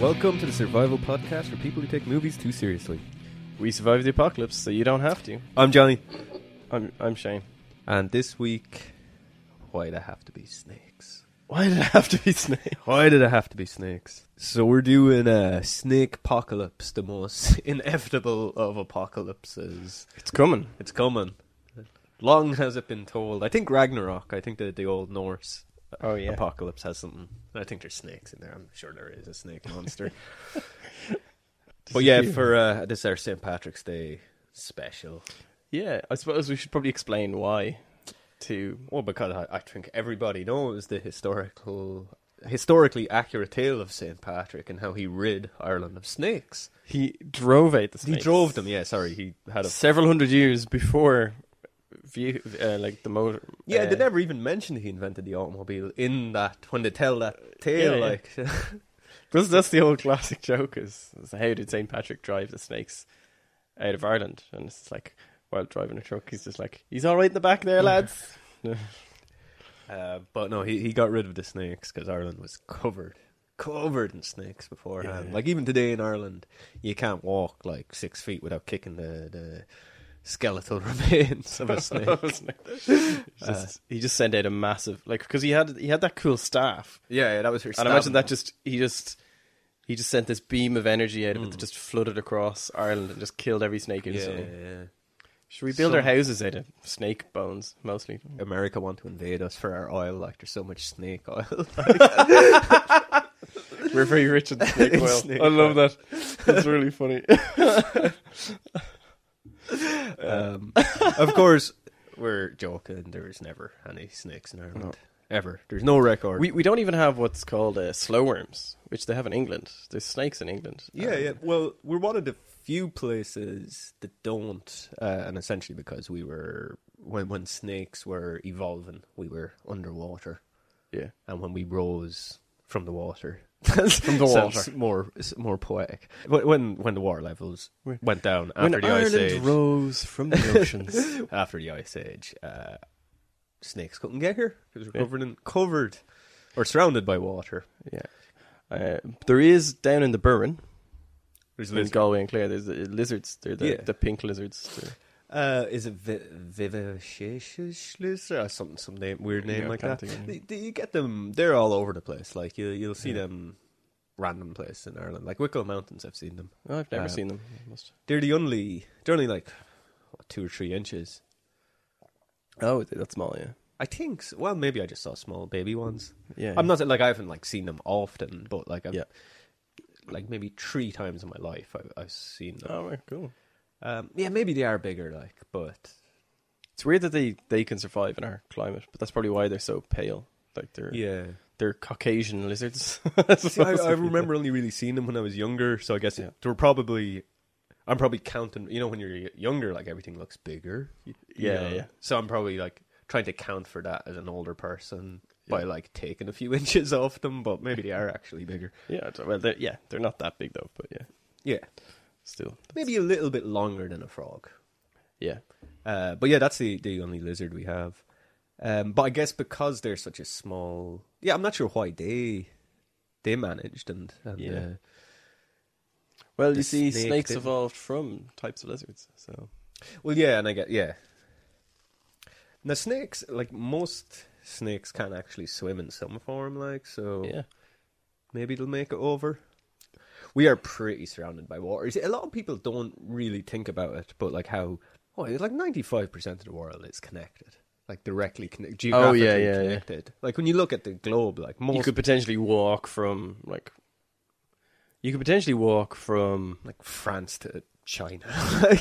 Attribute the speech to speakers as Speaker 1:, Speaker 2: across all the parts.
Speaker 1: Welcome to the Survival Podcast for people who take movies too seriously.
Speaker 2: We survived the apocalypse, so you don't have to.
Speaker 1: I'm Johnny,
Speaker 2: I'm I'm Shane.
Speaker 1: and this week, why'd I have to be snakes?
Speaker 2: Why did it have to be Snake?
Speaker 1: Why did I have to be snakes? So we're doing a snake apocalypse, the most inevitable of apocalypses.
Speaker 2: It's coming.
Speaker 1: It's coming. Long has it been told. I think Ragnarok. I think the the old Norse
Speaker 2: Oh yeah.
Speaker 1: apocalypse has something. I think there's snakes in there. I'm sure there is a snake monster. but yeah, for uh, this is our St Patrick's Day special.
Speaker 2: yeah, I suppose we should probably explain why to
Speaker 1: Well, because I, I think everybody knows the historical, historically accurate tale of Saint Patrick and how he rid Ireland of snakes.
Speaker 2: he drove out the snakes.
Speaker 1: He drove them. Yeah, sorry, he had a.
Speaker 2: several hundred years before view, uh, like the motor.
Speaker 1: Yeah,
Speaker 2: uh,
Speaker 1: they never even mentioned he invented the automobile in that when they tell that tale.
Speaker 2: Yeah, yeah.
Speaker 1: like,
Speaker 2: That's, that's the old classic joke is, is how did St. Patrick drive the snakes out of Ireland? And it's like, while driving a truck, he's just like, he's all right in the back there, lads.
Speaker 1: uh, but no, he he got rid of the snakes because Ireland was covered. Covered in snakes beforehand.
Speaker 2: Yeah.
Speaker 1: Like even today in Ireland, you can't walk like six feet without kicking the, the skeletal remains of a snake.
Speaker 2: Just- he just sent out a massive, like, because he had he had that cool staff.
Speaker 1: yeah, yeah, that was her.
Speaker 2: and I imagine that just he just he just sent this beam of energy out of it that just flooded across Ireland and just killed every snake in
Speaker 1: yeah,
Speaker 2: Hmm. yeah.
Speaker 1: yeah, yeah.
Speaker 2: Should we build our
Speaker 1: Some-
Speaker 2: houses out of snake bones mostly?
Speaker 1: America want to invade us for our oil. Like there's so much snake oil.
Speaker 2: We're very rich in snake
Speaker 1: In
Speaker 2: oil.
Speaker 1: snake
Speaker 2: I love that. That's really funny.
Speaker 1: um, of course, we're joking. There is never any snakes in Ireland.
Speaker 2: No.
Speaker 1: Ever. There's no record.
Speaker 2: we we don't even have what's called uh, slow worms, which they have in England. There's snakes in England.
Speaker 1: yeah,
Speaker 2: Um,
Speaker 1: yeah. Well, we're one of the few places that don't, uh, and essentially because we were when when snakes were evolving, we were underwater,
Speaker 2: yeah.
Speaker 1: and when we rose from the water.
Speaker 2: From the
Speaker 1: Sounds
Speaker 2: water.
Speaker 1: more more poetic. When when- when the water levels
Speaker 2: When-
Speaker 1: went down after
Speaker 2: When
Speaker 1: the ice
Speaker 2: Ireland
Speaker 1: age,
Speaker 2: rose from the oceans,
Speaker 1: after the ice age, uh, snakes couldn't get here because we're
Speaker 2: Yeah.
Speaker 1: covered in covered or surrounded by water.
Speaker 2: yeah. Uh, there is down in the Burren,
Speaker 1: There's
Speaker 2: in Galway and Clare. There's uh, lizards. They're the,
Speaker 1: Yeah.
Speaker 2: the pink lizards. They're-
Speaker 1: Uh, is it vi- Vivacious or something? Some name, weird name
Speaker 2: Yeah, I
Speaker 1: like
Speaker 2: can't
Speaker 1: that.
Speaker 2: think of
Speaker 1: They,
Speaker 2: it.
Speaker 1: they- you get them. They're all over the place. Like you, you'll see
Speaker 2: Yeah.
Speaker 1: them random place in Ireland, like Wicklow Mountains. I've seen them.
Speaker 2: No, oh, I've never
Speaker 1: Um,
Speaker 2: seen them. I must-
Speaker 1: They're the only. They're only like what, two or three inches.
Speaker 2: Oh, th- that's small, yeah.
Speaker 1: I think. s- Well, maybe I just saw small baby ones.
Speaker 2: Yeah.
Speaker 1: I'm not like I haven't like seen them often, but like I've
Speaker 2: Yeah.
Speaker 1: like maybe three times in my life I've, I've seen them.
Speaker 2: Oh, right, cool.
Speaker 1: Um, yeah, maybe they are bigger, like, but
Speaker 2: It's weird that they, they can survive in our climate, but that's probably why they're so pale. Like they're
Speaker 1: yeah.
Speaker 2: they're Caucasian lizards.
Speaker 1: See, I, I remember only really seeing them when I was younger, so I guess
Speaker 2: Yeah.
Speaker 1: they were probably. I'm probably counting. You know, when you're y- younger, like everything looks bigger. you- you
Speaker 2: Yeah,
Speaker 1: know?
Speaker 2: yeah.
Speaker 1: So I'm probably like trying to count for that as an older person by like taking a few inches off them, but maybe they are actually bigger.
Speaker 2: Yeah, d- well, they're, yeah, they're not that big though, but yeah,
Speaker 1: Yeah,
Speaker 2: still,
Speaker 1: maybe a little bit longer than a frog.
Speaker 2: yeah,
Speaker 1: Uh, but yeah, that's the, the only lizard we have. Um, but I guess because they're such a small, yeah, I'm not sure why they they managed and, and
Speaker 2: Yeah.
Speaker 1: uh,
Speaker 2: Well,
Speaker 1: The
Speaker 2: you see,
Speaker 1: snake
Speaker 2: snakes
Speaker 1: didn't-
Speaker 2: evolved from types of lizards, so
Speaker 1: well, yeah, and I get yeah. Now snakes, like most snakes, can actually swim in some form, like so.
Speaker 2: yeah,
Speaker 1: Maybe they'll make it over. We are pretty surrounded by water. You see, a lot of people don't really think about it, but like how, oh, it's like ninety five percent of the world is connected, like directly connected,
Speaker 2: Oh,
Speaker 1: geographically
Speaker 2: yeah, yeah, yeah.
Speaker 1: connected. Like when you look at the globe, like most
Speaker 2: you could potentially walk from like you could potentially walk from
Speaker 1: like France to China.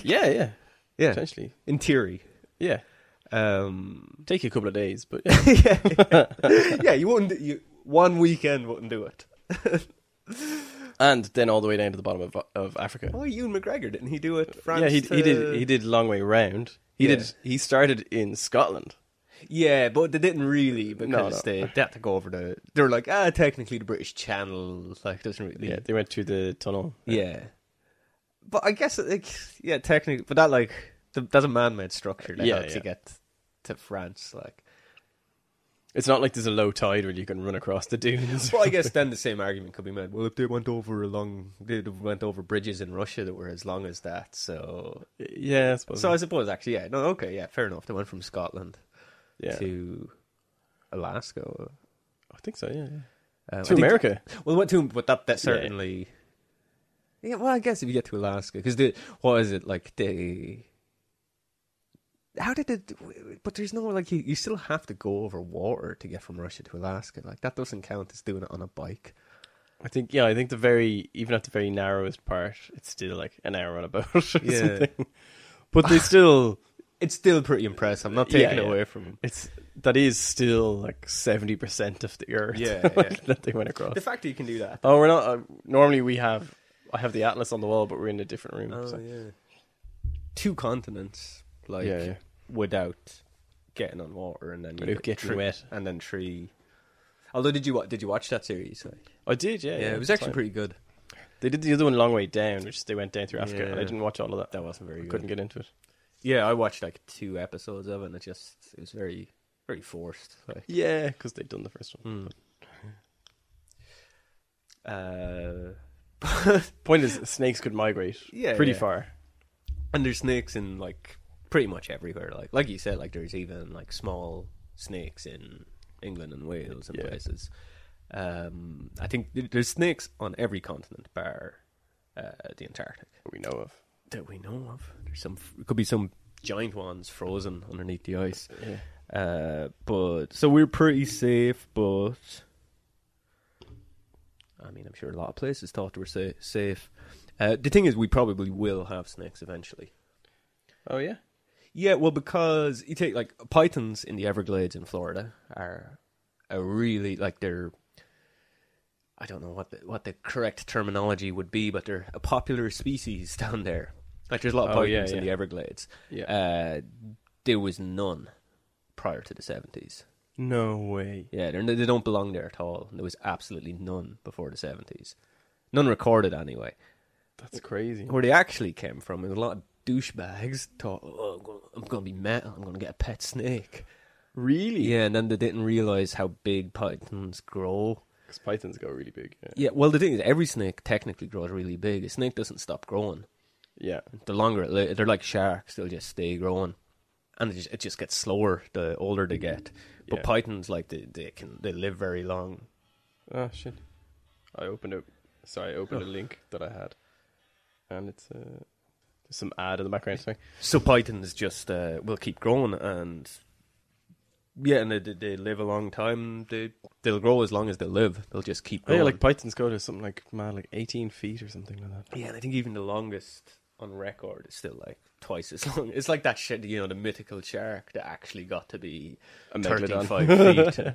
Speaker 2: yeah, yeah,
Speaker 1: yeah,
Speaker 2: potentially,
Speaker 1: in theory.
Speaker 2: yeah,
Speaker 1: Um,
Speaker 2: take you a couple of days, but yeah,
Speaker 1: yeah, yeah, you wouldn't. You one weekend wouldn't do it.
Speaker 2: and then all the way down to the bottom of of Africa.
Speaker 1: Oh, Ewan McGregor didn't he do it? France
Speaker 2: yeah, he,
Speaker 1: to...
Speaker 2: he did. He did long way round. He
Speaker 1: Yeah.
Speaker 2: did. He started in Scotland.
Speaker 1: Yeah, but they didn't really because
Speaker 2: no.
Speaker 1: They, they had to go over the. They were like, ah, technically the British Channel like doesn't really.
Speaker 2: Yeah, they went through the tunnel.
Speaker 1: yeah. But I guess like yeah, technically, but that like th- that's a man-made structure that
Speaker 2: Yeah,
Speaker 1: helps you
Speaker 2: yeah.
Speaker 1: get to France. Like,
Speaker 2: It's not like there's a low tide where you can run across the dunes.
Speaker 1: Well, I guess then the same argument could be made. Well, if they went over along, they went over bridges in Russia that were as long as that. So,
Speaker 2: yeah, I suppose.
Speaker 1: so I suppose actually, yeah, no, okay, yeah, fair enough. They went from Scotland
Speaker 2: yeah.
Speaker 1: to Alaska.
Speaker 2: I think so. Yeah, yeah.
Speaker 1: Um,
Speaker 2: to America.
Speaker 1: Well, what to but that that
Speaker 2: Yeah.
Speaker 1: certainly. Yeah. well, I guess if you get to Alaska, because the what is it like the. How did it? But there's no like you, you still have to go over water to get from Russia to Alaska. Like that doesn't count as doing it on a bike.
Speaker 2: I think yeah. I think the very even at the very narrowest part, it's still like an hour on a boat. Or
Speaker 1: Yeah.
Speaker 2: something. But they still
Speaker 1: It's still pretty impressive. I'm not
Speaker 2: Yeah,
Speaker 1: taking it
Speaker 2: yeah.
Speaker 1: away from him.
Speaker 2: it's that is still like seventy percent of the earth.
Speaker 1: Yeah,
Speaker 2: like,
Speaker 1: yeah.
Speaker 2: that they went across.
Speaker 1: The fact that you can do that.
Speaker 2: Oh, we're not. Uh, normally we have. I have the atlas on the wall, but we're in a different room. so.
Speaker 1: Oh, yeah. Two continents, like
Speaker 2: Yeah, yeah.
Speaker 1: without getting on water, and then you
Speaker 2: Without getting
Speaker 1: three-
Speaker 2: wet.
Speaker 1: and then three. Although, did you wa- did you watch that series? Like,
Speaker 2: I did. Yeah,
Speaker 1: yeah,
Speaker 2: yeah,
Speaker 1: it was
Speaker 2: it's
Speaker 1: actually
Speaker 2: fine.
Speaker 1: pretty good.
Speaker 2: They did the other one long way down, which they went down through Africa, and I
Speaker 1: Yeah.
Speaker 2: didn't watch all of that.
Speaker 1: That wasn't very
Speaker 2: I
Speaker 1: good.
Speaker 2: couldn't get into it.
Speaker 1: Yeah, I watched like two episodes of it, and it just it was very very forced. Like,
Speaker 2: Yeah, because they'd done the first one.
Speaker 1: uh,
Speaker 2: Point is, snakes could migrate
Speaker 1: Yeah,
Speaker 2: pretty
Speaker 1: yeah.
Speaker 2: far.
Speaker 1: and there's snakes in like pretty much everywhere. Like like you said, like there's even like small snakes in England and Wales and
Speaker 2: Yeah.
Speaker 1: places. Um, I think th- there's snakes on every continent, bar uh, the Antarctic
Speaker 2: that We know of.
Speaker 1: that we know of. There's some it could be some giant ones frozen underneath the ice.
Speaker 2: Yeah.
Speaker 1: Uh, but so we're pretty safe, but I mean, I'm sure a lot of places thought we were sa- safe. Uh, the thing is, we probably will have snakes eventually.
Speaker 2: Oh yeah.
Speaker 1: Yeah, well, because you take like pythons in the Everglades in Florida are a really like they're. I don't know what the, what the correct terminology would be, but they're a popular species down there. Like there's a lot of
Speaker 2: Oh,
Speaker 1: pythons
Speaker 2: yeah,
Speaker 1: in
Speaker 2: yeah.
Speaker 1: the Everglades.
Speaker 2: Yeah.
Speaker 1: Uh, there was none prior to the seventies.
Speaker 2: No way.
Speaker 1: Yeah, they're, they don't belong there at all. There was absolutely none before the seventies, none recorded anyway
Speaker 2: That's crazy.
Speaker 1: where they actually came from. And a lot of douchebags thought, oh, I'm gonna- I'm going to be metal. I'm going to get a pet snake.
Speaker 2: Really?
Speaker 1: Yeah, and then they didn't realize how big pythons grow.
Speaker 2: Because pythons go really big. Yeah.
Speaker 1: Yeah, well, the thing is, every snake technically grows really big. A snake doesn't stop growing.
Speaker 2: Yeah.
Speaker 1: The longer it, li- they're like sharks, they'll just stay growing, and it just, it just gets slower the older they get. But
Speaker 2: Yeah.
Speaker 1: pythons, like they, they can, they live very long.
Speaker 2: Oh shit. I opened up. Sorry, I opened a link that I had, and it's uh, there's some ad in the background. Sorry.
Speaker 1: So pythons just uh, will keep growing, and yeah, and they, they- they live a long time. They they'll grow as long as they live. They'll just keep
Speaker 2: Oh,
Speaker 1: growing.
Speaker 2: yeah, like pythons go to something like mad, like 18 feet or something like that.
Speaker 1: Yeah, and I think even the longest on record is still like twice as long. It's like that shit, you know, the mythical shark that actually got to be
Speaker 2: A megalodon.
Speaker 1: thirty-five feet.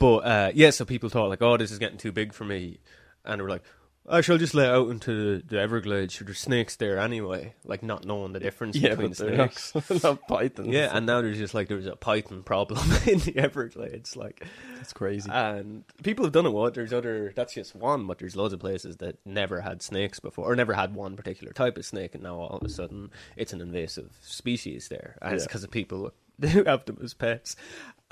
Speaker 1: But uh, yeah, so people thought like, "Oh, this is getting too big for me," and they were like, "I shall just let out into the, the Everglades. Sure, There's snakes there anyway." Like not knowing the difference
Speaker 2: Yeah,
Speaker 1: between
Speaker 2: but they're
Speaker 1: snakes.
Speaker 2: not, not pythons.
Speaker 1: Yeah, and now there's just like there's a python problem in the Everglades, like,
Speaker 2: that's crazy.
Speaker 1: and people have done it. What there's other that's just one, but there's loads of places that never had snakes before, or never had one particular type of snake, and now all of a sudden it's an invasive species there, and it's
Speaker 2: Yeah.
Speaker 1: because of people who have them as pets,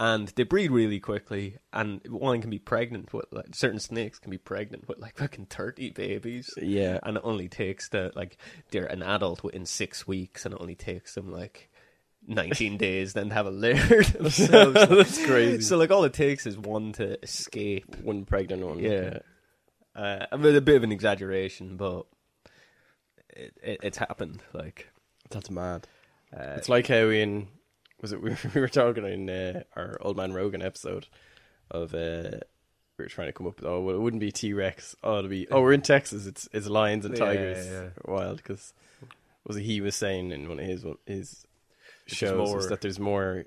Speaker 1: and they breed really quickly, and one can be pregnant with like certain snakes can be pregnant with like fucking thirty babies,
Speaker 2: yeah,
Speaker 1: and it only takes the like they're an adult within six weeks, and it only takes them like nineteen days then to have a litter themselves.
Speaker 2: that's crazy.
Speaker 1: so like all it takes is one to escape.
Speaker 2: one pregnant one.
Speaker 1: Yeah. Uh, I mean, a bit of an exaggeration, but it, it it's happened. Like
Speaker 2: that's mad.
Speaker 1: uh,
Speaker 2: It's like how in was it we, we were talking in uh, our old man Rogan episode of uh, we were trying to come up with oh well it wouldn't be T Rex oh it'll be oh we're in Texas it's it's lions and
Speaker 1: Yeah,
Speaker 2: tigers
Speaker 1: yeah, yeah.
Speaker 2: wild because was it he was saying in one of his one- his
Speaker 1: There's
Speaker 2: shows was
Speaker 1: more.
Speaker 2: that there's more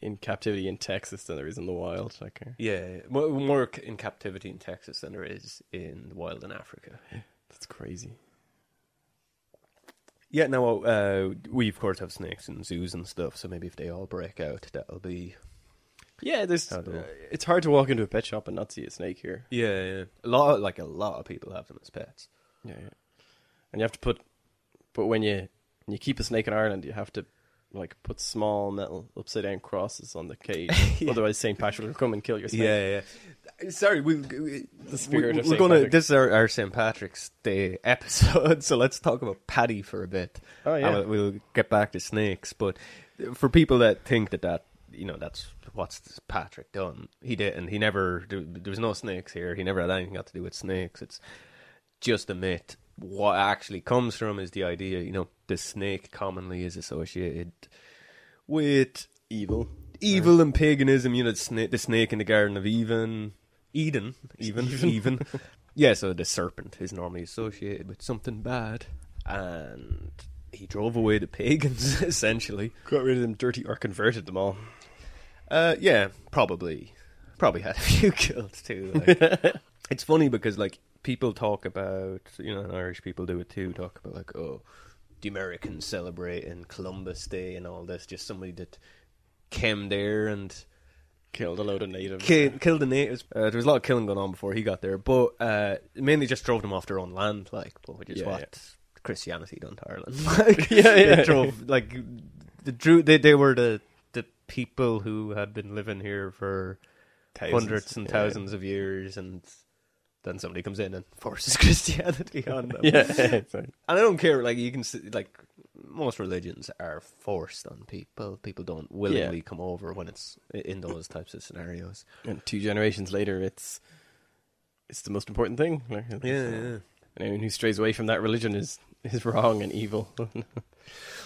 Speaker 2: in captivity in Texas than there is in the wild like uh,
Speaker 1: yeah, more, more in captivity in Texas than there is in the wild in Africa.
Speaker 2: that's crazy
Speaker 1: Yeah, now uh, we of course have snakes in zoos and stuff, so maybe if they all break out, that'll be
Speaker 2: yeah there's
Speaker 1: Not at all.
Speaker 2: uh, it's hard to walk into a pet shop and not see a snake here
Speaker 1: Yeah, yeah. A lot, like a lot of people have them as pets.
Speaker 2: Yeah, yeah. And you have to put, but when you when you keep a snake in Ireland, you have to like put small metal upside down crosses on the cage. Otherwise, Saint Patrick will come and kill your snake.
Speaker 1: Yeah, yeah. Sorry, we, we the
Speaker 2: spirit
Speaker 1: we,
Speaker 2: of
Speaker 1: we're
Speaker 2: Saint
Speaker 1: gonna.
Speaker 2: Patrick.
Speaker 1: This is our, our St. Patrick's Day episode, so let's talk about Paddy for a bit.
Speaker 2: Oh, yeah.
Speaker 1: And we'll, we'll get back to snakes, but for people that think that that you know that's what's Patrick done, he didn't. He never. There, there was no snakes here. He never had anything got to do with snakes. It's just a myth. What actually comes from is the idea, you know, the snake commonly is associated with
Speaker 2: Evil.
Speaker 1: evil and paganism. You know, the snake, the snake in the Garden of Eden, Eden, even, even. yeah, so the serpent is normally associated with something bad, and he drove away the pagans essentially.
Speaker 2: Got rid of them dirty or converted them all.
Speaker 1: Uh, yeah, probably, probably had a few killed too. Like. it's funny because like people talk about, you know, and Irish people do it too. Talk about like, oh, the Americans celebrating Columbus Day and all this. Just somebody that came there and
Speaker 2: Killed a load of natives.
Speaker 1: Kill, killed the natives. Uh, there was a lot of killing going on before he got there, but uh, mainly just drove them off their own land, like, but which is
Speaker 2: Yeah,
Speaker 1: what
Speaker 2: yeah.
Speaker 1: Christianity done to Ireland. like,
Speaker 2: Yeah, yeah.
Speaker 1: They drove like the drew. They they were the the people who had been living here for
Speaker 2: Thousands.
Speaker 1: hundreds and
Speaker 2: Yeah.
Speaker 1: thousands of years, and then somebody comes in and forces Christianity on them.
Speaker 2: Yeah, exactly.
Speaker 1: And I don't care. Like you can see, like most religions are forced on people. People don't willingly come over when it's in those types of scenarios.
Speaker 2: and two generations later, it's it's the most important thing. uh,
Speaker 1: Yeah, yeah.
Speaker 2: anyone who strays away from that religion is is wrong and evil.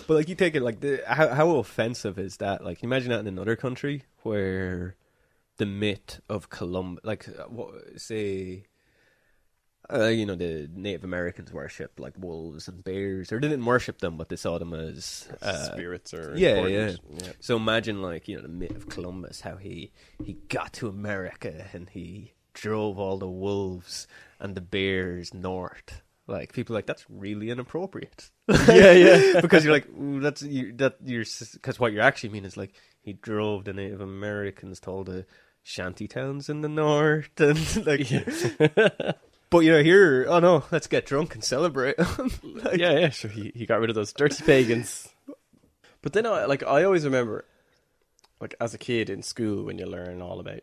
Speaker 1: But like you take it like the, how how offensive is that? Like can you imagine that in another country where the myth of Columbus, like uh, what say. Uh, you know the Native Americans worshipped like wolves and bears, or they didn't worship them, but they saw them as uh,
Speaker 2: Spirits are
Speaker 1: yeah,
Speaker 2: important. yeah.
Speaker 1: So imagine like you know the myth of Columbus, how he he got to America and he drove all the wolves and the bears north. Like people are like that's really inappropriate.
Speaker 2: Yeah, yeah.
Speaker 1: because you're like "Ooh, that's you that you're because what you actually mean is like he drove the Native Americans to all the shanty towns in the north and like. But you know here, oh no, let's get drunk and celebrate. Like,
Speaker 2: yeah, yeah, sure. He, he got rid of those dirty pagans. But then, I, like, I always remember, like, as a kid in school when you learn all about,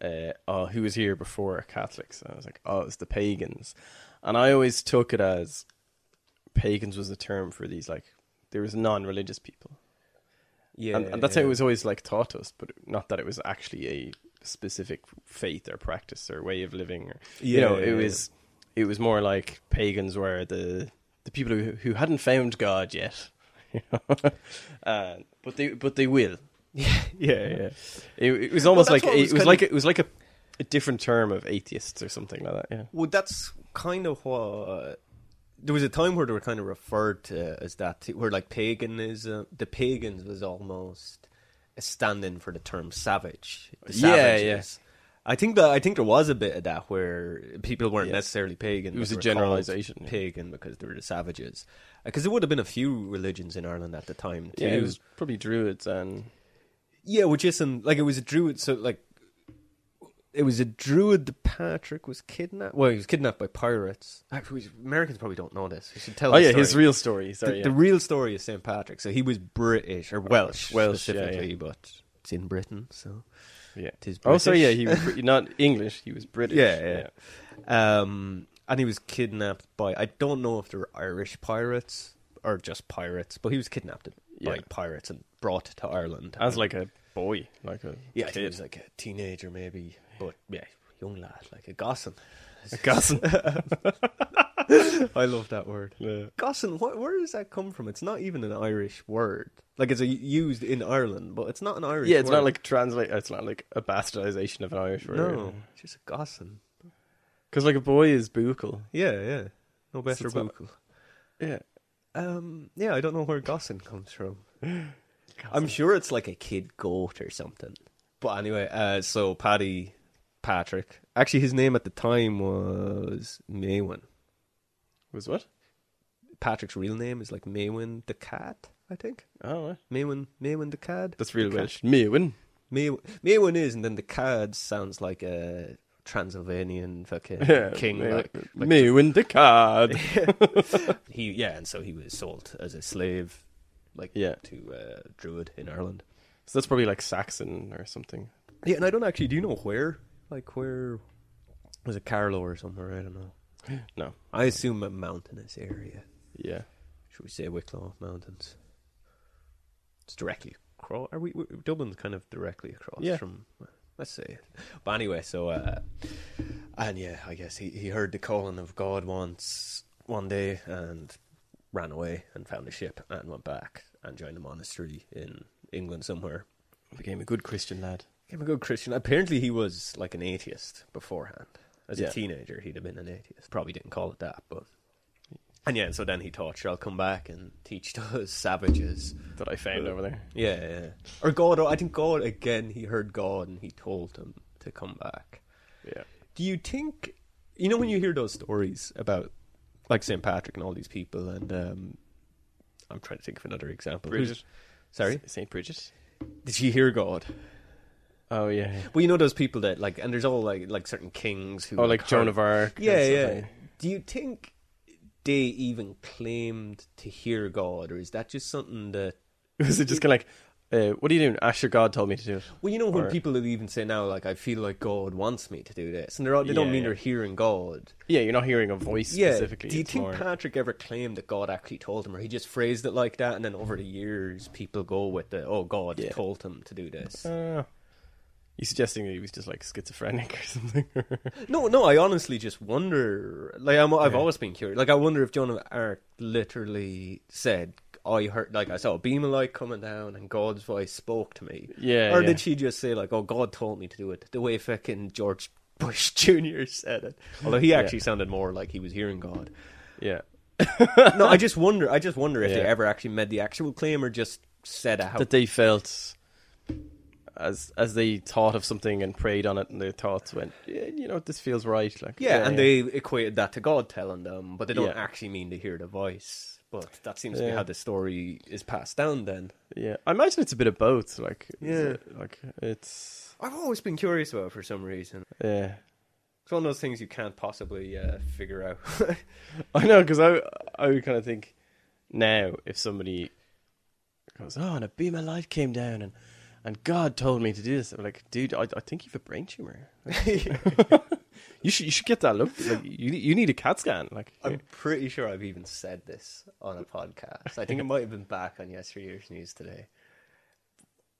Speaker 2: uh, oh, who was here before Catholics? And I was like, oh, it was the pagans. And I always took it as pagans was a term for these, like, there was non religious people.
Speaker 1: yeah,
Speaker 2: and, and that's how it was always, like, taught to us, but not that it was actually a specific faith or practice or way of living or you know, it
Speaker 1: Yeah.
Speaker 2: was it was more like pagans were the the people who who hadn't found God yet, you know? uh, but they but they will.
Speaker 1: yeah,
Speaker 2: Yeah, yeah. It, it was almost
Speaker 1: Well,
Speaker 2: like
Speaker 1: that's what
Speaker 2: it
Speaker 1: was
Speaker 2: was,
Speaker 1: kind
Speaker 2: like it was like a, a different term of atheists or something like that. Yeah,
Speaker 1: Well, that's kind of what. uh, There was a time where they were kind of referred to as that, too, where like paganism, the pagans was almost a stand-in for the term savage. The
Speaker 2: Yeah,
Speaker 1: savages.
Speaker 2: yeah.
Speaker 1: I think that I think there was a bit of that where people weren't
Speaker 2: Yeah.
Speaker 1: necessarily pagan.
Speaker 2: It was
Speaker 1: but
Speaker 2: a
Speaker 1: they were called
Speaker 2: generalization, yeah.
Speaker 1: Pagan because they were the savages. Because there would have been a few religions in Ireland at the time too.
Speaker 2: yeah. It was probably druids and
Speaker 1: Yeah, which isn't like it was a druid. So like, it was a druid. that Patrick was kidnapped. Well, he was kidnapped by pirates. Actually, we- Uh, Americans probably don't know this. We should tell.
Speaker 2: oh
Speaker 1: the
Speaker 2: yeah,
Speaker 1: story.
Speaker 2: his real story.
Speaker 1: the,
Speaker 2: Sorry, yeah.
Speaker 1: the real story is Saint Patrick. So he was British or Welsh,
Speaker 2: Welsh, yeah,
Speaker 1: specifically, but it's in Britain, so
Speaker 2: yeah.
Speaker 1: it is. British.
Speaker 2: Oh, sorry, yeah. He was Brit- not English. He was British.
Speaker 1: Yeah, yeah. Um, and he was kidnapped by I don't know if they were Irish pirates or just pirates, but he was kidnapped by
Speaker 2: Yeah.
Speaker 1: pirates and brought to Ireland
Speaker 2: As like a boy, like a
Speaker 1: Yeah, I think he
Speaker 2: kid.
Speaker 1: was like a teenager, maybe, but yeah, young lad, like a gossin.
Speaker 2: a cousin.
Speaker 1: I love that word.
Speaker 2: yeah.
Speaker 1: Gossin, what, where does that come from? It's not even an Irish word. Like it's a, used in Ireland, but it's not an Irish.
Speaker 2: Yeah, it's not
Speaker 1: word.
Speaker 2: like translate. It's not like a bastardization of an Irish word.
Speaker 1: no, it's just a gossin.
Speaker 2: because like a boy is bucal.
Speaker 1: Yeah, yeah, no better
Speaker 2: it's not-
Speaker 1: vocal.
Speaker 2: Yeah,
Speaker 1: Um, yeah, I don't know where gossin comes from. I'm sure it's like a kid goat or something. But anyway, uh, so Paddy Patrick. Actually, his name at the time was Maywin.
Speaker 2: was what?
Speaker 1: Patrick's real name is like Maywin the Cat, I think.
Speaker 2: Oh, right.
Speaker 1: Maywin, Maywin the Cad.
Speaker 2: that's real Welsh. Mewin.
Speaker 1: May- Maywin is, and then the Cad sounds like a Transylvanian fucking
Speaker 2: Yeah,
Speaker 1: king.
Speaker 2: Me-
Speaker 1: Like,
Speaker 2: Mewin the card.
Speaker 1: he, yeah, and so he was sold as a slave like
Speaker 2: Yeah.
Speaker 1: to uh, Druid in Ireland.
Speaker 2: So that's probably like Saxon or something.
Speaker 1: Yeah, and I don't actually do you know where? Like where was it Carlow or somewhere? I don't know.
Speaker 2: No.
Speaker 1: I assume a mountainous area.
Speaker 2: Yeah.
Speaker 1: Should we say Wicklow Mountains? It's directly across. Are we, we Dublin's kind of directly across
Speaker 2: Yeah.
Speaker 1: from? Let's say. it. But anyway, so uh, and yeah, I guess he he heard the calling of God once one day and ran away and found a ship and went back and joined a monastery in England somewhere.
Speaker 2: Became a good Christian lad.
Speaker 1: Became a good Christian. Apparently, he was like an atheist beforehand. As
Speaker 2: Yeah.
Speaker 1: a teenager, he'd have been an atheist. Probably didn't call it that, but. And yeah, so then he taught, sure, I'll come back and teach those savages.
Speaker 2: That I found over there.
Speaker 1: Yeah, yeah. Or God, I think God, again, he heard God and he told him to come back.
Speaker 2: Yeah.
Speaker 1: Do you think, you know, when you hear those stories about, like, St. Patrick and all these people, and um, I'm trying to think of another example.
Speaker 2: Bridget.
Speaker 1: Sorry?
Speaker 2: St. Bridget.
Speaker 1: Did she hear God?
Speaker 2: Oh, yeah.
Speaker 1: Well, you know those people that like, and there's all like like certain kings who
Speaker 2: Oh, like
Speaker 1: heard-
Speaker 2: Joan of Arc. and
Speaker 1: Yeah,
Speaker 2: stuff
Speaker 1: yeah.
Speaker 2: like-
Speaker 1: Do you think they even claimed to hear God, or is that just something that?
Speaker 2: Was it just kind of like, uh, what are you doing? Ash, your God told me to do it.
Speaker 1: Well, you know when
Speaker 2: Or-
Speaker 1: people will even say now, like, I feel like God wants me to do this, and they're all, they don't
Speaker 2: Yeah,
Speaker 1: mean
Speaker 2: yeah.
Speaker 1: they're hearing God.
Speaker 2: Yeah, you're not hearing a voice specifically.
Speaker 1: Do you
Speaker 2: it's
Speaker 1: think
Speaker 2: more-
Speaker 1: Patrick ever claimed that God actually told him, or he just phrased it like that, and then over the years people go with the, oh, God
Speaker 2: Yeah.
Speaker 1: told him to do this.
Speaker 2: Uh, you suggesting that he was just like schizophrenic or something?
Speaker 1: No, no, I honestly just wonder. Like, I'm, I've
Speaker 2: Yeah.
Speaker 1: always been curious. Like, I wonder if Joan of Arc literally said, I heard, like, I saw a beam of light coming down and God's voice spoke to me.
Speaker 2: yeah.
Speaker 1: or
Speaker 2: yeah.
Speaker 1: did she just say, like, oh, God told me to do it the way fucking George Bush Jr. said it? Although he
Speaker 2: Yeah.
Speaker 1: actually sounded more like he was hearing God.
Speaker 2: Yeah.
Speaker 1: no, I just wonder. I just wonder if they
Speaker 2: Yeah.
Speaker 1: ever actually made the actual claim or just said it how.
Speaker 2: That they felt as as they thought of something and prayed on it, and their thoughts went, yeah, you know, what, this feels right. Like,
Speaker 1: yeah, and they equated that to God telling them, but they don't
Speaker 2: Yeah.
Speaker 1: actually mean to hear the voice. But that seems to be
Speaker 2: Yeah.
Speaker 1: how the story is passed down then.
Speaker 2: yeah. I imagine it's a bit of both. Like, is
Speaker 1: Yeah.
Speaker 2: it- like it's
Speaker 1: I've always been curious about it for some reason.
Speaker 2: yeah.
Speaker 1: It's one of those things you can't possibly uh, figure out.
Speaker 2: I know because I I would kind of think now if somebody goes, oh, and a beam of light came down and. And God told me to do this. I'm like, dude, I, I think you've a brain tumor. You should you should get that looked. Like, you you need a CAT scan. Like,
Speaker 1: I'm pretty sure I've even said this on a podcast. I think it might have been back on yesterday's news today.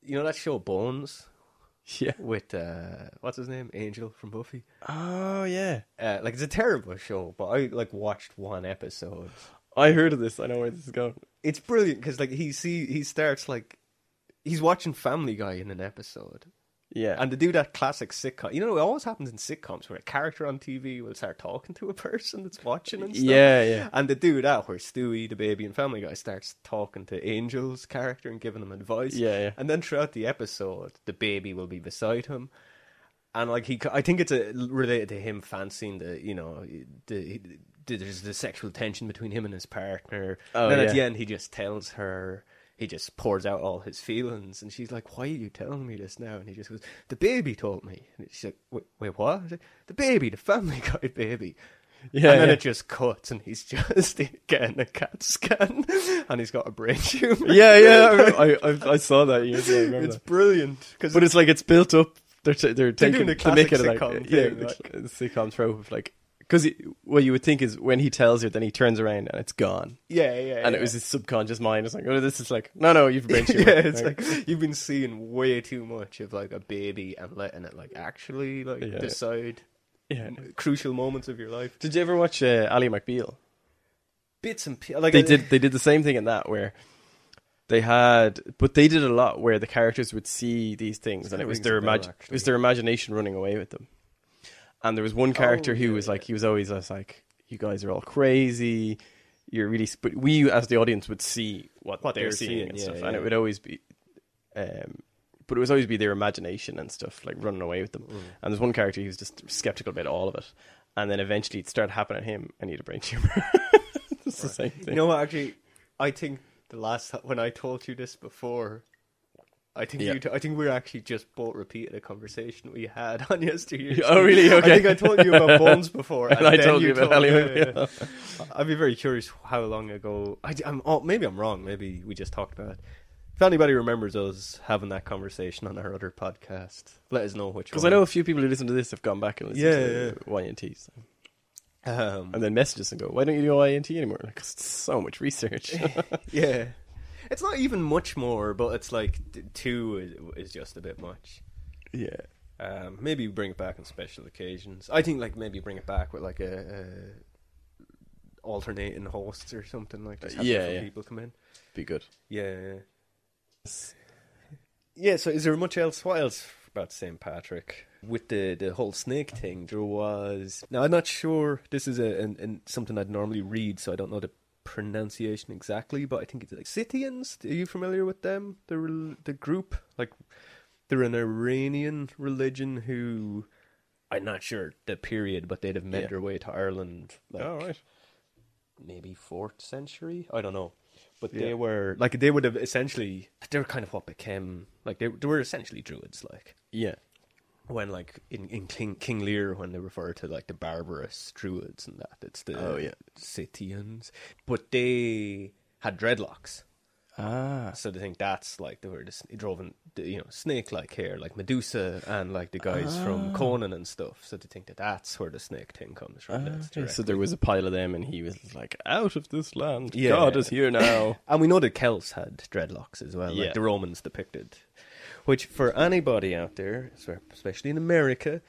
Speaker 1: You know that show Bones
Speaker 2: yeah.
Speaker 1: with uh, what's his name, Angel from Buffy.
Speaker 2: Oh yeah.
Speaker 1: Uh, like it's a terrible show, but I like watched one episode.
Speaker 2: I heard of this. I know where this is going.
Speaker 1: It's brilliant because like he see he starts like he's watching Family Guy in an episode,
Speaker 2: Yeah.
Speaker 1: And to do that classic sitcom, you know, it always happens in sitcoms where a character on TV will start talking to a person that's watching and stuff.
Speaker 2: yeah, yeah.
Speaker 1: And to do that, where Stewie, the baby, and Family Guy starts talking to Angel's character and giving him advice.
Speaker 2: Yeah, yeah.
Speaker 1: And then throughout the episode, the baby will be beside him. And like he, I think it's a, related to him fancying the, you know, the, the there's the sexual tension between him and his partner.
Speaker 2: Oh,
Speaker 1: and then at
Speaker 2: yeah.
Speaker 1: the end, he just tells her, he just pours out all his feelings, and she's like, "Why are you telling me this now?" And he just goes, "The baby told me." And she's like, "Wait, wait what?" He's like, the baby, the Family Guy baby.
Speaker 2: Yeah,
Speaker 1: and then
Speaker 2: yeah.
Speaker 1: it just cuts, and he's just getting a CAT scan, and he's got a brain tumor.
Speaker 2: yeah, yeah. I, I, I- I saw that. Years ago, I remember
Speaker 1: it's
Speaker 2: that.
Speaker 1: brilliant because
Speaker 2: But it's like it's built up. They're t-
Speaker 1: They're
Speaker 2: they're taking
Speaker 1: doing a
Speaker 2: to make it
Speaker 1: classic
Speaker 2: like
Speaker 1: sitcom
Speaker 2: yeah,
Speaker 1: thing,
Speaker 2: the
Speaker 1: like-
Speaker 2: cl- sitcom trope of like because what you would think is when he tells her, then he turns around and it's gone,
Speaker 1: yeah, yeah,
Speaker 2: and
Speaker 1: yeah.
Speaker 2: it was his subconscious mind. It's like oh, this is like no, no, you've brain tumor.
Speaker 1: yeah, it's like you've been seeing way too much of like a baby and letting it like actually like
Speaker 2: Yeah.
Speaker 1: decide
Speaker 2: yeah.
Speaker 1: crucial moments of your life.
Speaker 2: Did you ever watch uh, Ali McBeal?
Speaker 1: Bits and pieces. Like
Speaker 2: they
Speaker 1: I-
Speaker 2: did they did the same thing in that where they had but they did a lot where the characters would see these things and
Speaker 1: kinda
Speaker 2: it was
Speaker 1: rings
Speaker 2: their
Speaker 1: a bell,
Speaker 2: imag- it was their imagination running away with them and there was one character who
Speaker 1: Oh, yeah,
Speaker 2: was like he was always just like you guys are all crazy you're really sp-. but we as the audience would see what,
Speaker 1: What
Speaker 2: they're,
Speaker 1: they're
Speaker 2: seeing,
Speaker 1: seeing,
Speaker 2: and
Speaker 1: yeah,
Speaker 2: stuff
Speaker 1: yeah.
Speaker 2: and it would always be um but it was always be their imagination and stuff like running away with them
Speaker 1: Mm.
Speaker 2: and there's one character who was just skeptical about all of it and then eventually it started happening to him and he had a brain tumor it's the same thing
Speaker 1: You know what? Actually, I think the last ti- when I told you this before, I think
Speaker 2: Yeah.
Speaker 1: you t- I think we're actually just both repeated a conversation we had on yesteryear.
Speaker 2: Oh, really? Okay.
Speaker 1: I think I told you about bones before, and,
Speaker 2: and I
Speaker 1: then
Speaker 2: told you about
Speaker 1: told-
Speaker 2: Hollywood.
Speaker 1: yeah, yeah. I'd be very curious how long ago. I, am oh, maybe I'm wrong. Maybe we just talked about. it. If anybody remembers us having that conversation on our other podcast, let us know which.
Speaker 2: Because I
Speaker 1: one.
Speaker 2: know a few people who listen to this have gone back and listened
Speaker 1: Yeah,
Speaker 2: to YNTs.
Speaker 1: Um,
Speaker 2: And then message us and go, why don't you do YNT anymore? Because it's so much research.
Speaker 1: yeah, it's not even much more, but it's like t- two is, is just a bit much.
Speaker 2: yeah.
Speaker 1: Um, maybe bring it back on special occasions. I think like maybe bring it back with like a, a alternating hosts or something like just have
Speaker 2: Yeah,
Speaker 1: different
Speaker 2: yeah.
Speaker 1: people come in.
Speaker 2: Be good.
Speaker 1: Yeah, yeah. Yeah, so is there much else? What else about St. Patrick? With the, the whole snake thing, there was. Now, I'm not sure. This is a, an, an, something I'd normally read, so I don't know the pronunciation exactly, but I think it's like Scythians. Are you familiar with them? The, rel- the group? Like, they're an Iranian religion who. I'm not sure the period, but they'd have made
Speaker 2: Yeah.
Speaker 1: their way to Ireland. Like,
Speaker 2: All right.
Speaker 1: maybe fourth century. I don't know, but
Speaker 2: Yeah.
Speaker 1: they were like they would have essentially they were kind of what became like they, they were essentially druids. Like
Speaker 2: Yeah.
Speaker 1: when like in, in King, King Lear when they refer to like the barbarous druids and that it's the
Speaker 2: Oh, yeah.
Speaker 1: Scythians, but they had dreadlocks.
Speaker 2: Ah.
Speaker 1: So they think that's like they were the, sn- drove in, the, you know snake like hair like Medusa and like the guys from Conan and stuff. So they think that that's where the snake thing comes from. that's
Speaker 2: Okay,
Speaker 1: direct.
Speaker 2: So there was a pile of them, and he was like, "Out of this land,
Speaker 1: Yeah.
Speaker 2: God is here now."
Speaker 1: And we know the Celts had dreadlocks as well,
Speaker 2: Yeah.
Speaker 1: like the Romans depicted. Which, for anybody out there, so- especially in America,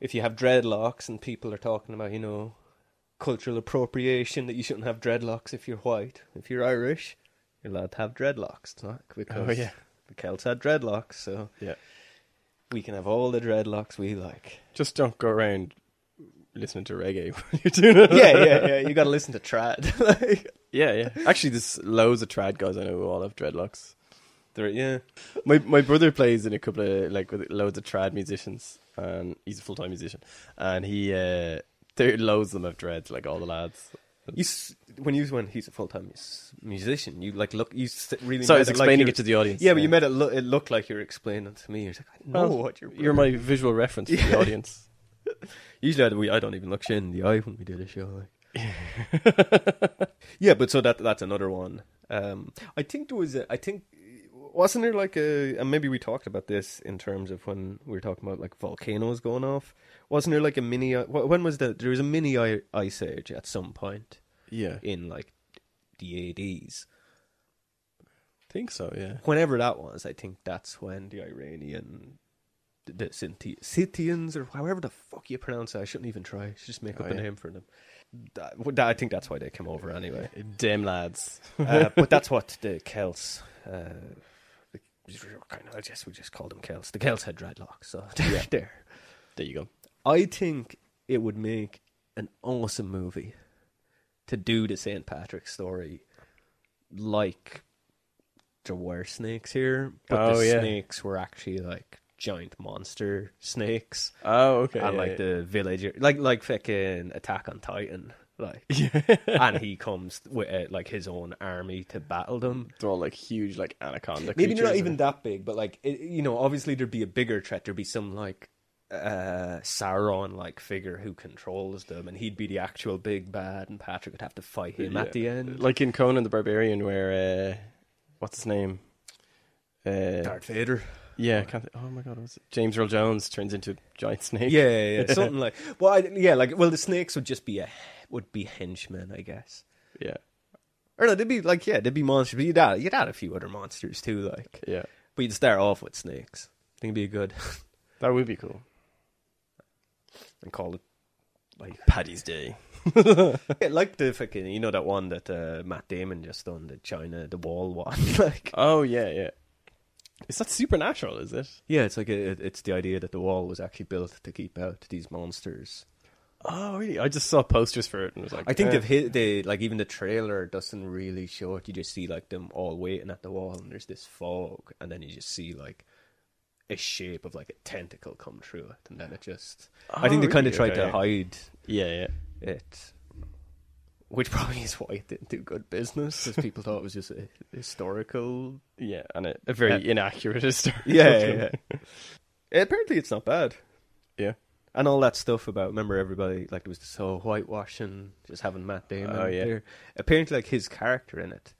Speaker 1: if you have dreadlocks and people are talking about, you know, cultural appropriation that you shouldn't have dreadlocks if you're white, if you're Irish, you're allowed to have dreadlocks. It's not because
Speaker 2: Oh, yeah.
Speaker 1: the Celts had dreadlocks, so
Speaker 2: yeah,
Speaker 1: we can have all the dreadlocks we like.
Speaker 2: just don't go around listening to reggae when you're doing it.
Speaker 1: yeah, yeah, yeah. You got to listen to trad. like,
Speaker 2: yeah, yeah. Actually, there's loads of trad guys I know who all have dreadlocks.
Speaker 1: there- yeah.
Speaker 2: My my brother plays in a couple of like with loads of trad musicians, and he's a full time musician, and he uh, there loads of them have dreads, like all the lads.
Speaker 1: You s- when you when he's a full time mus- musician, you like look you s- really.
Speaker 2: So
Speaker 1: made
Speaker 2: I was
Speaker 1: it like
Speaker 2: explaining
Speaker 1: you're-
Speaker 2: it to the audience.
Speaker 1: Yeah, but you made it look it looked like you're explaining to me. You're like, I know
Speaker 2: Well,
Speaker 1: what you're.
Speaker 2: You're my visual reference for the audience.
Speaker 1: Usually, I, we, I don't even look shit in the eye when we do the show. Like. yeah, but so that that's another one. Um, I think there was. A, I think wasn't there like a and maybe we talked about this in terms of when we were talking about like volcanoes going off. Wasn't there like a mini? uh, wh- When was that? There was a mini i- ice age at some point
Speaker 2: Yeah, I
Speaker 1: in like the 80s.
Speaker 2: think so. Yeah.
Speaker 1: whenever that was, I think that's when the Iranian, the, the Sinti- Scythians, or however the fuck you pronounce it, I shouldn't even try. I should just make
Speaker 2: Oh,
Speaker 1: up a
Speaker 2: yeah.
Speaker 1: name for them. That, w- that- I think that's why they came over anyway.
Speaker 2: Damn lads.
Speaker 1: Uh, but that's what the Celts. Uh, the- kind of, I guess we just call them Celts. The Celts had dreadlocks, so there.
Speaker 2: There you go.
Speaker 1: I think it would make an awesome movie to do the St. Patrick story like there were snakes here, but
Speaker 2: Oh,
Speaker 1: the
Speaker 2: yeah.
Speaker 1: snakes were actually like giant monster snakes.
Speaker 2: Oh, okay.
Speaker 1: and like the villager like like fucking Attack on Titan. Like and he comes with uh, like his own army to battle them.
Speaker 2: they're all like huge, like anaconda.
Speaker 1: Maybe they're not
Speaker 2: creatures
Speaker 1: even
Speaker 2: and-
Speaker 1: that big, but like it, you know, obviously there'd be a bigger threat. There'd be some like uh Sauron like figure who controls them, and he'd be the actual big bad, and Patrick would have to fight him
Speaker 2: Yeah.
Speaker 1: at the end.
Speaker 2: like in Conan the Barbarian, where uh, what's his name? Uh,
Speaker 1: Darth Vader,
Speaker 2: yeah, can't thi- oh my god, what was it? James Earl Jones turns into a giant snake.
Speaker 1: yeah, yeah, yeah, something like. Well, I, yeah, like well, the snakes would just be a would be henchmen, I guess.
Speaker 2: yeah,
Speaker 1: Or no, they'd be like yeah, they'd be monsters. But you'd add you'd add a few other monsters too, like.
Speaker 2: yeah.
Speaker 1: But you'd start off with snakes. I think it'd be good
Speaker 2: That would be cool.
Speaker 1: and call it like
Speaker 2: Paddy's Day.
Speaker 1: Yeah, like the fucking, you know that one that uh, Matt Damon just done, the China, the wall one. like,
Speaker 2: Oh yeah, yeah. Is that supernatural? Is it?
Speaker 1: yeah, it's like a, it's the idea that the wall was actually built to keep out these monsters.
Speaker 2: Oh really? I just saw posters for it and was like,
Speaker 1: I think
Speaker 2: eh.
Speaker 1: they've hit the like even the trailer doesn't really show it. You just see like them all waiting at the wall, and there's this fog, and then you just see like a shape of like a tentacle come through it, and then it just. I think
Speaker 2: Oh,
Speaker 1: they kind of
Speaker 2: really?
Speaker 1: tried
Speaker 2: Okay.
Speaker 1: to hide
Speaker 2: Yeah, yeah.
Speaker 1: it. which probably is why it didn't do good business because people thought it was just a historical.
Speaker 2: Yeah, and a, a very inaccurate historical.
Speaker 1: Apparently, it's not bad.
Speaker 2: yeah.
Speaker 1: And all that stuff about remember everybody like it was this whole whitewashing, just having Matt Damon
Speaker 2: Oh, yeah.
Speaker 1: there. Apparently, like his character in it,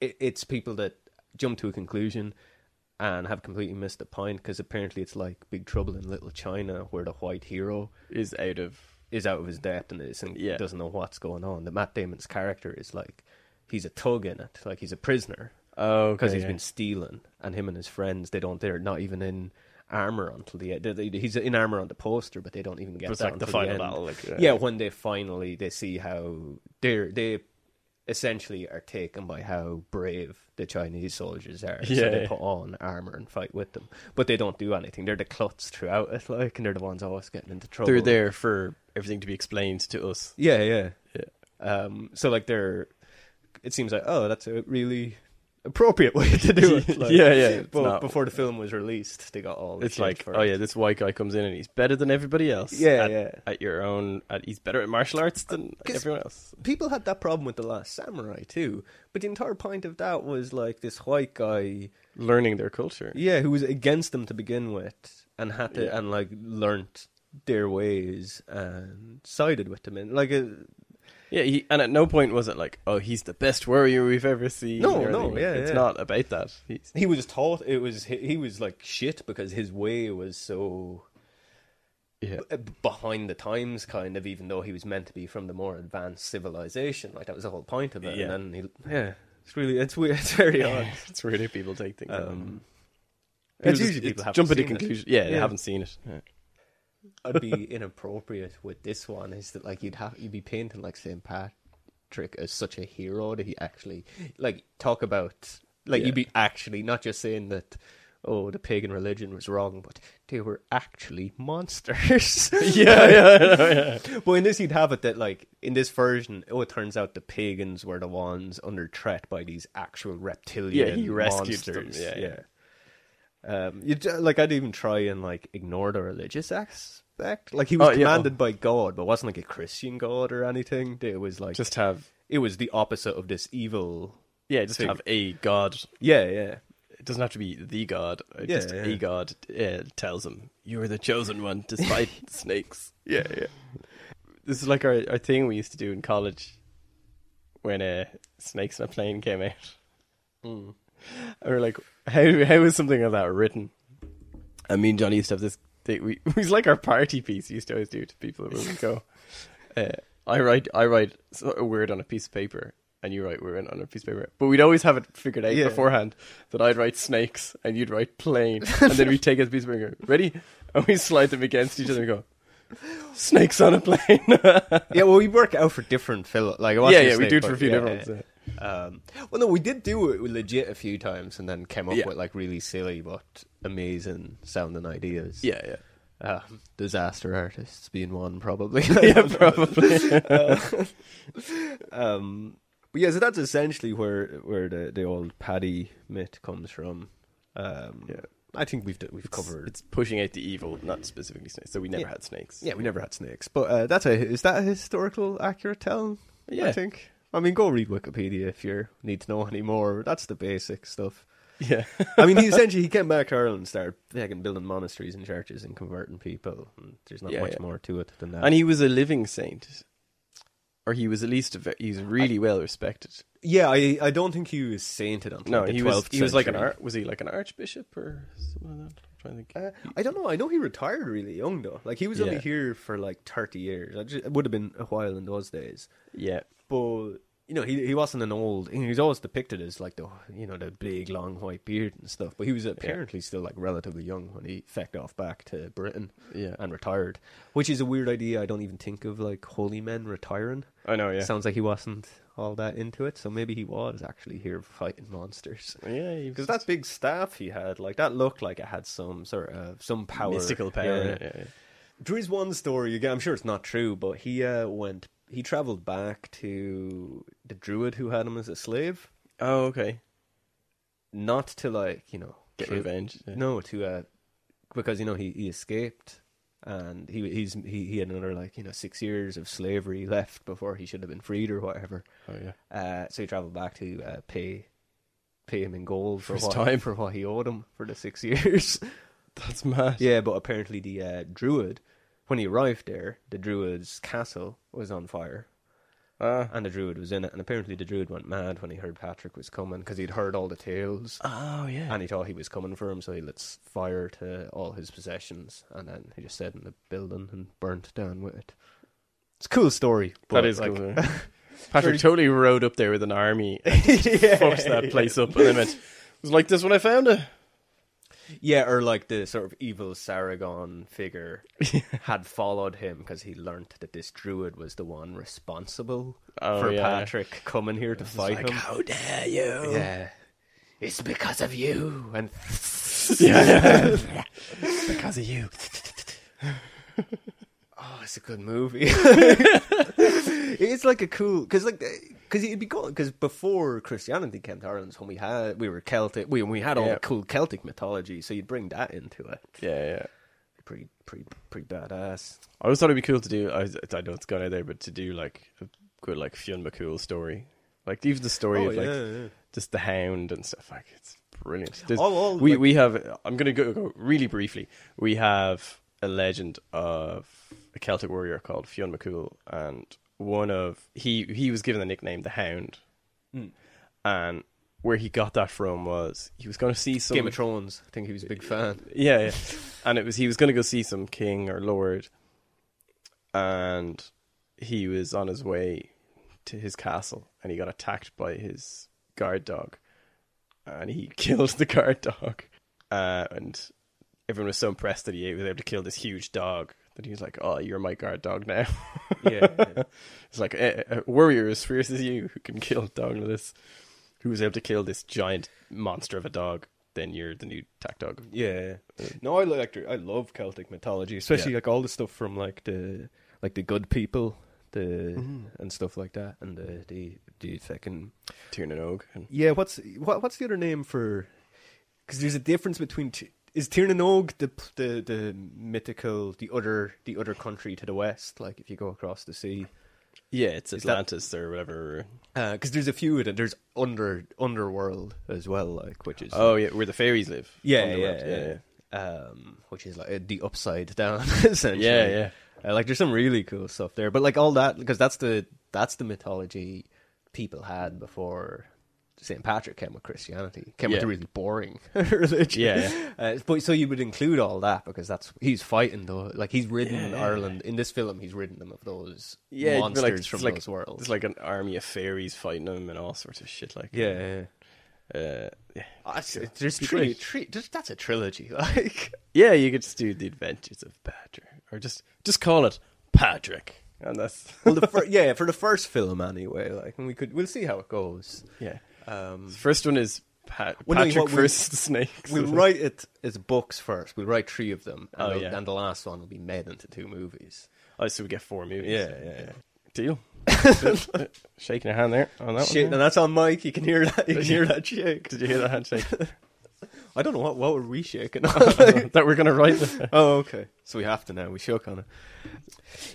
Speaker 1: it, it's people that jump to a conclusion and have completely missed the point because apparently it's like Big Trouble in Little China where the white hero
Speaker 2: Is out of
Speaker 1: is out of his depth and is and
Speaker 2: Yeah.
Speaker 1: doesn't know what's going on. The Matt Damon's character is like he's a tug in it, like he's a prisoner
Speaker 2: oh
Speaker 1: because
Speaker 2: he's
Speaker 1: he's been stealing, and him and his friends they don't they're not even in armor until the end. They- they- He's in armor on the poster, but they don't even get
Speaker 2: But it's
Speaker 1: that
Speaker 2: like the
Speaker 1: until
Speaker 2: final
Speaker 1: end.
Speaker 2: battle, like, uh,
Speaker 1: yeah, when they finally they see how they're they essentially are taken by how brave the Chinese soldiers are. so
Speaker 2: Yeah,
Speaker 1: they
Speaker 2: yeah.
Speaker 1: put on armor and fight with them, but they don't do anything. They're the klutz throughout it, like, and they're the ones always getting into trouble.
Speaker 2: they're there for everything to be explained to us.
Speaker 1: Yeah, yeah.
Speaker 2: Yeah.
Speaker 1: Um, so like they're, it seems like oh, that's a really appropriate way to do it. Like,
Speaker 2: Yeah, yeah, it's
Speaker 1: But
Speaker 2: not-
Speaker 1: before the film was released, they got all. the
Speaker 2: It's
Speaker 1: shit
Speaker 2: like,
Speaker 1: for
Speaker 2: oh
Speaker 1: it.
Speaker 2: yeah, this white guy comes in and he's better than everybody else.
Speaker 1: Yeah,
Speaker 2: at,
Speaker 1: yeah.
Speaker 2: At your own, at, he's better at martial arts than
Speaker 1: 'Cause-
Speaker 2: everyone else.
Speaker 1: People had that problem with the Last Samurai too, but the entire point of that was like this white guy,
Speaker 2: Learning their culture.
Speaker 1: yeah, who was against them to begin with, and had to
Speaker 2: Yeah.
Speaker 1: and like learnt their ways and sided with them, and like uh
Speaker 2: Yeah, he, and at no point was it like, oh, he's the best warrior we've ever seen.
Speaker 1: No,
Speaker 2: or
Speaker 1: no,
Speaker 2: anything.
Speaker 1: yeah,
Speaker 2: it's
Speaker 1: yeah.
Speaker 2: not about that. He's,
Speaker 1: he was taught it was he, he was like shit because his way was so
Speaker 2: yeah,
Speaker 1: b- behind the times, kind of, even though he was meant to be from the more advanced civilization. Like that was the whole point of it.
Speaker 2: Yeah.
Speaker 1: And then he, yeah, it's really, it's weird, it's very odd.
Speaker 2: it's weird if people take things.
Speaker 1: Um,
Speaker 2: People
Speaker 1: it's
Speaker 2: just-
Speaker 1: usually people haven't
Speaker 2: it's jumping to
Speaker 1: seen it.
Speaker 2: conclusion. Yeah, they
Speaker 1: Yeah.
Speaker 2: haven't seen it. Yeah.
Speaker 1: I'd be inappropriate with this one is that like you'd have you'd be painting like Saint Patrick as such a hero that he actually like talk about like
Speaker 2: Yeah.
Speaker 1: you'd be actually not just saying that oh the pagan religion was wrong but they were actually monsters
Speaker 2: yeah, yeah, yeah.
Speaker 1: But in this, you'd have it that, like, in this version, oh, it turns out the pagans were the ones under threat by these actual reptilian
Speaker 2: Yeah, he rescued them,
Speaker 1: monsters.
Speaker 2: yeah, yeah.
Speaker 1: Um, you like I'd even try and like ignore the religious aspect. Like he was
Speaker 2: Oh, yeah.
Speaker 1: commanded by God, but wasn't like a Christian God or anything. It was like
Speaker 2: Just have,
Speaker 1: it was the opposite of this evil.
Speaker 2: yeah, just
Speaker 1: Fig-
Speaker 2: have a god.
Speaker 1: Yeah, yeah,
Speaker 2: It doesn't have to be the god. uh,
Speaker 1: Yeah,
Speaker 2: just
Speaker 1: yeah.
Speaker 2: a god uh, tells him you are the chosen one, despite snakes.
Speaker 1: yeah, yeah.
Speaker 2: This is like our, our thing we used to do in college when uh, Snakes on a Plane came out. And we're like, how how is something like that written? I mean, Johnny used to have this. Thing, we it was like our party piece. He used to always do to people when we go. Uh, I write I write so- a word on a piece of paper, and you write word on a piece of paper. But we'd always have it figured out
Speaker 1: Yeah.
Speaker 2: beforehand that I'd write snakes and you'd write plane, and then we'd take a piece of paper, and go, ready, and we slide them against each other and go. Snakes on a plane.
Speaker 1: yeah, well, we work out for different fill. Like, it
Speaker 2: yeah,
Speaker 1: wasn't
Speaker 2: yeah,
Speaker 1: just
Speaker 2: we
Speaker 1: like-
Speaker 2: do it for a
Speaker 1: but-
Speaker 2: few
Speaker 1: yeah,
Speaker 2: different ones. yeah.
Speaker 1: Um, well, no, we did do it legit a few times, and then came up
Speaker 2: Yeah.
Speaker 1: with like really silly but amazing sounding ideas.
Speaker 2: Yeah, yeah,
Speaker 1: Um, disaster artists being one, probably.
Speaker 2: yeah, probably.
Speaker 1: um, but yeah, so that's essentially where where the, the old Paddy myth comes from. Um,
Speaker 2: Yeah.
Speaker 1: I think we've d- we've covered.
Speaker 2: It's pushing out the evil, not specifically snakes. So we never
Speaker 1: Yeah.
Speaker 2: had snakes.
Speaker 1: yeah, we never had snakes, but uh, that's a is that a historical accurate telling? I
Speaker 2: Yeah.
Speaker 1: think. I mean, go read Wikipedia if you need to know any more. That's the basic stuff.
Speaker 2: yeah.
Speaker 1: I mean, he essentially he came back to Ireland and started fucking building monasteries and churches and converting people. And there's not
Speaker 2: Yeah,
Speaker 1: much
Speaker 2: yeah.
Speaker 1: more to it than that.
Speaker 2: And he was a living saint, or he was at least a ve- he was really well respected.
Speaker 1: yeah, I I don't think he was sainted until
Speaker 2: No,
Speaker 1: the
Speaker 2: he
Speaker 1: 12th
Speaker 2: was he was like an
Speaker 1: century.
Speaker 2: ar- was he like an archbishop or something like that? I'm trying to think.
Speaker 1: Uh, I don't know. I know he retired really young though. Like he was only
Speaker 2: Yeah.
Speaker 1: here for like thirty years. I ju- it would have been a while in those days.
Speaker 2: yeah,
Speaker 1: But you know, he he wasn't an old. He was always depicted as like the you know the big long white beard and stuff. But he was apparently still like relatively young when he fecked off back to Britain.
Speaker 2: yeah.
Speaker 1: and retired, which is a weird idea. I don't even think of like holy men retiring.
Speaker 2: I know. Yeah,
Speaker 1: Sounds like he wasn't all that into it, so maybe he was actually here fighting monsters.
Speaker 2: yeah. He
Speaker 1: Because
Speaker 2: was
Speaker 1: that big staff he had, like that looked like it had some sort of some power,
Speaker 2: mystical power.
Speaker 1: Yeah.
Speaker 2: Yeah, yeah, yeah.
Speaker 1: There is one story again. I'm sure it's not true, but he uh, went. He traveled back to the druid who had him as a slave,
Speaker 2: Oh, okay.
Speaker 1: not to like you know
Speaker 2: Get
Speaker 1: kill-
Speaker 2: revenge. Yeah.
Speaker 1: No, to uh, because you know he, he escaped and he he's he, he had another like you know six years of slavery left before he should have been freed or whatever.
Speaker 2: Oh yeah.
Speaker 1: Uh, so he travelled back to uh, pay pay him in gold for,
Speaker 2: his
Speaker 1: what,
Speaker 2: time.
Speaker 1: for what he owed him for the six years.
Speaker 2: That's mad.
Speaker 1: yeah, but apparently the uh, druid, when he arrived there, the druid's castle was on fire,
Speaker 2: Ah.
Speaker 1: and the druid was in it. And apparently the druid went mad when he heard Patrick was coming because he'd heard all the tales.
Speaker 2: oh yeah.
Speaker 1: And he thought he was coming for him, so he lit fire to all his possessions, and then he just set in the building and burnt down with it. It's a cool story.
Speaker 2: that
Speaker 1: but,
Speaker 2: is
Speaker 1: like,
Speaker 2: cool. Patrick totally rode up there with an army and
Speaker 1: yeah,
Speaker 2: fucked that place up and then went, It was like this when I found it.
Speaker 1: Yeah, or like the sort of evil Saragon figure had followed him because he learnt that this druid was the one responsible
Speaker 2: Oh,
Speaker 1: for
Speaker 2: yeah.
Speaker 1: Patrick coming here to fight him.
Speaker 2: how dare you?
Speaker 1: Yeah, it's because of you. And
Speaker 2: Yeah. because of you.
Speaker 1: oh, it's a good movie. it's like a cool because like because it'd be cool because before Christianity came to Ireland, when we had we were Celtic, we we had all
Speaker 2: Yeah.
Speaker 1: the cool Celtic mythology, so you'd bring that into it.
Speaker 2: Yeah, yeah.
Speaker 1: Pretty pretty pretty badass.
Speaker 2: I always thought it'd be cool to do. I, I know it's gone out there, but to do like a good like Fionn McCool story, like even the story
Speaker 1: Oh,
Speaker 2: of like
Speaker 1: yeah, yeah.
Speaker 2: just the Hound and stuff. Like it's brilliant. There's-
Speaker 1: All- all,
Speaker 2: we
Speaker 1: like-
Speaker 2: we have. I'm gonna go, go really briefly. We have a legend of a Celtic warrior called Fionn McCool, and one of he he was given the nickname the Hound,
Speaker 1: Hmm.
Speaker 2: and where he got that from was he was going to see some
Speaker 1: Game of Thrones. I think he was a big fan.
Speaker 2: yeah, yeah. And it was he was going to go see some king or lord, and he was on his way to his castle, and he got attacked by his guard dog, and he killed the guard dog, uh, and everyone was so impressed that he was able to kill this huge dog that he was like, "Oh, you're my guard dog now."
Speaker 1: yeah,
Speaker 2: It's like "Eh, a, a warrior as fierce as you who can kill Douglas, who was able to kill this giant monster of a dog. Then you're the new tack dog.
Speaker 1: yeah. No, I like I love Celtic mythology, especially
Speaker 2: Yeah.
Speaker 1: like all the stuff from like the like the good people, the and stuff like that, and the the the fucking
Speaker 2: Tiernan Og. And
Speaker 1: yeah. What's what, what's the other name for? Because there's a difference between t- is Tiernan Og the p- the the mythical the other the other country to the west, like if you go across the sea.
Speaker 2: yeah, it's
Speaker 1: that-
Speaker 2: Atlantis or whatever.
Speaker 1: Because there's a few of them. There's under underworld as well, like which is
Speaker 2: Oh yeah, where the fairies live.
Speaker 1: Yeah,
Speaker 2: Underworld,
Speaker 1: yeah, yeah. Um, which is like uh, the upside down, essentially.
Speaker 2: Yeah, yeah.
Speaker 1: Uh, like there's some really cool stuff there, but like all that because that's the that's the mythology people had before Saint Patrick came with Christianity, came with
Speaker 2: Yeah.
Speaker 1: a really boring religion.
Speaker 2: Yeah,
Speaker 1: Uh, but so you would include all that because that's he's fighting though, like he's ridden in
Speaker 2: Yeah.
Speaker 1: Ireland in this film. He's ridden them of those
Speaker 2: Yeah, it'd be
Speaker 1: monsters
Speaker 2: like- it's
Speaker 1: from
Speaker 2: like-
Speaker 1: those worlds.
Speaker 2: It's like an army of fairies fighting them and all sorts of shit. Like
Speaker 1: yeah, yeah.
Speaker 2: uh, yeah,
Speaker 1: Ah, it's- it's- there's
Speaker 2: Be
Speaker 1: tri-
Speaker 2: great.
Speaker 1: tri- just- that's a trilogy. Like
Speaker 2: yeah. You could just do the adventures of Patrick, or just just call it Patrick, and that's
Speaker 1: well, the fir- yeah, for the first film anyway. Like, and we could we'll see how it goes.
Speaker 2: yeah.
Speaker 1: Um,
Speaker 2: The first one is Pat-
Speaker 1: Well, no,
Speaker 2: Patrick
Speaker 1: what we-
Speaker 2: versus the snakes.
Speaker 1: we'll write it as books first. We'll write three of them, and,
Speaker 2: Oh,
Speaker 1: the-
Speaker 2: yeah.
Speaker 1: and the last one will be made into two movies.
Speaker 2: oh, so we get four movies.
Speaker 1: Yeah, yeah, yeah.
Speaker 2: Deal. Shaking your hand there on that
Speaker 1: Shit,
Speaker 2: one.
Speaker 1: and that's on Mike. You can hear that. You can hear that shake.
Speaker 2: Did you hear that handshake?
Speaker 1: I don't know what what were we shaking on.
Speaker 2: that we're gonna write this.
Speaker 1: oh, okay. So we have to now. We shook on it.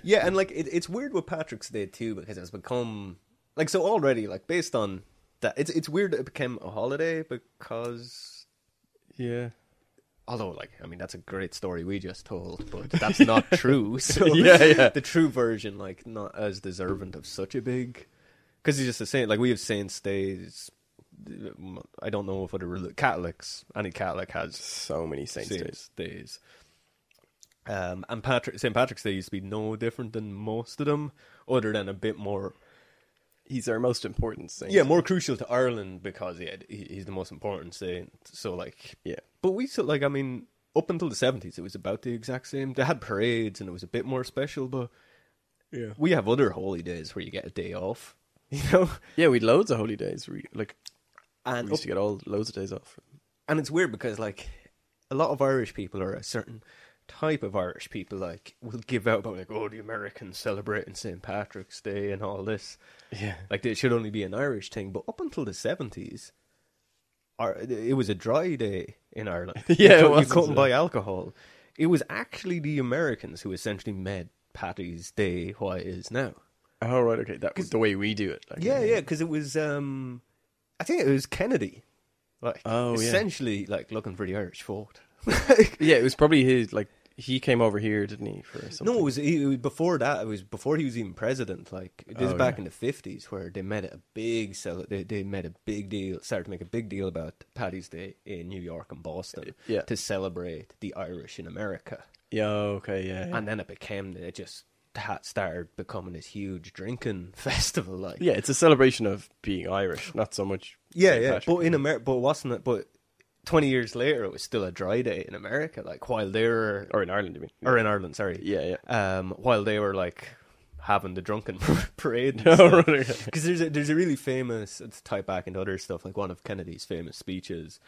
Speaker 1: Yeah, and like it, it's weird what Patrick's did too because it's become like so already like based on that. It's it's weird that it became a holiday because
Speaker 2: Yeah.
Speaker 1: although like i mean that's a great story we just told but that's not true so
Speaker 2: Yeah, yeah.
Speaker 1: the true version like not as deserving of such a big because it's just a saint like we have saints days i don't know if other reli- catholics any catholic has
Speaker 2: So many Saints, days.
Speaker 1: saints days um and patrick saint patrick's day used to be no different than most of them other than a bit more
Speaker 2: He's our most important Saint.
Speaker 1: yeah more crucial to ireland because he had, he, he's the most important saint so like
Speaker 2: Yeah.
Speaker 1: but we still like I mean, up until the seventies, it was about the exact same. They had parades, and it was a bit more special. But
Speaker 2: Yeah.
Speaker 1: we have other holy days where you get a day off, you know.
Speaker 2: Yeah, we'd loads of holy days. We like we
Speaker 1: And
Speaker 2: used to get all loads of days off.
Speaker 1: and it's weird because like a lot of Irish people are a certain type of Irish people. Like will give out about like oh the Americans celebrating St Patrick's Day and all this.
Speaker 2: Yeah.
Speaker 1: Like it should only be an Irish thing. But up until the seventies. It was a dry day in Ireland.
Speaker 2: Yeah, it
Speaker 1: you, cou- you
Speaker 2: was,
Speaker 1: couldn't
Speaker 2: wasn't it?
Speaker 1: buy alcohol. it was actually the Americans who essentially made Paddy's Day what it is now.
Speaker 2: Oh right, okay. That was the way we do it. Like,
Speaker 1: Yeah, yeah, because it was, um, I think it was Kennedy, like
Speaker 2: Oh, yeah.
Speaker 1: essentially like looking for the Irish vote. Like,
Speaker 2: yeah. It was probably his. Like he came over here, didn't he? For something.
Speaker 1: no, it was, it was before that. It was before he was even president. Like this is
Speaker 2: Oh,
Speaker 1: back
Speaker 2: yeah.
Speaker 1: in the fifties, where they made it a big sell. They they made a big deal, started to make a big deal about Paddy's Day in New York and Boston
Speaker 2: Yeah.
Speaker 1: to celebrate the Irish in America.
Speaker 2: Yeah. Okay. Yeah. yeah.
Speaker 1: and then it became it just had started becoming this huge drinking festival like
Speaker 2: yeah, it's a celebration of being Irish, not so much.
Speaker 1: yeah,
Speaker 2: St.
Speaker 1: yeah.
Speaker 2: Patrick.
Speaker 1: but in America but wasn't it but 20 years later it was still a dry day in America like while they were
Speaker 2: or in Ireland, you mean?
Speaker 1: or in Ireland sorry
Speaker 2: yeah, yeah.
Speaker 1: um while they were like having the drunken parade
Speaker 2: Oh, right, okay.
Speaker 1: because there's a there's a really famous it's tied back into other stuff like one of Kennedy's famous speeches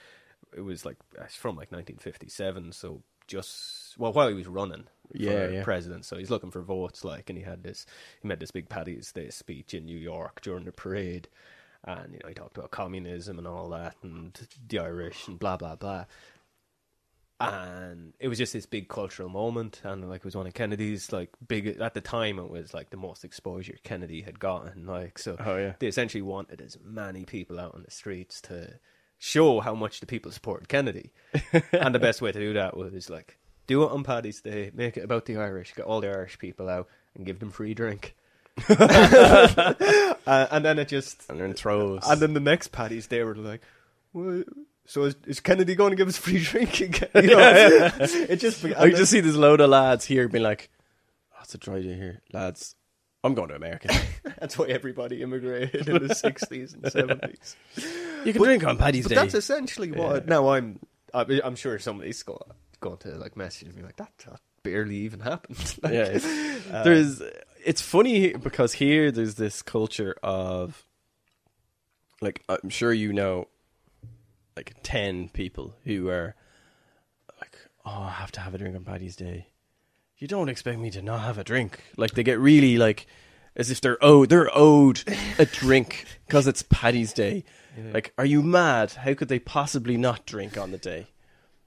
Speaker 1: it was like uh, it's from like 1957 so just well while he was running
Speaker 2: Yeah,
Speaker 1: for
Speaker 2: yeah.
Speaker 1: president so he's looking for votes like and he had this he made this big Paddy's Day speech in New York during the parade and you know he talked about communism and all that and the Irish and blah blah blah
Speaker 2: Ah.
Speaker 1: and it was just this big cultural moment and like it was one of kennedy's like big at the time it was like the most exposure kennedy had gotten like so
Speaker 2: Oh, yeah.
Speaker 1: they essentially wanted as many people out on the streets to show how much the people supported kennedy and the best way to do that was like do it on paddy's day make it about the irish get all the irish people out and give them free drink Uh, and then it just
Speaker 2: And they're in throws.
Speaker 1: and then the next Paddy's Day, we're like, "Well, so is, is Kennedy going to give us free drink again? You know, it just.
Speaker 2: I just see this load of lads here being like, oh, it's a dry day here. Lads, I'm going to America.
Speaker 1: That's why everybody immigrated in the sixties and seventies.
Speaker 2: You can drink on Paddy's
Speaker 1: But
Speaker 2: Day.
Speaker 1: that's essentially what. Now I'm, I mean, I'm sure somebody's go- going to like message me like that. that barely even happened. Like,
Speaker 2: yeah, it's, there's. It's funny he- because here there's this culture of, like, I'm sure you know, like ten people who are, like, oh, I have to have a drink on Paddy's Day. You don't expect me to not have a drink. Like they get really like, as if they're owed they're owed a drink because it's Paddy's Day. Like, are you mad? How could they possibly not drink on the day?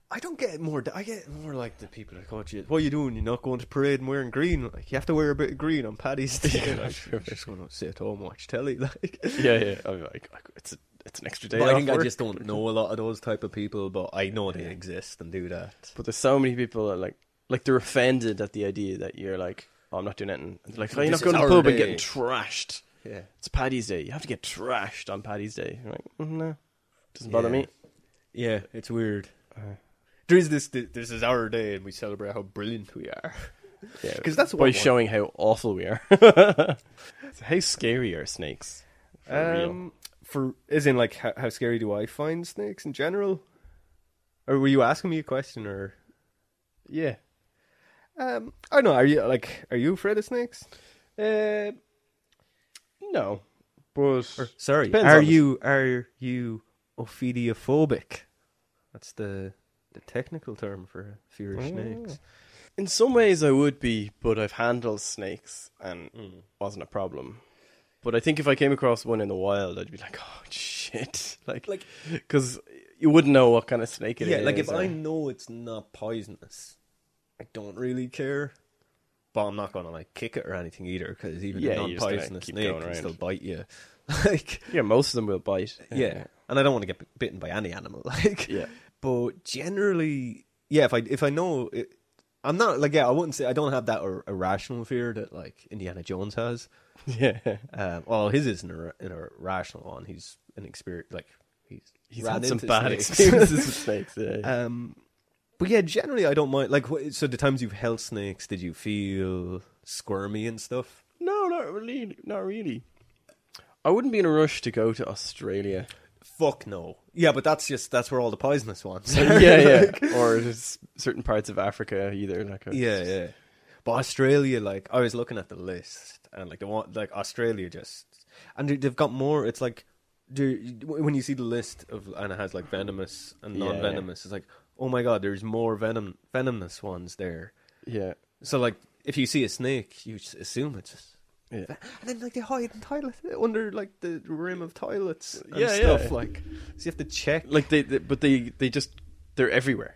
Speaker 1: I don't get more. I get more like the people that caught you. What are you doing? You're not going to parade and wearing green. Like you have to wear a bit of green on Paddy's Day.
Speaker 2: Yeah,
Speaker 1: like,
Speaker 2: sure.
Speaker 1: I'm just going to sit home and watch telly. Like
Speaker 2: Yeah, yeah. I mean, like, it's a, it's an extra day.
Speaker 1: But I
Speaker 2: off
Speaker 1: think I
Speaker 2: work.
Speaker 1: just don't know a lot of those type of people, but I know they exist and do that.
Speaker 2: But there's so many people that like like they're offended at the idea that you're like, oh, I'm not doing anything. And they're like, oh, you're
Speaker 1: This
Speaker 2: not going
Speaker 1: is
Speaker 2: to the
Speaker 1: our
Speaker 2: pub and
Speaker 1: day."
Speaker 2: getting trashed.
Speaker 1: Yeah.
Speaker 2: It's Paddy's Day. You have to get trashed on Paddy's Day. You're like, "Mm, no, doesn't bother me. Uh,
Speaker 1: Yeah, it's weird. There is this. This is our day, and we celebrate how brilliant we are.
Speaker 2: Yeah,
Speaker 1: 'Cause that's
Speaker 2: by
Speaker 1: what one-
Speaker 2: showing how awful we are. So how scary are snakes? For real?
Speaker 1: Um, for as in like how, how scary do I find snakes in general? Or were you asking me a question, or
Speaker 2: Yeah.
Speaker 1: um, I don't know? Are you like are you afraid of snakes?
Speaker 2: Uh, no, but
Speaker 1: Sorry,
Speaker 2: Depends
Speaker 1: are
Speaker 2: on the-
Speaker 1: you are you ophidiophobic? That's the the technical term for fear of snakes.
Speaker 2: in some ways I would be, but I've handled snakes and wasn't a problem. But I think if I came across one in the wild, I'd be like, oh shit, like, like, because you wouldn't know what kind of snake it is. uh,
Speaker 1: yeah, like if
Speaker 2: or-
Speaker 1: I know it's not poisonous, I don't really care. But I'm not gonna like kick it or anything either, because even
Speaker 2: Yeah,
Speaker 1: a
Speaker 2: you're just gonna
Speaker 1: non-poisonous
Speaker 2: keep
Speaker 1: snake
Speaker 2: going
Speaker 1: can
Speaker 2: around.
Speaker 1: still bite you. Like,
Speaker 2: yeah, most of them will bite.
Speaker 1: yeah. and I don't want to get b- bitten by any animal. Like,
Speaker 2: Yeah.
Speaker 1: But generally, yeah, if I if I know, it, I'm not like yeah, I wouldn't say I don't have that ir- irrational fear that like Indiana Jones has.
Speaker 2: yeah, yeah.
Speaker 1: Um, well, his isn't a, an irrational one. He's an experience like he's
Speaker 2: He's
Speaker 1: ran
Speaker 2: had some
Speaker 1: into
Speaker 2: bad
Speaker 1: snakes.
Speaker 2: experiences with snakes. Yeah, yeah.
Speaker 1: Um, but yeah, generally I don't mind. Like, wh- so the times you've held snakes, did you feel squirmy and stuff?
Speaker 2: no, not really, not really. I wouldn't be in a rush to go to Australia.
Speaker 1: Fuck no. Yeah, but that's just that's where all the poisonous ones.
Speaker 2: yeah,
Speaker 1: Are.
Speaker 2: yeah, or just certain parts of Africa either. Like, uh, I-
Speaker 1: yeah, yeah. But Australia, like, I was looking at the list, and like the one, like Australia, just and they- they've got more. It's like, do when you see the list of and it has like venomous and
Speaker 2: Yeah, yeah.
Speaker 1: non-venomous, it's like, oh my god, there's more venom venomous ones there.
Speaker 2: yeah,
Speaker 1: So like, if you see a snake, you s- assume it's
Speaker 2: yeah.
Speaker 1: And then like they hide in toilet under like the rim of toilets and
Speaker 2: Yeah,
Speaker 1: stuff
Speaker 2: yeah.
Speaker 1: like so you have to check.
Speaker 2: Like they, they but they, they just they're everywhere.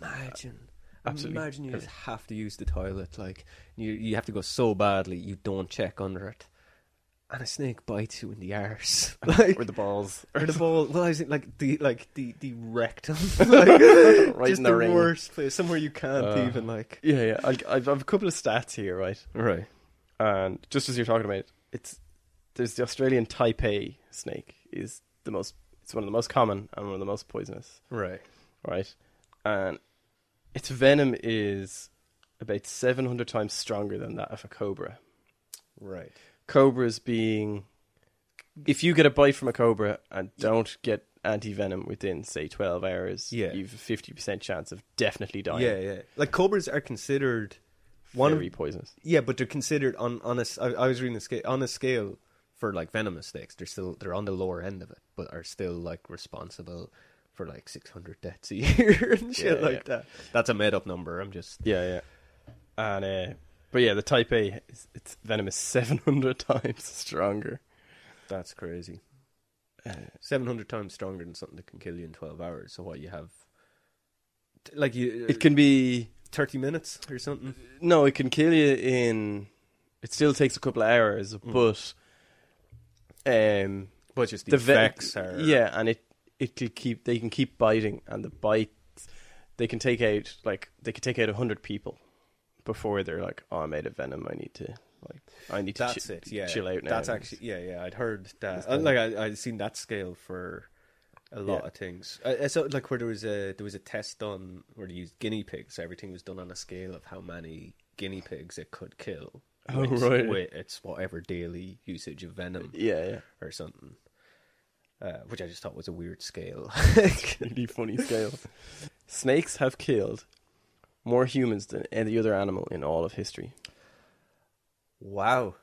Speaker 1: Imagine.
Speaker 2: Absolutely.
Speaker 1: Imagine you just have to use the toilet, like you you have to go so badly you don't check under it, and a snake bites you in the arse, like
Speaker 2: or the balls.
Speaker 1: or the ball. Well, I was in, like the like the the rectum, like
Speaker 2: Right
Speaker 1: just
Speaker 2: in the ring.
Speaker 1: worst place, somewhere you can't
Speaker 2: Uh.
Speaker 1: even like.
Speaker 2: Yeah, yeah. I'll, I've, I've a couple of stats here, right?
Speaker 1: Right.
Speaker 2: And just as you're talking about it, it's there's the Australian Taipei snake is the most. It's one of the most common and one of the most poisonous.
Speaker 1: Right.
Speaker 2: right? And its venom is about 700 times stronger than that of a cobra.
Speaker 1: Right.
Speaker 2: Cobras being, if you get a bite from a cobra and don't get anti venom within, say, 12 hours,
Speaker 1: Yeah.
Speaker 2: you've a 50% chance of definitely dying.
Speaker 1: Yeah, yeah. Like cobras are considered one
Speaker 2: One
Speaker 1: of
Speaker 2: very poisonous.
Speaker 1: Yeah, but they're considered on on a. s- I, I was reading the scale on a scale for like venomous snakes. They're still they're on the lower end of it, but are still like responsible for like six hundred deaths a year and shit
Speaker 2: Yeah,
Speaker 1: like that. That's a made up number. I'm just
Speaker 2: Yeah, yeah. And, uh, but yeah, the type A, is, its venom is 700 times stronger.
Speaker 1: that's crazy. Seven hundred times stronger than something that can kill you in twelve hours. So what you have, like you,
Speaker 2: It can be
Speaker 1: thirty minutes or something.
Speaker 2: No, it can kill you in. It still takes a couple of hours, Mm. but um,
Speaker 1: But just the,
Speaker 2: the ve-
Speaker 1: effects are
Speaker 2: yeah, and it it could keep. They can keep biting, and the bites they can take out like they could take out hundred people before they're like, oh, I'm out of venom. I need to like, I need to
Speaker 1: That's
Speaker 2: chi-
Speaker 1: it. Yeah,
Speaker 2: chill out now.
Speaker 1: That's actually yeah, yeah. I'd heard that.
Speaker 2: That's
Speaker 1: like I I'd seen that scale for a lot
Speaker 2: Yeah.
Speaker 1: of things. I, I saw like where there was a there was a test done where they used guinea pigs. Everything was done on a scale of how many guinea pigs it could kill.
Speaker 2: Oh,
Speaker 1: with,
Speaker 2: right.
Speaker 1: with its whatever daily usage of venom
Speaker 2: yeah, yeah.
Speaker 1: or something. Uh, which I just thought was a weird scale.
Speaker 2: really funny scale. Snakes have killed more humans than any other animal in all of history.
Speaker 1: wow.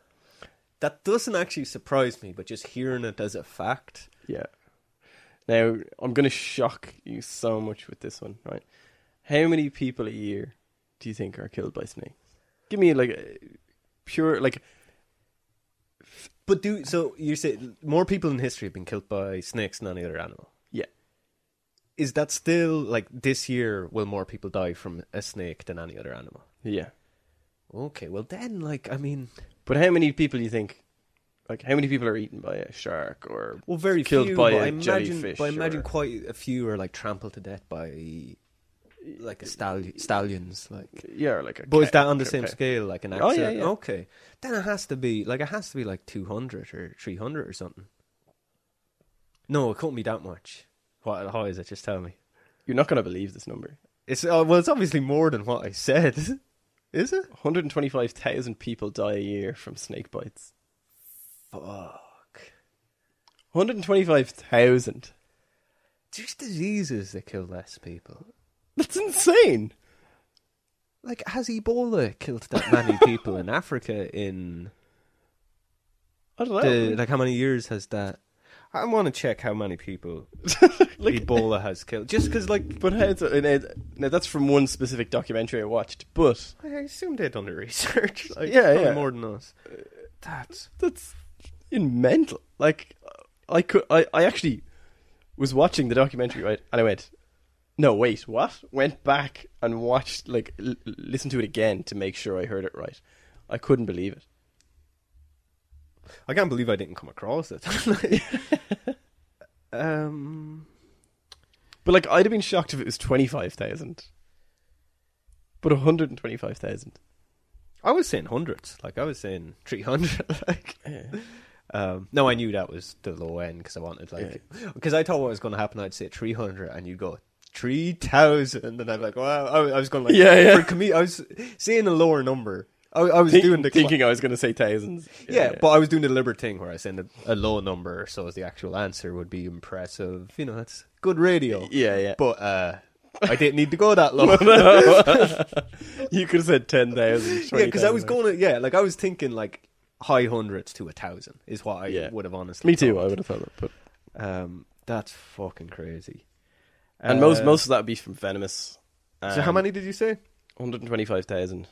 Speaker 1: That doesn't actually surprise me, but just hearing it as a fact.
Speaker 2: Yeah. Now I'm gonna shock you so much with this one, right? How many people a year do you think are killed by snakes? Give me like a pure like
Speaker 1: But do so you say more people in history have been killed by snakes than any other animal?
Speaker 2: yeah.
Speaker 1: Is that still like this year will more people die from a snake than any other animal?
Speaker 2: Yeah.
Speaker 1: Okay, well then like I mean
Speaker 2: But how many people do you think like how many people are eaten by a shark or
Speaker 1: well very
Speaker 2: Killed
Speaker 1: few
Speaker 2: by
Speaker 1: but
Speaker 2: a
Speaker 1: I imagine
Speaker 2: jellyfish
Speaker 1: but I imagine
Speaker 2: or-
Speaker 1: quite a few are like trampled to death by like a stallion, stallions like
Speaker 2: yeah, or like a
Speaker 1: but is
Speaker 2: cow-
Speaker 1: that on the same
Speaker 2: cow-
Speaker 1: scale like an
Speaker 2: Oh, yeah,
Speaker 1: accident?
Speaker 2: yeah.
Speaker 1: Okay. Then it has to be like it has to be like 200 or 300 or something. No, it couldn't be that much. What how is it? Just tell me.
Speaker 2: You're not gonna believe this number.
Speaker 1: It's uh, well, it's obviously more than what I said, is it?
Speaker 2: 125,000 people die a year from snake bites.
Speaker 1: Fuck.
Speaker 2: 125,000.
Speaker 1: Just diseases that kill less people.
Speaker 2: That's insane.
Speaker 1: Like has Ebola killed that many people in Africa? In
Speaker 2: I don't know.
Speaker 1: the, like, how many years has that? I want to check how many people
Speaker 2: Like-
Speaker 1: Ebola has killed. Just because, like,
Speaker 2: But how it's, and it- now that's from one specific documentary I watched. But
Speaker 1: I assume they've done the research. Like,
Speaker 2: Yeah,
Speaker 1: probably
Speaker 2: yeah.
Speaker 1: more than us. Uh, That's
Speaker 2: that's in mental. Like I could, I, I actually was watching the documentary right, and I went, no, wait, what? Went back and watched, like, l- listened to it again to make sure I heard it right. I couldn't believe it.
Speaker 1: I can't believe I didn't come across it. Like, um.
Speaker 2: But like, I'd have been shocked if it was twenty five thousand. But one hundred and twenty five thousand.
Speaker 1: I was saying hundreds, like I was saying three hundred. Like, um, no, I knew that was the low end because I wanted like because I thought what was going to happen. I'd say three hundred, and you go three thousand, and I'm like, wow. I, I was going like,
Speaker 2: Yeah, yeah.
Speaker 1: For com- I was saying a lower number. I, I was doing the
Speaker 2: thinking I was going to say thousands.
Speaker 1: yeah, but I was doing the deliberate thing where I send a, a low number, so the actual answer would be impressive. You know, that's good radio.
Speaker 2: yeah, yeah.
Speaker 1: But uh, I didn't need to go that low.
Speaker 2: you could have said 10,000.
Speaker 1: Yeah, because I was going to, yeah, like I was thinking like high hundreds to a thousand is what I
Speaker 2: Yeah.
Speaker 1: would have honestly.
Speaker 2: Me too,
Speaker 1: thought.
Speaker 2: I would have thought that. But.
Speaker 1: Um, that's fucking crazy.
Speaker 2: And most
Speaker 1: Uh,
Speaker 2: most um, of that would be from Venomous.
Speaker 1: So how many did you say?
Speaker 2: 125,000.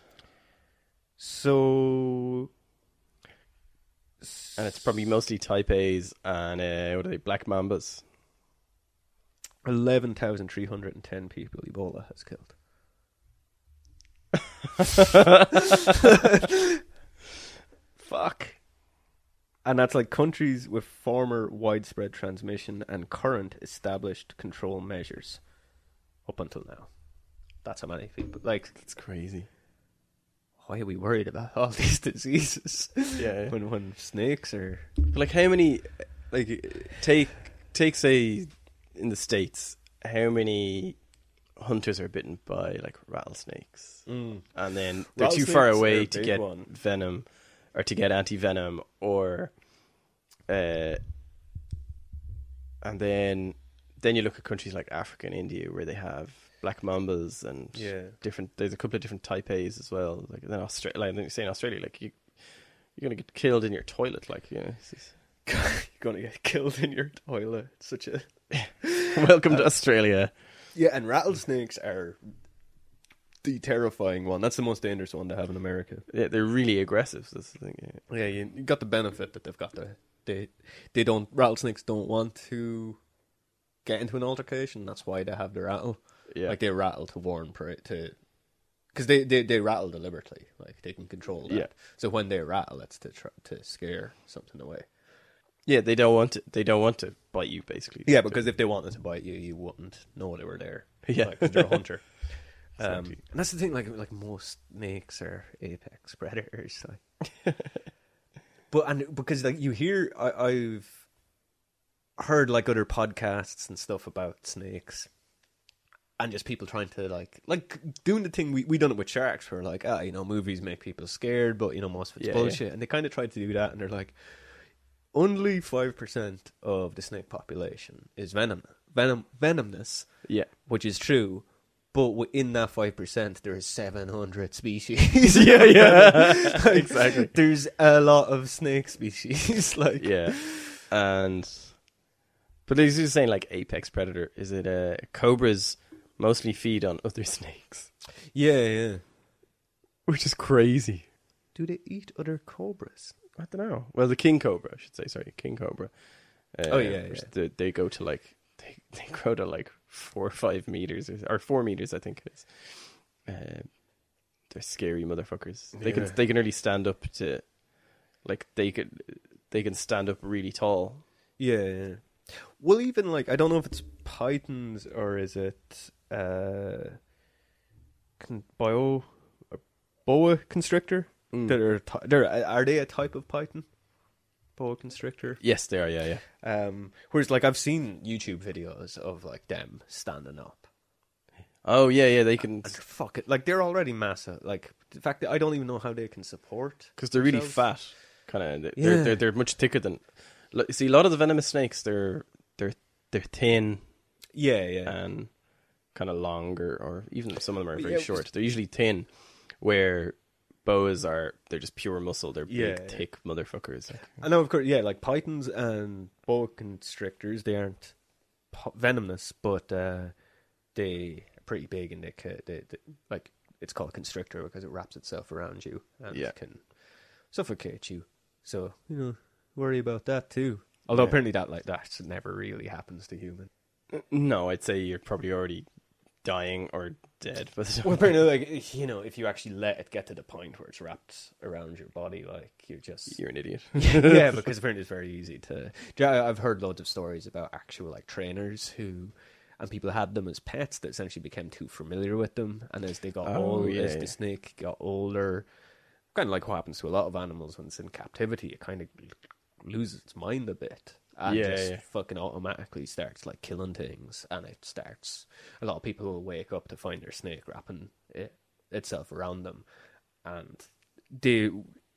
Speaker 1: So
Speaker 2: And it's probably mostly type A's and, uh, what are they, black mambas.
Speaker 1: eleven thousand three hundred and ten people Ebola has killed.
Speaker 2: Fuck.
Speaker 1: And that's like countries with former widespread transmission and current established control measures up until now. That's how many people. Like,
Speaker 2: It's crazy.
Speaker 1: why are we worried about all these diseases?
Speaker 2: Yeah.
Speaker 1: when, when snakes are.
Speaker 2: Like how many like take take say in the states how many hunters are bitten by like rattlesnakes and then they're too
Speaker 1: Rattlesnakes
Speaker 2: far
Speaker 1: are
Speaker 2: away
Speaker 1: a
Speaker 2: to
Speaker 1: big
Speaker 2: get
Speaker 1: one.
Speaker 2: venom or to get anti-venom or uh and then then you look at countries like Africa and India where they have black mambas and
Speaker 1: Yeah.
Speaker 2: different there's a couple of different Taipeis as well like then Australia like you say in Australia like you you're gonna get killed in your toilet like you know it's just-
Speaker 1: You're gonna get killed in your toilet. It's Such a Uh,
Speaker 2: Welcome to Australia.
Speaker 1: yeah, and rattlesnakes are the terrifying one. That's the most dangerous one to have in America.
Speaker 2: Yeah, they're really aggressive. That's the thing. Yeah.
Speaker 1: Yeah, you, you got the benefit that they've got the they they don't rattlesnakes don't want to get into an altercation. That's why they have the rattle.
Speaker 2: Yeah.
Speaker 1: Like they rattle to warn prey to because they, they they rattle deliberately. Like they can control that.
Speaker 2: Yeah.
Speaker 1: So when they rattle, it's to try, to scare something away.
Speaker 2: Yeah, they don't want to. They don't want to bite you, basically.
Speaker 1: Yeah, because if they wanted to bite you, you wouldn't know they were there.
Speaker 2: Yeah.
Speaker 1: Like, 'cause they're a hunter. Um,
Speaker 2: Exactly.
Speaker 1: and that's the thing. Like, like most snakes are apex predators. Like, but and because like you hear, I, I've heard like other podcasts and stuff about snakes, and just people trying to like like doing the thing we we done it with sharks. We're like, ah, you know, movies make people scared, but you know, most of it's
Speaker 2: Yeah, yeah.
Speaker 1: bullshit. And they kind of tried to do that, and they're like, only five percent of the snake population is venom venom venomous
Speaker 2: yeah,
Speaker 1: which is true. But within that five percent, there is seven hundred species.
Speaker 2: yeah, yeah. exactly.
Speaker 1: There's a lot of snake species. like,
Speaker 2: Yeah, and but he's just saying like apex predator. Is it uh, cobras mostly feed on other snakes,
Speaker 1: yeah, yeah.
Speaker 2: which is crazy.
Speaker 1: Do they eat other cobras?
Speaker 2: I don't know. Well, the king cobra, I should say. Sorry, king cobra. Uh,
Speaker 1: Oh, yeah,
Speaker 2: which
Speaker 1: yeah.
Speaker 2: They, they go to like they, they grow to like four or five meters or, or four meters, I think it is. Uh, they're scary motherfuckers. They can
Speaker 1: Yeah.
Speaker 2: they can really stand up to, like they could they can stand up really tall.
Speaker 1: Yeah, yeah. Well, even like I don't know if it's pythons or is it uh, con- bio or boa constrictor. That are ty- they're, are they a type of python? Boa constrictor.
Speaker 2: Yes, they are. Yeah, yeah.
Speaker 1: Um, whereas, like, I've seen YouTube videos of like them standing up.
Speaker 2: Oh yeah, yeah. They can
Speaker 1: And fuck it, like they're already massive. Like the fact that I don't even know how they can support.
Speaker 2: because they're really
Speaker 1: themselves.
Speaker 2: fat. Kind of. They're,
Speaker 1: Yeah.
Speaker 2: they're they're they're much thicker than. lo- See, a lot of the venomous snakes, they're they're they're thin.
Speaker 1: Yeah, yeah,
Speaker 2: and kind of longer, or even some of them are very
Speaker 1: Yeah,
Speaker 2: short. They're usually thin, where boas are they're just pure muscle. They're
Speaker 1: Yeah, yeah.
Speaker 2: big, thick motherfuckers.
Speaker 1: I know. Of course, yeah, like pythons and boa constrictors, they aren't po- venomous, but uh, they are pretty big and they, ca- they, they like it's called constrictor because it wraps itself around you and
Speaker 2: Yeah.
Speaker 1: can suffocate you. So you know, worry about that too. Although
Speaker 2: Yeah.
Speaker 1: apparently that like that never really happens to humans.
Speaker 2: No, I'd say you're probably already dying or dead. By the time.
Speaker 1: Well, apparently, like you know, if you actually let it get to the point where it's wrapped around your body, like you're just
Speaker 2: you're an idiot.
Speaker 1: yeah, because apparently it's very easy to. Yeah, I've heard loads of stories about actual like trainers who, and people had them as pets that essentially became too familiar with them, and as they got
Speaker 2: Oh,
Speaker 1: old,
Speaker 2: yeah,
Speaker 1: as
Speaker 2: yeah.
Speaker 1: the snake got older, kind of like what happens to a lot of animals when it's in captivity, it kind of loses its mind a bit. And
Speaker 2: Yeah,
Speaker 1: just
Speaker 2: yeah.
Speaker 1: fucking automatically starts like killing things, and it starts. A lot of people will wake up to find their snake wrapping it, itself around them, and they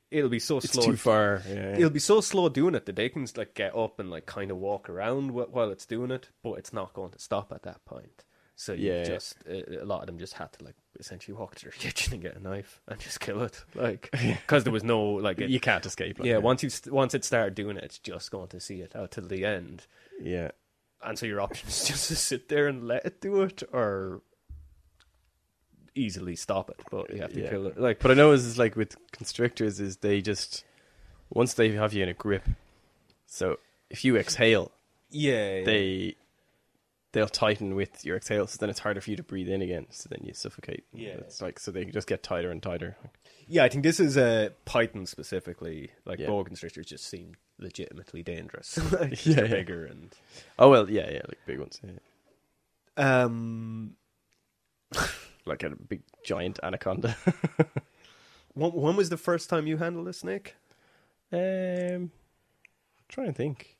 Speaker 1: it'll be so
Speaker 2: It's
Speaker 1: slow
Speaker 2: too far. Yeah, yeah.
Speaker 1: it'll be so slow doing it that they can like get up and like kind of walk around wh- while it's doing it, but it's not going to stop at that point. So you
Speaker 2: Yeah.
Speaker 1: just a a lot of them just had to like essentially walk to their kitchen and get a knife and just kill it, like because there was no like it,
Speaker 2: You can't escape. Like
Speaker 1: yeah.
Speaker 2: that.
Speaker 1: Once you st- once it started doing it, it's just going to see it out till the end,
Speaker 2: Yeah,
Speaker 1: and so your option is just to sit there and let it do it or easily stop it, but you have to
Speaker 2: Yeah.
Speaker 1: kill it. Like
Speaker 2: but I know is like with constrictors is they just once they have you in a grip. So if you exhale,
Speaker 1: yeah, yeah.
Speaker 2: they they'll tighten with your exhale, so then it's harder for you to breathe in again. So then you suffocate.
Speaker 1: Yeah.
Speaker 2: it's like so they just get tighter and tighter.
Speaker 1: Yeah, I think this is uh, Python specifically. Like
Speaker 2: Yeah.
Speaker 1: boa constrictors just seem legitimately dangerous. Like,
Speaker 2: Yeah,
Speaker 1: they're
Speaker 2: yeah.
Speaker 1: bigger and
Speaker 2: Oh well, yeah, yeah, like big ones. Yeah.
Speaker 1: um,
Speaker 2: Like a big giant anaconda.
Speaker 1: when, when was the first time you handled a snake?
Speaker 2: um, trying to think.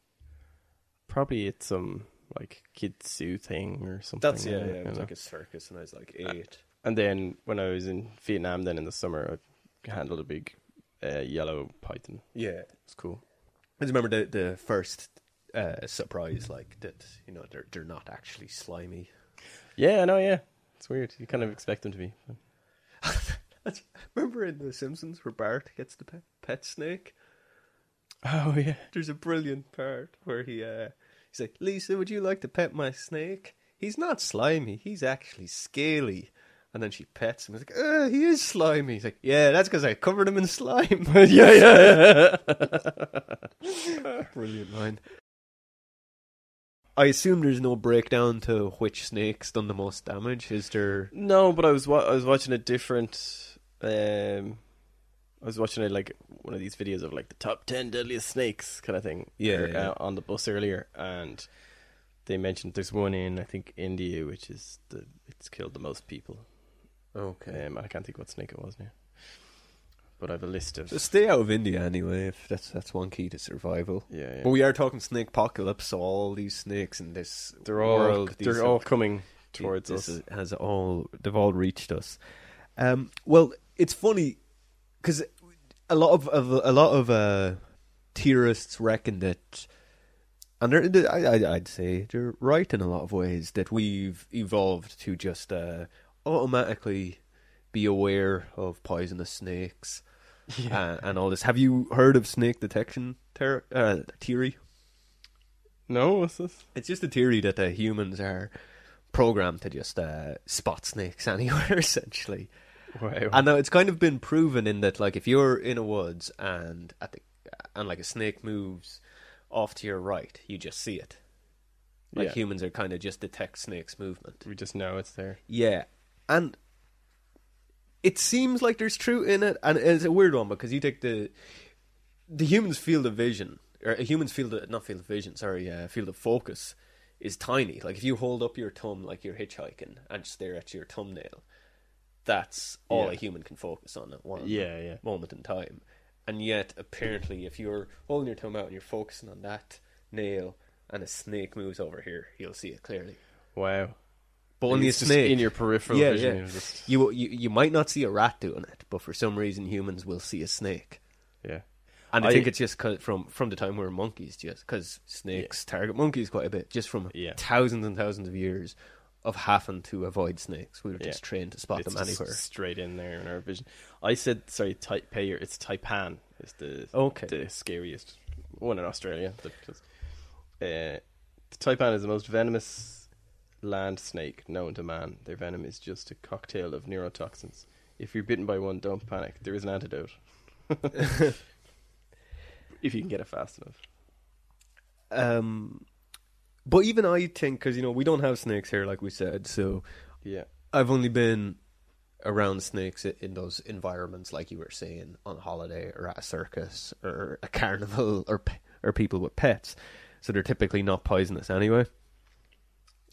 Speaker 2: Probably it's some like kids zoo thing or something.
Speaker 1: That's yeah,
Speaker 2: I don't
Speaker 1: yeah. It was
Speaker 2: know.
Speaker 1: like a circus, and I was like eight.
Speaker 2: And then when I was in Vietnam, then in the summer, I handled a big uh, yellow python.
Speaker 1: yeah,
Speaker 2: It's cool.
Speaker 1: I just remember the the first uh, surprise, like that. You know, they're they're not actually slimy.
Speaker 2: Yeah, I know. Yeah, it's weird. You kind of expect them to be.
Speaker 1: That's, remember in The Simpsons where Bart gets the pet, pet snake?
Speaker 2: Oh yeah.
Speaker 1: There's a brilliant part where he uh, he's like, Lisa, would you like to pet my snake? He's not slimy. He's actually scaly. And then she pets him. He's like, uh, he is slimy. He's like, yeah, that's because I covered him in slime.
Speaker 2: yeah, yeah, yeah.
Speaker 1: brilliant line. I assume there's no breakdown to which snake's done the most damage. Is there?
Speaker 2: No, but I was wa- I was watching a different. Um, I was watching a, like one of these videos of like the top ten deadliest snakes kind of thing.
Speaker 1: Yeah,
Speaker 2: or,
Speaker 1: yeah, yeah.
Speaker 2: uh, on the bus earlier, and they mentioned there's one in I think India, which is the it's killed the most people.
Speaker 1: Okay.
Speaker 2: Um, I can't think what snake it was now, but I have a list of.
Speaker 1: So stay out of India anyway. If that's that's one key to survival.
Speaker 2: yeah, yeah.
Speaker 1: But we are talking snake apocalypse, so all these snakes in this
Speaker 2: they're all
Speaker 1: world, these
Speaker 2: they're
Speaker 1: have-
Speaker 2: all coming towards
Speaker 1: this
Speaker 2: us.
Speaker 1: is- has all they've all reached us. Um, well, it's funny because a lot of, of a lot of uh, theorists reckon that, and they're, they- I, I, I'd say they're right in a lot of ways that we've evolved to just uh, automatically be aware of poisonous snakes. uh, and all this. Have you heard of snake detection ter- uh, theory?
Speaker 2: no, what's this?
Speaker 1: It's just a theory that the humans are programmed to just uh, spot snakes anywhere, essentially.
Speaker 2: Wow.
Speaker 1: And now it's kind of been proven in that, like, if you're in a woods and at the and like a snake moves off to your right, you just see it. Like
Speaker 2: Yeah.
Speaker 1: humans are kind of just detect snakes' movement.
Speaker 2: we just know it's there.
Speaker 1: Yeah, and it seems like there's truth in it, and it's a weird one because you take the the human's field of vision or a human's field of, not field of vision, sorry, uh, field of focus is tiny. Like if you hold up your thumb like you're hitchhiking and stare at your thumbnail, that's all
Speaker 2: Yeah.
Speaker 1: a human can focus on at one
Speaker 2: Yeah, yeah.
Speaker 1: moment in time. And yet, apparently, if you're holding your thumb out and you're focusing on that nail, and a snake moves over here, you'll see it clearly.
Speaker 2: Wow.
Speaker 1: But only a
Speaker 2: It's just
Speaker 1: snake
Speaker 2: in your peripheral vision. you're just-
Speaker 1: you, you you might not see a rat doing it, but for some reason humans will see a snake.
Speaker 2: yeah.
Speaker 1: And I,
Speaker 2: I-
Speaker 1: think it's just 'cause- from from the time we were monkeys, just because snakes target monkeys quite a bit, just from
Speaker 2: Yeah.
Speaker 1: thousands and thousands of years of having to avoid snakes. We were
Speaker 2: Yeah.
Speaker 1: just trained to spot
Speaker 2: it's
Speaker 1: them
Speaker 2: just
Speaker 1: anywhere.
Speaker 2: straight in there in our vision. I said sorry, Taipei. or It's Taipan. Is the
Speaker 1: Okay.
Speaker 2: the scariest one in Australia. The, uh, the Taipan is the most venomous land snake known to man. Their venom is just a cocktail of neurotoxins. If you're bitten by one, don't panic. There is an antidote. if you can get it fast enough.
Speaker 1: Um, but even I think because you know we don't have snakes here, like we said, so
Speaker 2: Yeah.
Speaker 1: I've only been around snakes i- in those environments, like you were saying, on holiday or at a circus or a carnival or pe- or people with pets. So they're typically not poisonous anyway.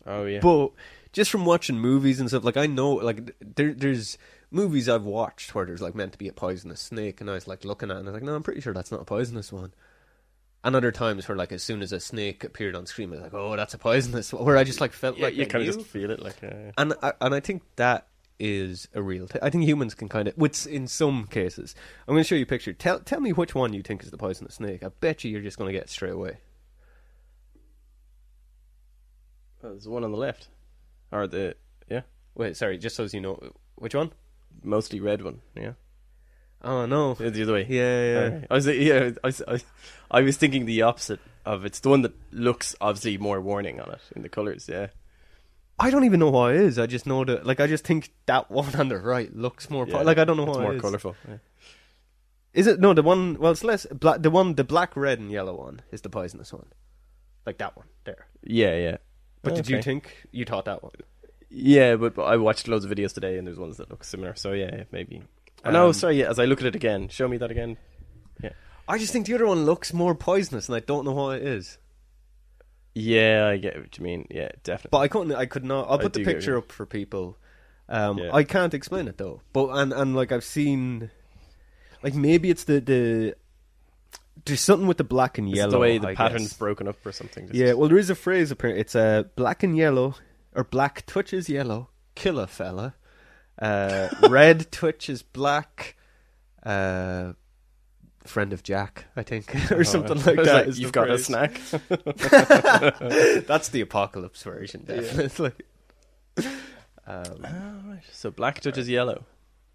Speaker 2: Oh yeah.
Speaker 1: But just from watching movies and stuff, like I know, like th- there, there's movies I've watched where there's like meant to be a poisonous snake, and I was like looking at it, and I was like, no, I'm pretty sure that's not a poisonous one. And other times where like as soon as a snake appeared on screen, I was like, oh, that's a poisonous. one, Where I just like felt
Speaker 2: yeah,
Speaker 1: like
Speaker 2: you
Speaker 1: I
Speaker 2: kind
Speaker 1: knew.
Speaker 2: of just feel it like. Uh,
Speaker 1: And I, and I think that is a real. T- I think humans can kind of, which in some cases, I'm going to show you a picture. Tell tell me which one you think is the poisonous snake. I bet you you're just going to get it straight away.
Speaker 2: oh, there's one on the left, or the yeah,
Speaker 1: Wait, sorry, just so as you know, which one?
Speaker 2: mostly red one. Yeah.
Speaker 1: Oh no,
Speaker 2: Yeah, the other way.
Speaker 1: yeah, yeah.
Speaker 2: Alright. I was yeah, I was, I, was- I was thinking the opposite of it's the one that looks obviously more warning on it in the colors. Yeah,
Speaker 1: I don't even know why it is. I just know that, like, I just think that one on the right looks more. po-
Speaker 2: Yeah.
Speaker 1: Like, I don't know
Speaker 2: it's
Speaker 1: why
Speaker 2: more
Speaker 1: it is.
Speaker 2: colorful. Yeah.
Speaker 1: Is it no the one? Well, it's less black. The one, the black, red, and yellow one is the poisonous one. Like that one there.
Speaker 2: yeah, yeah.
Speaker 1: But did you
Speaker 2: Okay.
Speaker 1: think you taught that one?
Speaker 2: Yeah, but, but I watched loads of videos today, and there's ones that look similar. So yeah, yeah, maybe. Oh, no,
Speaker 1: Um,
Speaker 2: sorry. Yeah, as I look at it again, show me that again. Yeah,
Speaker 1: I just think the other one looks more poisonous, and I don't know why it is.
Speaker 2: yeah, I get what you mean. Yeah,
Speaker 1: But
Speaker 2: definitely.
Speaker 1: I couldn't. I could not. I'll
Speaker 2: I
Speaker 1: put the
Speaker 2: do get
Speaker 1: picture
Speaker 2: you.
Speaker 1: up for people. Um,
Speaker 2: Yeah.
Speaker 1: I can't explain it though. But and and like I've seen, like maybe it's the the there's something with the black and
Speaker 2: It's
Speaker 1: yellow.
Speaker 2: the way the
Speaker 1: I
Speaker 2: pattern's
Speaker 1: guess.
Speaker 2: broken up or something. This
Speaker 1: Yeah.
Speaker 2: is-
Speaker 1: Well, there is a phrase apparently. It's uh, black and yellow, or black touches yellow, kill a fella. Uh, red touches black. Uh, friend of Jack, I think, or something
Speaker 2: Oh, I
Speaker 1: like
Speaker 2: was
Speaker 1: that. is
Speaker 2: you've
Speaker 1: the
Speaker 2: got a
Speaker 1: phrase.
Speaker 2: snack.
Speaker 1: That's the apocalypse version, definitely. Um,
Speaker 2: Ah, So black touches yellow.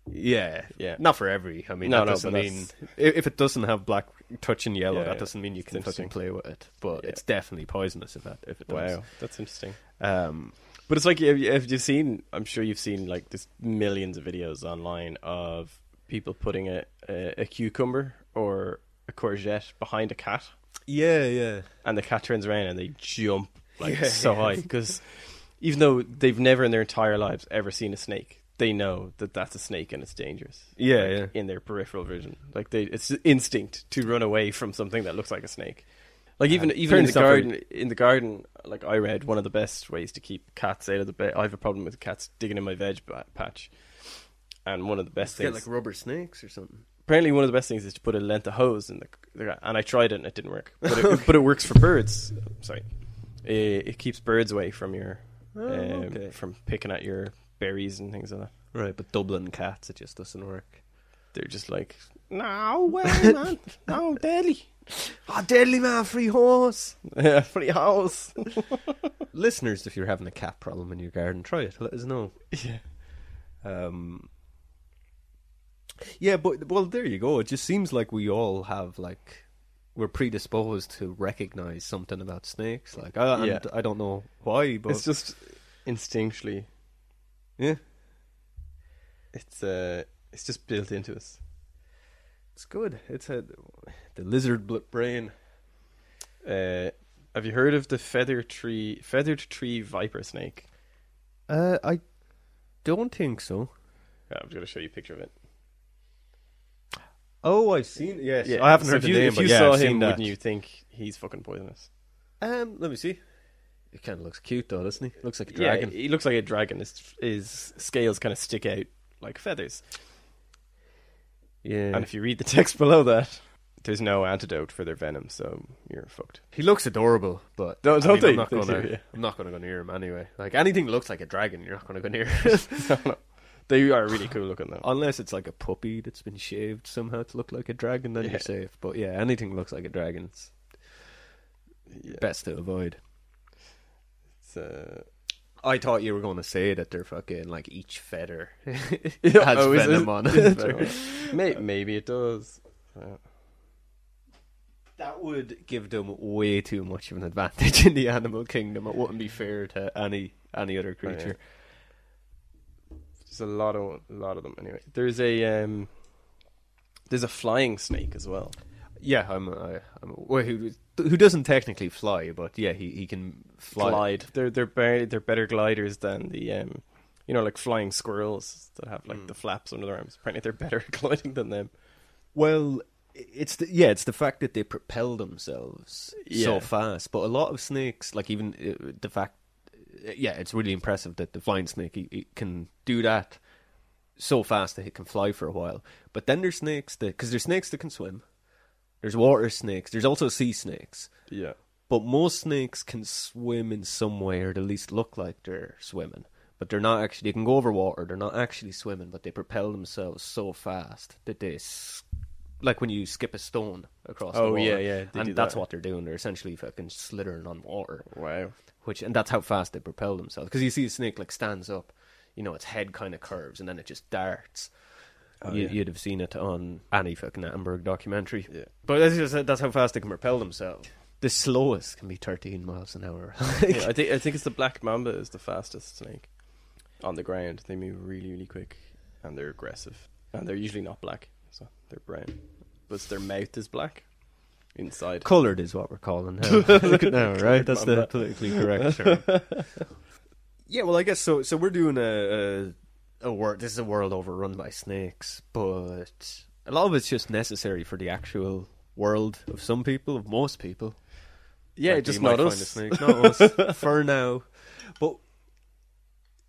Speaker 1: yeah,
Speaker 2: Yeah.
Speaker 1: Not for every. I mean,
Speaker 2: No,
Speaker 1: that
Speaker 2: no,
Speaker 1: doesn't
Speaker 2: but
Speaker 1: mean
Speaker 2: that's-
Speaker 1: i- if it doesn't have black touching yellow,
Speaker 2: Yeah,
Speaker 1: that
Speaker 2: yeah.
Speaker 1: doesn't mean you
Speaker 2: It's
Speaker 1: can fucking
Speaker 2: interesting.
Speaker 1: play with it. But
Speaker 2: Yeah.
Speaker 1: it's definitely poisonous if that if it does.
Speaker 2: Wow, that's interesting.
Speaker 1: Um,
Speaker 2: But it's like if, if you've seen, I'm sure you've seen like there's millions of videos online of people putting a, a, a cucumber or a courgette behind a cat,
Speaker 1: yeah, yeah.
Speaker 2: and the cat turns around and they jump like
Speaker 1: Yeah,
Speaker 2: so
Speaker 1: yeah.
Speaker 2: high because even though they've never in their entire lives ever seen a snake, they know that that's a snake and it's dangerous.
Speaker 1: Yeah,
Speaker 2: like,
Speaker 1: yeah.
Speaker 2: In their peripheral vision, like they, it's instinct to run away from something that looks like a snake. Like even
Speaker 1: Uh,
Speaker 2: even
Speaker 1: fair
Speaker 2: in the
Speaker 1: enough,
Speaker 2: garden, in the garden, like I read, one of the best ways to keep cats out of the bed. I have a problem with cats digging in my veg ba- patch, and one of the best
Speaker 1: Get
Speaker 2: things
Speaker 1: like rubber snakes or something.
Speaker 2: apparently one of the best things is to put a length of hose in the, the and I tried it and it didn't work, but it, but it works for birds. Oh, Sorry, it, it keeps birds away from your um,
Speaker 1: okay.
Speaker 2: from picking at your berries and things like that.
Speaker 1: Right, but Dublin cats, it just doesn't work.
Speaker 2: They're just like no way, man, no deadly,
Speaker 1: Ah, deadly man, free horse.
Speaker 2: yeah, free house.
Speaker 1: Listeners, if you're having a cat problem in your garden, try it. Let us know.
Speaker 2: yeah,
Speaker 1: Um, yeah, but well, there you go. It just seems like we all have like we're predisposed to recognize something about snakes. Like, I, and
Speaker 2: Yeah.
Speaker 1: I don't know why, but
Speaker 2: it's just instinctually,
Speaker 1: yeah,
Speaker 2: it's uh, it's just built into us.
Speaker 1: it's good. It's a the lizard bl- brain.
Speaker 2: Uh, have you heard of the feather tree feathered tree viper snake?
Speaker 1: Uh, I don't think so.
Speaker 2: Yeah, I'm going to show you a picture of it.
Speaker 1: Oh, I've seen. Yes,
Speaker 2: Yeah,
Speaker 1: I haven't
Speaker 2: so
Speaker 1: heard
Speaker 2: if
Speaker 1: the
Speaker 2: you,
Speaker 1: name,
Speaker 2: If
Speaker 1: but
Speaker 2: you
Speaker 1: yeah,
Speaker 2: saw
Speaker 1: I've
Speaker 2: him,
Speaker 1: seen that.
Speaker 2: wouldn't you think he's fucking poisonous?
Speaker 1: Um, let me see. It kind of looks cute though, doesn't he? Looks like a
Speaker 2: Yeah,
Speaker 1: dragon.
Speaker 2: he looks like a dragon. His, his scales kind of stick out like feathers.
Speaker 1: Yeah,
Speaker 2: And if you read the text below that, there's no antidote for their venom, so you're fucked.
Speaker 1: He looks adorable, but
Speaker 2: Don't- don't they?
Speaker 1: I'm not
Speaker 2: They
Speaker 1: gonna,
Speaker 2: do, yeah.
Speaker 1: I'm not gonna go near him anyway. Like anything that looks like a dragon, you're not gonna go near, it.
Speaker 2: No, no. They are really cool looking though.
Speaker 1: unless it's like a puppy that's been shaved somehow to look like a dragon. Then
Speaker 2: Yeah.
Speaker 1: you're safe. But yeah, anything that looks like a dragon, it's
Speaker 2: Yeah,
Speaker 1: best to avoid.
Speaker 2: it's, uh,
Speaker 1: I thought you were going to say that they're fucking like each feather has
Speaker 2: oh, is it-
Speaker 1: venom on
Speaker 2: is
Speaker 1: it.
Speaker 2: venom. May- maybe it does. Uh,
Speaker 1: That would give them way too much of an advantage in the animal kingdom. It wouldn't be fair to any any other
Speaker 2: yeah.
Speaker 1: creature.
Speaker 2: There's a lot of a lot of them anyway. There's a um, there's a flying snake as well.
Speaker 1: Yeah, I'm. I, I'm well, who who doesn't technically fly, but yeah, he, he can fly.
Speaker 2: glide. They're they're better, they're better gliders than the um, you know, like flying squirrels that have like the flaps under their arms. Apparently, they're better at gliding than them.
Speaker 1: Well, it's the, yeah, it's the fact that they propel themselves
Speaker 2: Yeah.
Speaker 1: so fast. But a lot of snakes, like even uh, the fact, uh, yeah, it's really impressive that the flying snake he, he can do that so fast that it can fly for a while. But then there's snakes that because there's snakes that can swim. There's water snakes. There's also sea snakes.
Speaker 2: Yeah,
Speaker 1: But most snakes can swim in some way, or at least look like they're swimming. But they're not actually. They can go over water. They're not actually swimming, but they propel themselves so fast that they, s- like when you skip a stone across. the
Speaker 2: Oh,
Speaker 1: water,
Speaker 2: yeah, yeah, they
Speaker 1: and
Speaker 2: do
Speaker 1: that's
Speaker 2: that.
Speaker 1: what they're doing. They're essentially fucking slithering on water,
Speaker 2: wow.
Speaker 1: which and that's how fast they propel themselves. Because you see a snake like stands up, you know, its head kind of curves, and then it just darts. you,
Speaker 2: yeah.
Speaker 1: You'd have seen it on any fucking Attenborough documentary.
Speaker 2: Yeah.
Speaker 1: But that's, just, that's how fast they can repel themselves. The slowest can be 13 miles an hour.
Speaker 2: yeah, I think I think it's the black mamba is the fastest snake on the ground. They move really really quick and they're aggressive and they're usually not black, so they're brown, but their mouth is black. inside.
Speaker 1: Coloured is what we're calling now. Look at now, right? That's the politically correct term. yeah, well, I guess so. So we're doing a, a, a world. This is a world overrun by snakes, but a lot of it's just necessary for the actual world of some people, of most people.
Speaker 2: Yeah,
Speaker 1: Like,
Speaker 2: just
Speaker 1: you might find a
Speaker 2: not us.
Speaker 1: snake, not us for now. But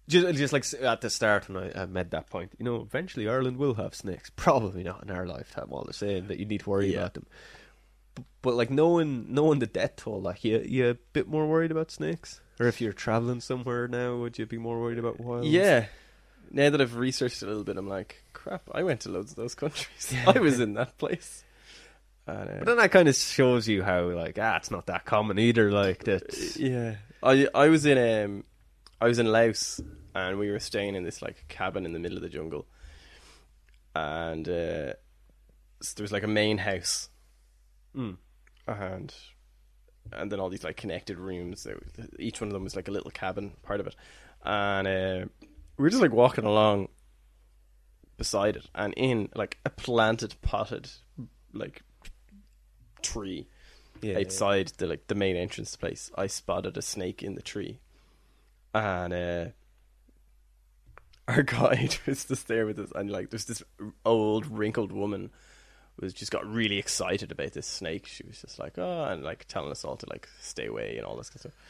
Speaker 1: just, just like s- at the start when I, I made that point, you know, eventually Ireland will have snakes. Probably not in our lifetime. All the same, that you need to worry
Speaker 2: Yeah.
Speaker 1: about them. But, but like knowing knowing the death toll, like you you a bit more worried about snakes. Or if you're traveling somewhere now, would you be more worried about wild?
Speaker 2: Yeah. Now that I've researched a little bit, I'm like, crap, I went to loads of those countries. I was in that place. And, uh,
Speaker 1: But then that kind of shows you how like ah, it's not that common either. Like that.
Speaker 2: yeah. I I was in um I was in Laos and we were staying in this like cabin in the middle of the jungle. And uh s- there was like a main house
Speaker 1: Mm.
Speaker 2: and and then all these like connected rooms. They- Each one of them was like a little cabin part of it, and uh, we were just like walking along beside it, and in like a planted potted like tree
Speaker 1: Yeah,
Speaker 2: outside the like the main entrance to the place, I spotted a snake in the tree, and uh, our guide was just there with us, and like there's this old wrinkled woman was just got really excited about this snake. She was just like, oh, and like telling us all to like stay away and all this kind of stuff.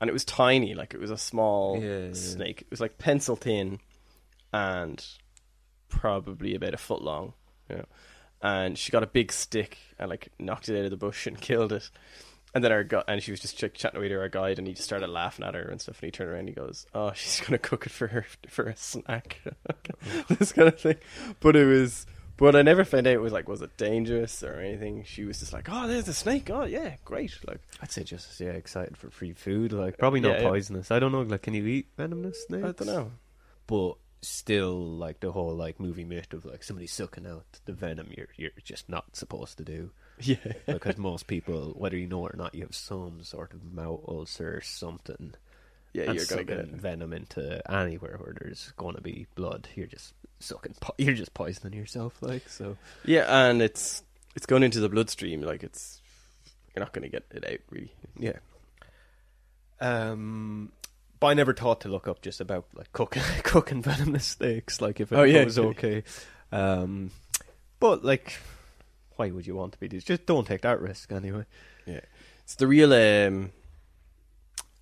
Speaker 2: And it was tiny, like it was a small
Speaker 1: Yeah, yeah.
Speaker 2: snake. It was like pencil thin, and probably about a foot long. You know? And she got a big stick and like knocked it out of the bush and killed it. And then our gu- and she was just ch- chatting away to our guide, and he just started laughing at her and stuff. And he turned around, and he goes, "Oh, she's gonna cook it for her for a snack," this kind of thing. But it was, but I never found out it was like, was it dangerous or anything? She was just like, "Oh, there's a snake. Oh, yeah, great." Like,
Speaker 1: I'd say just yeah, excited for free food. Like probably not
Speaker 2: Yeah, yeah.
Speaker 1: poisonous. I don't know. Like, can you eat venomous
Speaker 2: I
Speaker 1: snakes?
Speaker 2: don't know.
Speaker 1: But still, like the whole like movie myth of like somebody sucking out the venom. You're you're just not supposed to do
Speaker 2: Yeah,
Speaker 1: because most people, whether you know it or not, you have some sort of mouth ulcer or something.
Speaker 2: yeah,
Speaker 1: And
Speaker 2: you're gonna get
Speaker 1: sucking
Speaker 2: it.
Speaker 1: venom into anywhere where there's gonna be blood. You're just sucking. Po- you're just poisoning yourself. Like so.
Speaker 2: Yeah, and it's it's going into the bloodstream. Like, it's you're not gonna get it out really.
Speaker 1: Yeah. Um, but I never thought to look up just about like cooking cooking venomous steaks, like if it
Speaker 2: Oh, yeah.
Speaker 1: was okay. Um, but like, why would you want to be this? Just don't take that risk anyway.
Speaker 2: Yeah. It's the real um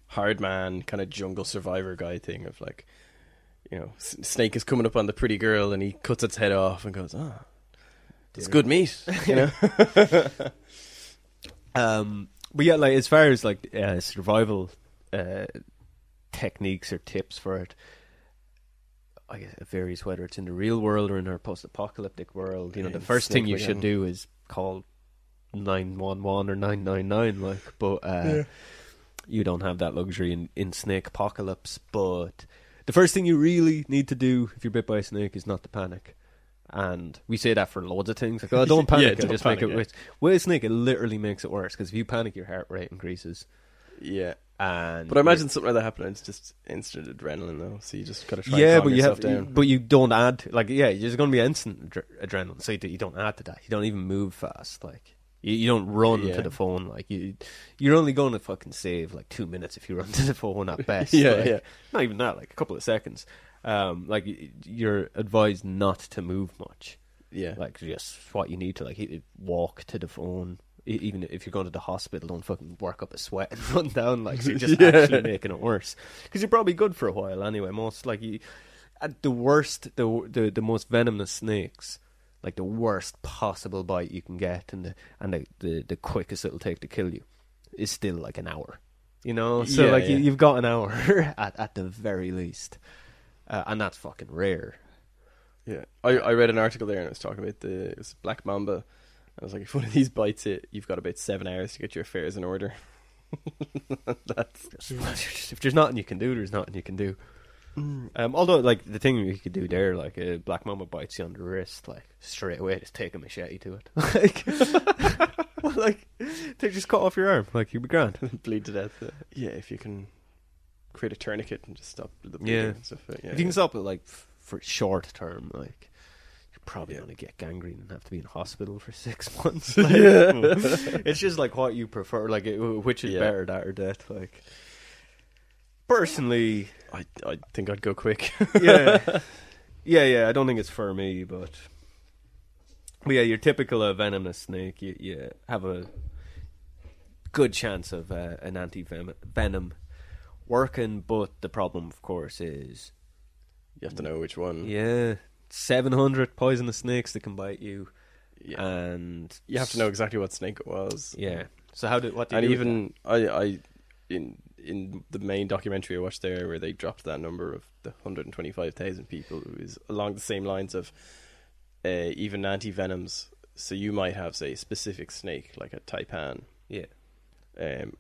Speaker 2: hard man kind of jungle survivor guy thing of like you know, s- snake is coming up on the pretty girl and he cuts its head off and goes, "Ah, it's good meat." You know.
Speaker 1: Um, but yeah, like as far as like uh, survival uh, techniques or tips for it, I guess it varies whether it's in the real world or in our post-apocalyptic world. You know,
Speaker 2: Yeah,
Speaker 1: the
Speaker 2: it's
Speaker 1: first thing you
Speaker 2: snake
Speaker 1: should do is call nine one one or nine nine nine. Like, but uh, you don't have that luxury in in snake apocalypse. But the first thing you really need to do if you're bit by a snake is not to panic. And we say that for loads of things. Like, oh, don't
Speaker 2: Yeah,
Speaker 1: panic. it'll
Speaker 2: don't
Speaker 1: just make
Speaker 2: panic,
Speaker 1: it
Speaker 2: yeah.
Speaker 1: worse. With a snake, it literally makes it worse because if you panic, your heart rate increases.
Speaker 2: yeah.
Speaker 1: And
Speaker 2: But I imagine something like that happening it's just instant adrenaline though. So you just got to try
Speaker 1: yeah,
Speaker 2: and calm
Speaker 1: but you have,
Speaker 2: yourself
Speaker 1: to,
Speaker 2: down.
Speaker 1: but you don't add. to- Like, yeah, there's going to be instant adre- adrenaline, so you, do- you don't add to that. You don't even move fast. Like, you, you don't run
Speaker 2: Yeah.
Speaker 1: to the phone. Like, you you're only going to fucking save like two minutes if you run to the phone at best.
Speaker 2: Yeah,
Speaker 1: like,
Speaker 2: yeah.
Speaker 1: Not even that. Like a couple of seconds. Um, like y- you're advised not to move much.
Speaker 2: yeah.
Speaker 1: like just what you need to like e- walk to the phone E- even if you're going to the hospital don't fucking work up a sweat and run down like so you're just
Speaker 2: Yeah.
Speaker 1: actually making it worse because you're probably good for a while anyway most like you at the worst the, w- the the most venomous snakes like the worst possible bite you can get and the and the the, the quickest it'll take to kill you is still like an hour you know so
Speaker 2: Yeah,
Speaker 1: like You,
Speaker 2: yeah.
Speaker 1: you've got an hour at, at the very least uh, and that's fucking rare
Speaker 2: Yeah, I, I read an article there and it was talking about the it was black mamba. I was like, if one of these bites it, you've got about seven hours to get your affairs in order. That's
Speaker 1: if there's nothing you can do, there's nothing you can do. Um, although, like the thing you could do there, like a black mama bites you on the wrist, like straight away, just take a machete to it, like, well, like they just cut off your arm, like you'd be grand.
Speaker 2: bleed to death. yeah, if you can create a tourniquet and just stop
Speaker 1: Yeah.
Speaker 2: the bleeding and stuff. uh, Yeah,
Speaker 1: if you
Speaker 2: yeah.
Speaker 1: can stop it, like f- for short term, like you probably
Speaker 2: Yeah.
Speaker 1: going to get gangrene and have to be in hospital for six months. Like, it's just like what you prefer, like it- which is
Speaker 2: Yeah.
Speaker 1: better, that or death. Like personally,
Speaker 2: I, I think I'd go quick.
Speaker 1: yeah, yeah, yeah. I don't think it's for me, but but yeah, your typical uh, venomous snake, you, you have a good chance of uh, an anti venom working. But the problem, of course, is
Speaker 2: you have to know which one.
Speaker 1: yeah, seven hundred poisonous snakes that can bite you,
Speaker 2: Yeah.
Speaker 1: and
Speaker 2: you have to know exactly what snake it was.
Speaker 1: Yeah. So how did what do you
Speaker 2: and
Speaker 1: do with that?
Speaker 2: even I, I in in the main documentary I watched there where they dropped that number of the 125,000 people it was along the same lines of uh, even anti-venoms so you might have say a specific snake like a taipan
Speaker 1: yeah
Speaker 2: um,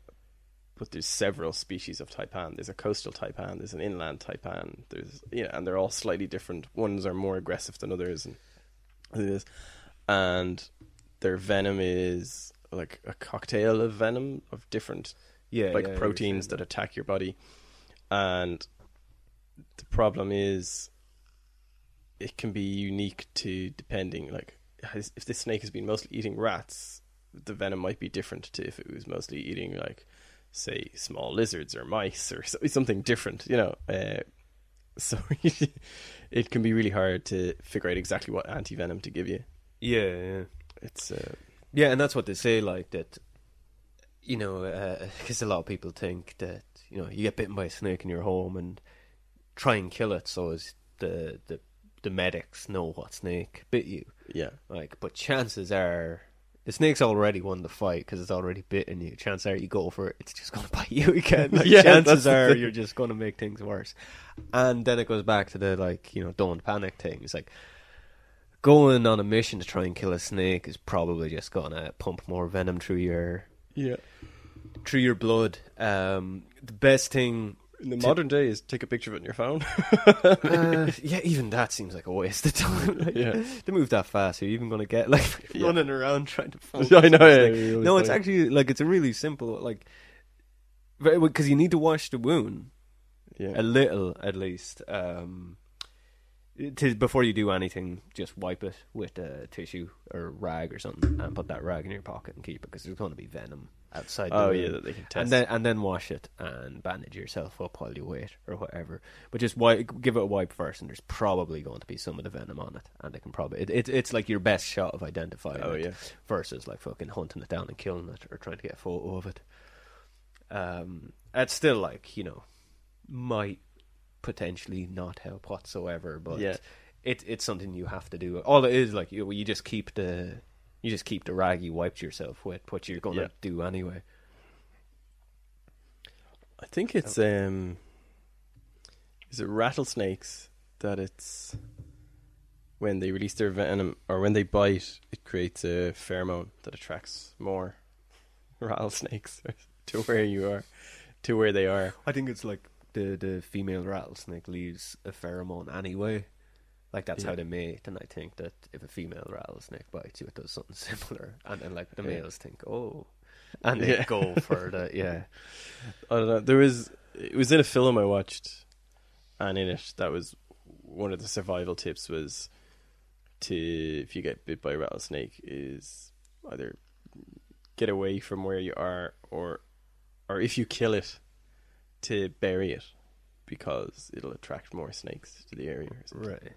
Speaker 2: but there's several species of taipan there's a coastal taipan there's an inland taipan there's you know and they're all slightly different ones are more aggressive than others and it is and their venom is like a cocktail of venom of different
Speaker 1: yeah
Speaker 2: like
Speaker 1: yeah, I
Speaker 2: proteins that
Speaker 1: understand
Speaker 2: attack your body. And the problem is, it can be unique to depending. Like, has- if this snake has been mostly eating rats, the venom might be different to if it was mostly eating, like, say, small lizards or mice or so- something different, you know. Uh, so it can be really hard to figure out exactly what anti venom to give you.
Speaker 1: that. yeah yeah
Speaker 2: It's uh,
Speaker 1: Yeah, and that's what they say, like that. You know, because a lot of people think that you know you get bitten by a snake in your home and try and kill it, so as the the the medics know what snake bit you.
Speaker 2: yeah,
Speaker 1: Like, but chances are the snake's already won the fight because it's already bitten you. Chances are you go for it, it's just going to bite you again. Like,
Speaker 2: Yeah, that's
Speaker 1: chances
Speaker 2: the
Speaker 1: are
Speaker 2: thing.
Speaker 1: you're just going to make things worse. And then it goes back to the like you know don't panic thing. It's like going on a mission to try and kill a snake is probably just going to pump more venom through your
Speaker 2: yeah.
Speaker 1: through your blood. Um, the best thing.
Speaker 2: In the modern day, is take a picture of it on your phone.
Speaker 1: Uh, yeah, even that seems like a waste of time. Like,
Speaker 2: yeah,
Speaker 1: They move that fast. You're even going to get like
Speaker 2: Yeah.
Speaker 1: running around trying to.
Speaker 2: I know.
Speaker 1: focus on a
Speaker 2: yeah,
Speaker 1: snake.
Speaker 2: yeah,
Speaker 1: no,
Speaker 2: yeah.
Speaker 1: it's actually like it's a really simple like because you need to wash the wound
Speaker 2: yeah.
Speaker 1: a little at least um, to, before you do anything. Just wipe it with a tissue or rag or something, and put that rag in your pocket and keep it because there's going to be venom outside. The
Speaker 2: Oh
Speaker 1: wound.
Speaker 2: yeah, that they can test.
Speaker 1: And then and then wash it and bandage yourself up while you wait or whatever. But just wipe, give it a wipe first, and there's probably going to be some of the venom on it, and it can probably it, it, it's like your best shot of identifying.
Speaker 2: oh
Speaker 1: it
Speaker 2: yeah,
Speaker 1: versus like fucking hunting it down and killing it or trying to get a photo of it. Um, it's still like you know might potentially not help whatsoever, but
Speaker 2: Yeah.
Speaker 1: it it's something you have to do. All it is like you you just keep the you just keep the rag you wiped yourself with, what you're gonna
Speaker 2: Yeah.
Speaker 1: do anyway.
Speaker 2: I think it's um, is it rattlesnakes that it's when they release their venom or when they bite, it creates a pheromone that attracts more rattlesnakes to where you are, to where they are.
Speaker 1: I think it's like the the female rattlesnake leaves a pheromone anyway. Like that's how
Speaker 2: Yeah.
Speaker 1: they mate, and I think that if a female rattlesnake bites you, it does something similar, and then like the
Speaker 2: Yeah.
Speaker 1: males think, oh, and they
Speaker 2: Yeah.
Speaker 1: go for the yeah,
Speaker 2: I don't know. There was it was in a film I watched, and in it that was one of the survival tips was to if you get bit by a rattlesnake is either get away from where you are or or if you kill it to bury it because it'll attract more snakes to the area. Or something.
Speaker 1: right,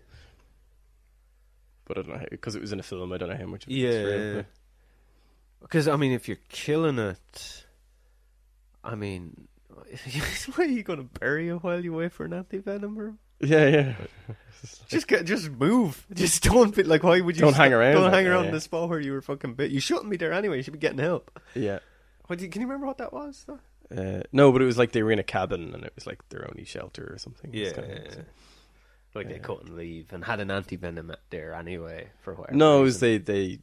Speaker 2: But I don't know because it was in a film. I don't know how much. Of it was real,
Speaker 1: yeah.
Speaker 2: but-
Speaker 1: Because I mean, if you're killing it, I mean, where are you going to bury it while you wait for an anti venom? Or
Speaker 2: yeah, yeah.
Speaker 1: just get, just move, just don't be like, why would you
Speaker 2: Don't hang around
Speaker 1: Don't
Speaker 2: like
Speaker 1: hang
Speaker 2: that,
Speaker 1: around
Speaker 2: yeah.
Speaker 1: the spot where you were fucking bit. You shouldn't be there anyway. You should be getting help.
Speaker 2: yeah.
Speaker 1: What do you, can you remember what that was? Though?
Speaker 2: Uh, no, but it was like they were in a cabin and it was like their only shelter or something. It was kinda-
Speaker 1: like they
Speaker 2: Yeah.
Speaker 1: couldn't leave and had an anti venom there anyway for whatever.
Speaker 2: No, it was
Speaker 1: reason.
Speaker 2: they they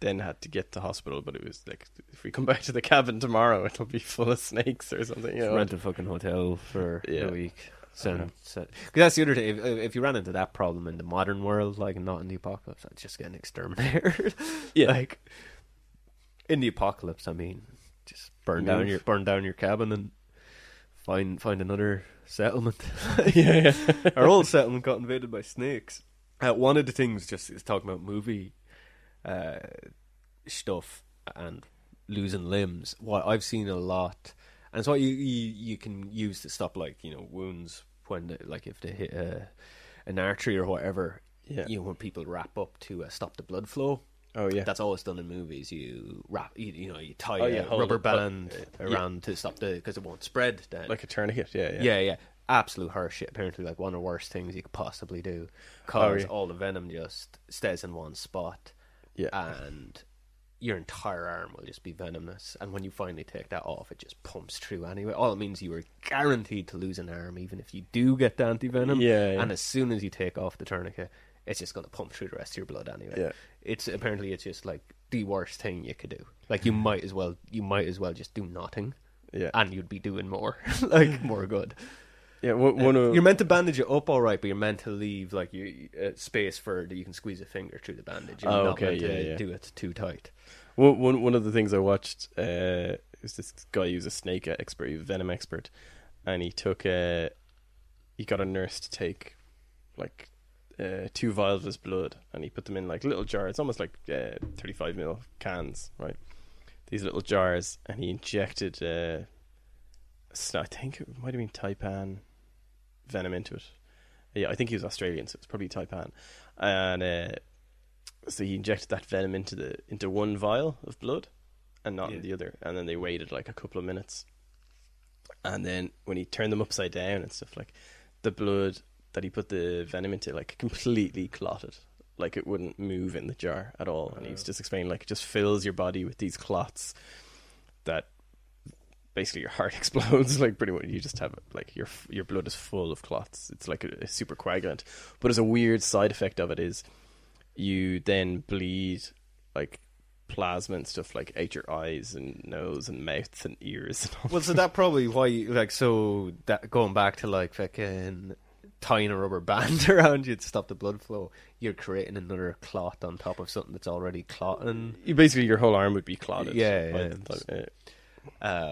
Speaker 2: then had to get to hospital, but it was like if we come back to the cabin tomorrow, it'll be full of snakes or something. You know?
Speaker 1: rent a fucking hotel for
Speaker 2: Yeah. Uh-huh.
Speaker 1: a week. So, so- 'cause that's the other thing. If, if you ran into that problem in the modern world, like not in the apocalypse, I'd just get an exterminator.
Speaker 2: Yeah.
Speaker 1: like in the apocalypse, I mean, just burn down
Speaker 2: Move.
Speaker 1: your burn down your cabin and find find another settlement.
Speaker 2: yeah, yeah.
Speaker 1: Our old settlement got invaded by snakes. Uh, one of the things just is talking about movie uh, stuff and losing limbs. What I've seen a lot, and so you, you you can use to stop like you know wounds when they, like if they hit a, an artery or whatever.
Speaker 2: Yeah.
Speaker 1: You know when people wrap up to uh, stop the blood flow.
Speaker 2: Oh yeah.
Speaker 1: That's always done in movies. You wrap, you, you know, you tie
Speaker 2: Oh, yeah,
Speaker 1: a
Speaker 2: hold
Speaker 1: rubber
Speaker 2: it, but-
Speaker 1: band
Speaker 2: uh, yeah.
Speaker 1: around to stop the because it won't spread. Then
Speaker 2: like a tourniquet. Yeah, yeah.
Speaker 1: yeah, yeah. Absolute horse shit. Apparently, like one of the worst things you could possibly do. Cause
Speaker 2: Oh, yeah.
Speaker 1: all the venom just stays in one spot,
Speaker 2: Yeah.
Speaker 1: and your entire arm will just be venomous. And when you finally take that off, it just pumps through anyway. All it means you are guaranteed to lose an arm, even if you do get the anti venom.
Speaker 2: Yeah, yeah.
Speaker 1: And as soon as you take off the tourniquet, it's just going to pump through the rest of your blood anyway.
Speaker 2: Yeah.
Speaker 1: It's apparently it's just like the worst thing you could do. Like you might as well you might as well just do nothing
Speaker 2: Yeah.
Speaker 1: and you'd be doing more, like more good.
Speaker 2: Yeah, one, one of
Speaker 1: You're meant to bandage it up, all right, but you're meant to leave like you uh, space for that you can squeeze a finger through the bandage. You're
Speaker 2: Oh,
Speaker 1: not
Speaker 2: okay,
Speaker 1: meant to
Speaker 2: yeah, yeah.
Speaker 1: do it too tight.
Speaker 2: One, one, one of the things I watched uh, was this guy who's a snake expert, he was a venom expert, and he took a, he got a nurse to take, like, uh, two vials of his blood, and he put them in like little jars, almost like uh, thirty-five mil cans, right? These little jars, and he injected, uh, s- I think it might have been taipan venom into it. Yeah, I think he was Australian, so it's probably taipan, and. Uh, so he injected that venom into the into one vial of blood and not
Speaker 1: Yeah.
Speaker 2: in the other and then they waited like a couple of minutes and then when he turned them upside down and stuff like the blood that he put the venom into like completely clotted like it wouldn't move in the jar at all and he was just explaining like it just fills your body with these clots that basically your heart explodes like pretty much you just have like your your blood is full of clots it's like a, a super coagulant but as a weird side effect of it is you then bleed like plasma and stuff like out your eyes and nose and mouth and ears and all
Speaker 1: Well, so that probably why, you- like, so that going back to like fucking tying a rubber band around you to stop the blood flow, you're creating another clot on top of something that's already clotting.
Speaker 2: you basically your whole arm would be clotted
Speaker 1: Yeah,
Speaker 2: by
Speaker 1: yeah.
Speaker 2: the time- uh,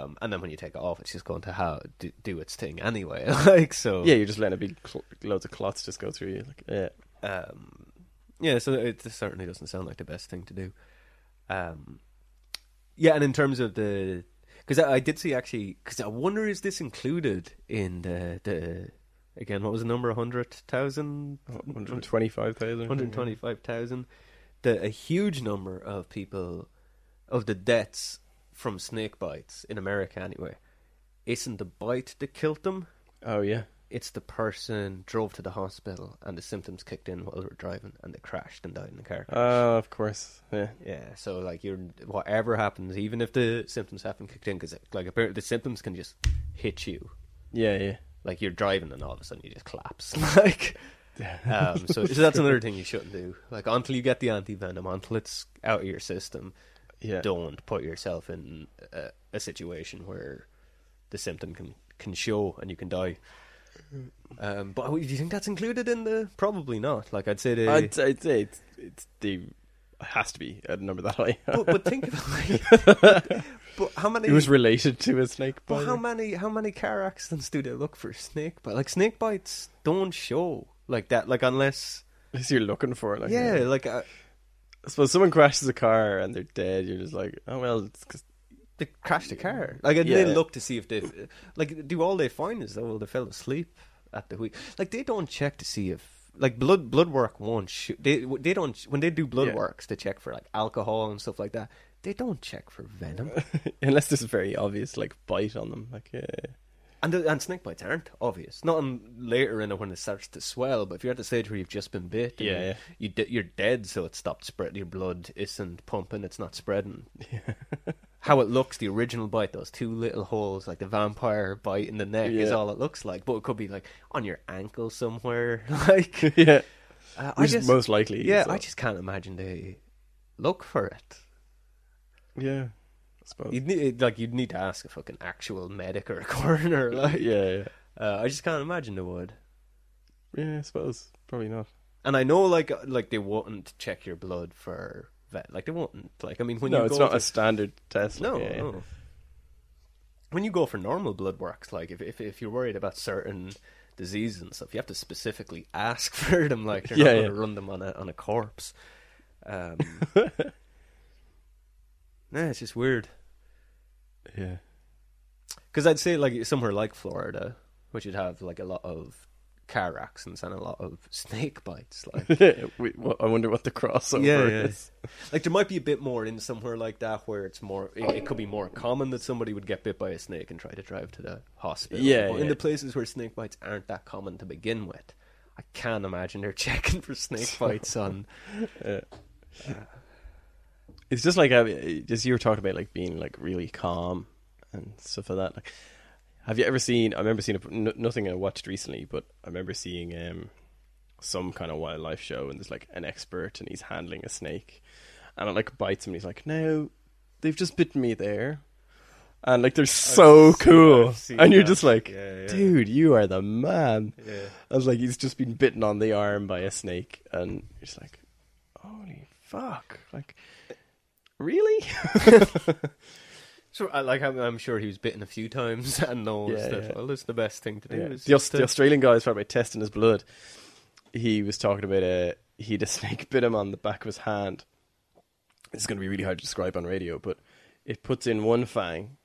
Speaker 1: Um, and then when you take it off, it's just going to ha- do, do its thing anyway. like, so
Speaker 2: yeah you're just letting a big cl- loads of clots just go through you like yeah
Speaker 1: Um, yeah, so it certainly doesn't sound like the best thing to do. Um, yeah, and in terms of the, because I, I did see actually, because I wonder is this included in the the again what was the number hundred thousand
Speaker 2: 125,000
Speaker 1: 125,000. The a huge number of people of the deaths from snake bites in America anyway. Isn't the bite that killed them?
Speaker 2: oh yeah
Speaker 1: It's the person drove to the hospital and the symptoms kicked in while they were driving and they crashed and died in the car.
Speaker 2: oh of course yeah
Speaker 1: Yeah, so like you're whatever happens, even if the symptoms haven't kicked in, because like apparently the symptoms can just hit you.
Speaker 2: yeah yeah
Speaker 1: Like you're driving and all of a sudden you just collapse. like, um, so, so that's another thing you shouldn't do. Like until you get the anti venom, until it's out of your system,
Speaker 2: yeah
Speaker 1: don't put yourself in a, a situation where the symptom can can show and you can die. Um, but do you think that's included in the? Probably not. Like I'd say the.
Speaker 2: I'd, say- I'd say it's, it's the it has to be a number that high
Speaker 1: but, but think about like, but how many?
Speaker 2: it was related to a snake
Speaker 1: But
Speaker 2: bite.
Speaker 1: how many how many car accidents do they look for snake bite? Like snake bites don't show like that. Like unless
Speaker 2: Unless you're looking for it like
Speaker 1: yeah, like uh,
Speaker 2: I suppose someone crashes a car and they're dead. You're just like, oh well, it's 'cause-
Speaker 1: they crashed a car. Like
Speaker 2: Mm. Yeah.
Speaker 1: they look to see if they like do all they find is that well they fell asleep at the wheel. Like they don't check to see if like blood blood work won't show. They they don't when they do blood
Speaker 2: Yeah.
Speaker 1: works they check for like alcohol and stuff like that. They don't check for venom.
Speaker 2: unless there's a very obvious like bite on them, like yeah,
Speaker 1: And the, and snake bites aren't obvious. Not on later in it when it starts to swell. But if you're at the stage where you've just been bit, and
Speaker 2: Yeah,
Speaker 1: you,
Speaker 2: yeah.
Speaker 1: you de- you're dead, so it stopped spreading. Your blood isn't pumping; it's not spreading. How it looks, the original bite, those two little holes, like the vampire bite in the neck, is
Speaker 2: Yeah.
Speaker 1: all it looks like. But it could be like on your ankle somewhere. like uh,
Speaker 2: yeah,
Speaker 1: I
Speaker 2: which is
Speaker 1: just,
Speaker 2: most likely.
Speaker 1: yeah,
Speaker 2: so-
Speaker 1: I just can't imagine they look for it.
Speaker 2: yeah, I suppose.
Speaker 1: You'd need like you'd need to ask a fucking actual medic or a coroner. Like
Speaker 2: yeah, yeah,
Speaker 1: uh, I just can't imagine they would.
Speaker 2: yeah, I suppose probably not.
Speaker 1: And I know, like, uh, like they won't check your blood for vet. Like they won't. Like I mean, when
Speaker 2: no,
Speaker 1: you
Speaker 2: it's
Speaker 1: go
Speaker 2: not
Speaker 1: to-
Speaker 2: a standard test. like,
Speaker 1: no,
Speaker 2: yeah, yeah.
Speaker 1: no. When you go for normal blood works, like if, if if you're worried about certain diseases and stuff. You have to specifically ask for them. Like they're
Speaker 2: Yeah,
Speaker 1: not
Speaker 2: yeah.
Speaker 1: going to run them on a on a corpse. Um, nah, it's just weird.
Speaker 2: Yeah.
Speaker 1: Because I'd say like somewhere like Florida, which would have like a lot of car accidents and a lot of snake bites. Like
Speaker 2: we, well, I wonder what the crossover
Speaker 1: Yeah, yeah.
Speaker 2: is.
Speaker 1: Like there might be a bit more in somewhere like that where it's more. It, it could be more common that somebody would get bit by a snake and try to drive to the hospital.
Speaker 2: Yeah,
Speaker 1: but in
Speaker 2: yeah.
Speaker 1: the places where snake bites aren't that common to begin with, I can't imagine they're checking for snake bites on.
Speaker 2: It's just like, uh, just you were talking about like being like really calm and stuff like that. Like, have you ever seen? I remember seeing a, n- nothing I watched recently, but I remember seeing um, some kind of wildlife show, and there's like an expert, and he's handling a snake, and it like bites him, and he's like, "No, they've just bitten me there," and like they're so
Speaker 1: seen-
Speaker 2: cool,
Speaker 1: I've seen
Speaker 2: and you're
Speaker 1: that.
Speaker 2: just like,
Speaker 1: Yeah, yeah.
Speaker 2: "Dude, you are the man."
Speaker 1: Yeah.
Speaker 2: I was like, he's just been bitten on the arm by a snake, and he's like, holy fuck! Like, really?
Speaker 1: So I like I'm, I'm sure he was bitten a few times and knows
Speaker 2: Yeah,
Speaker 1: that
Speaker 2: yeah.
Speaker 1: well, it's the best thing to do.
Speaker 2: Yeah.
Speaker 1: Is
Speaker 2: The, Aus-
Speaker 1: just
Speaker 2: the
Speaker 1: to-
Speaker 2: Australian guy was probably testing his blood. He was talking about a he had a snake bit him on the back of his hand. This is going to be really hard to describe on radio, but it puts in one fang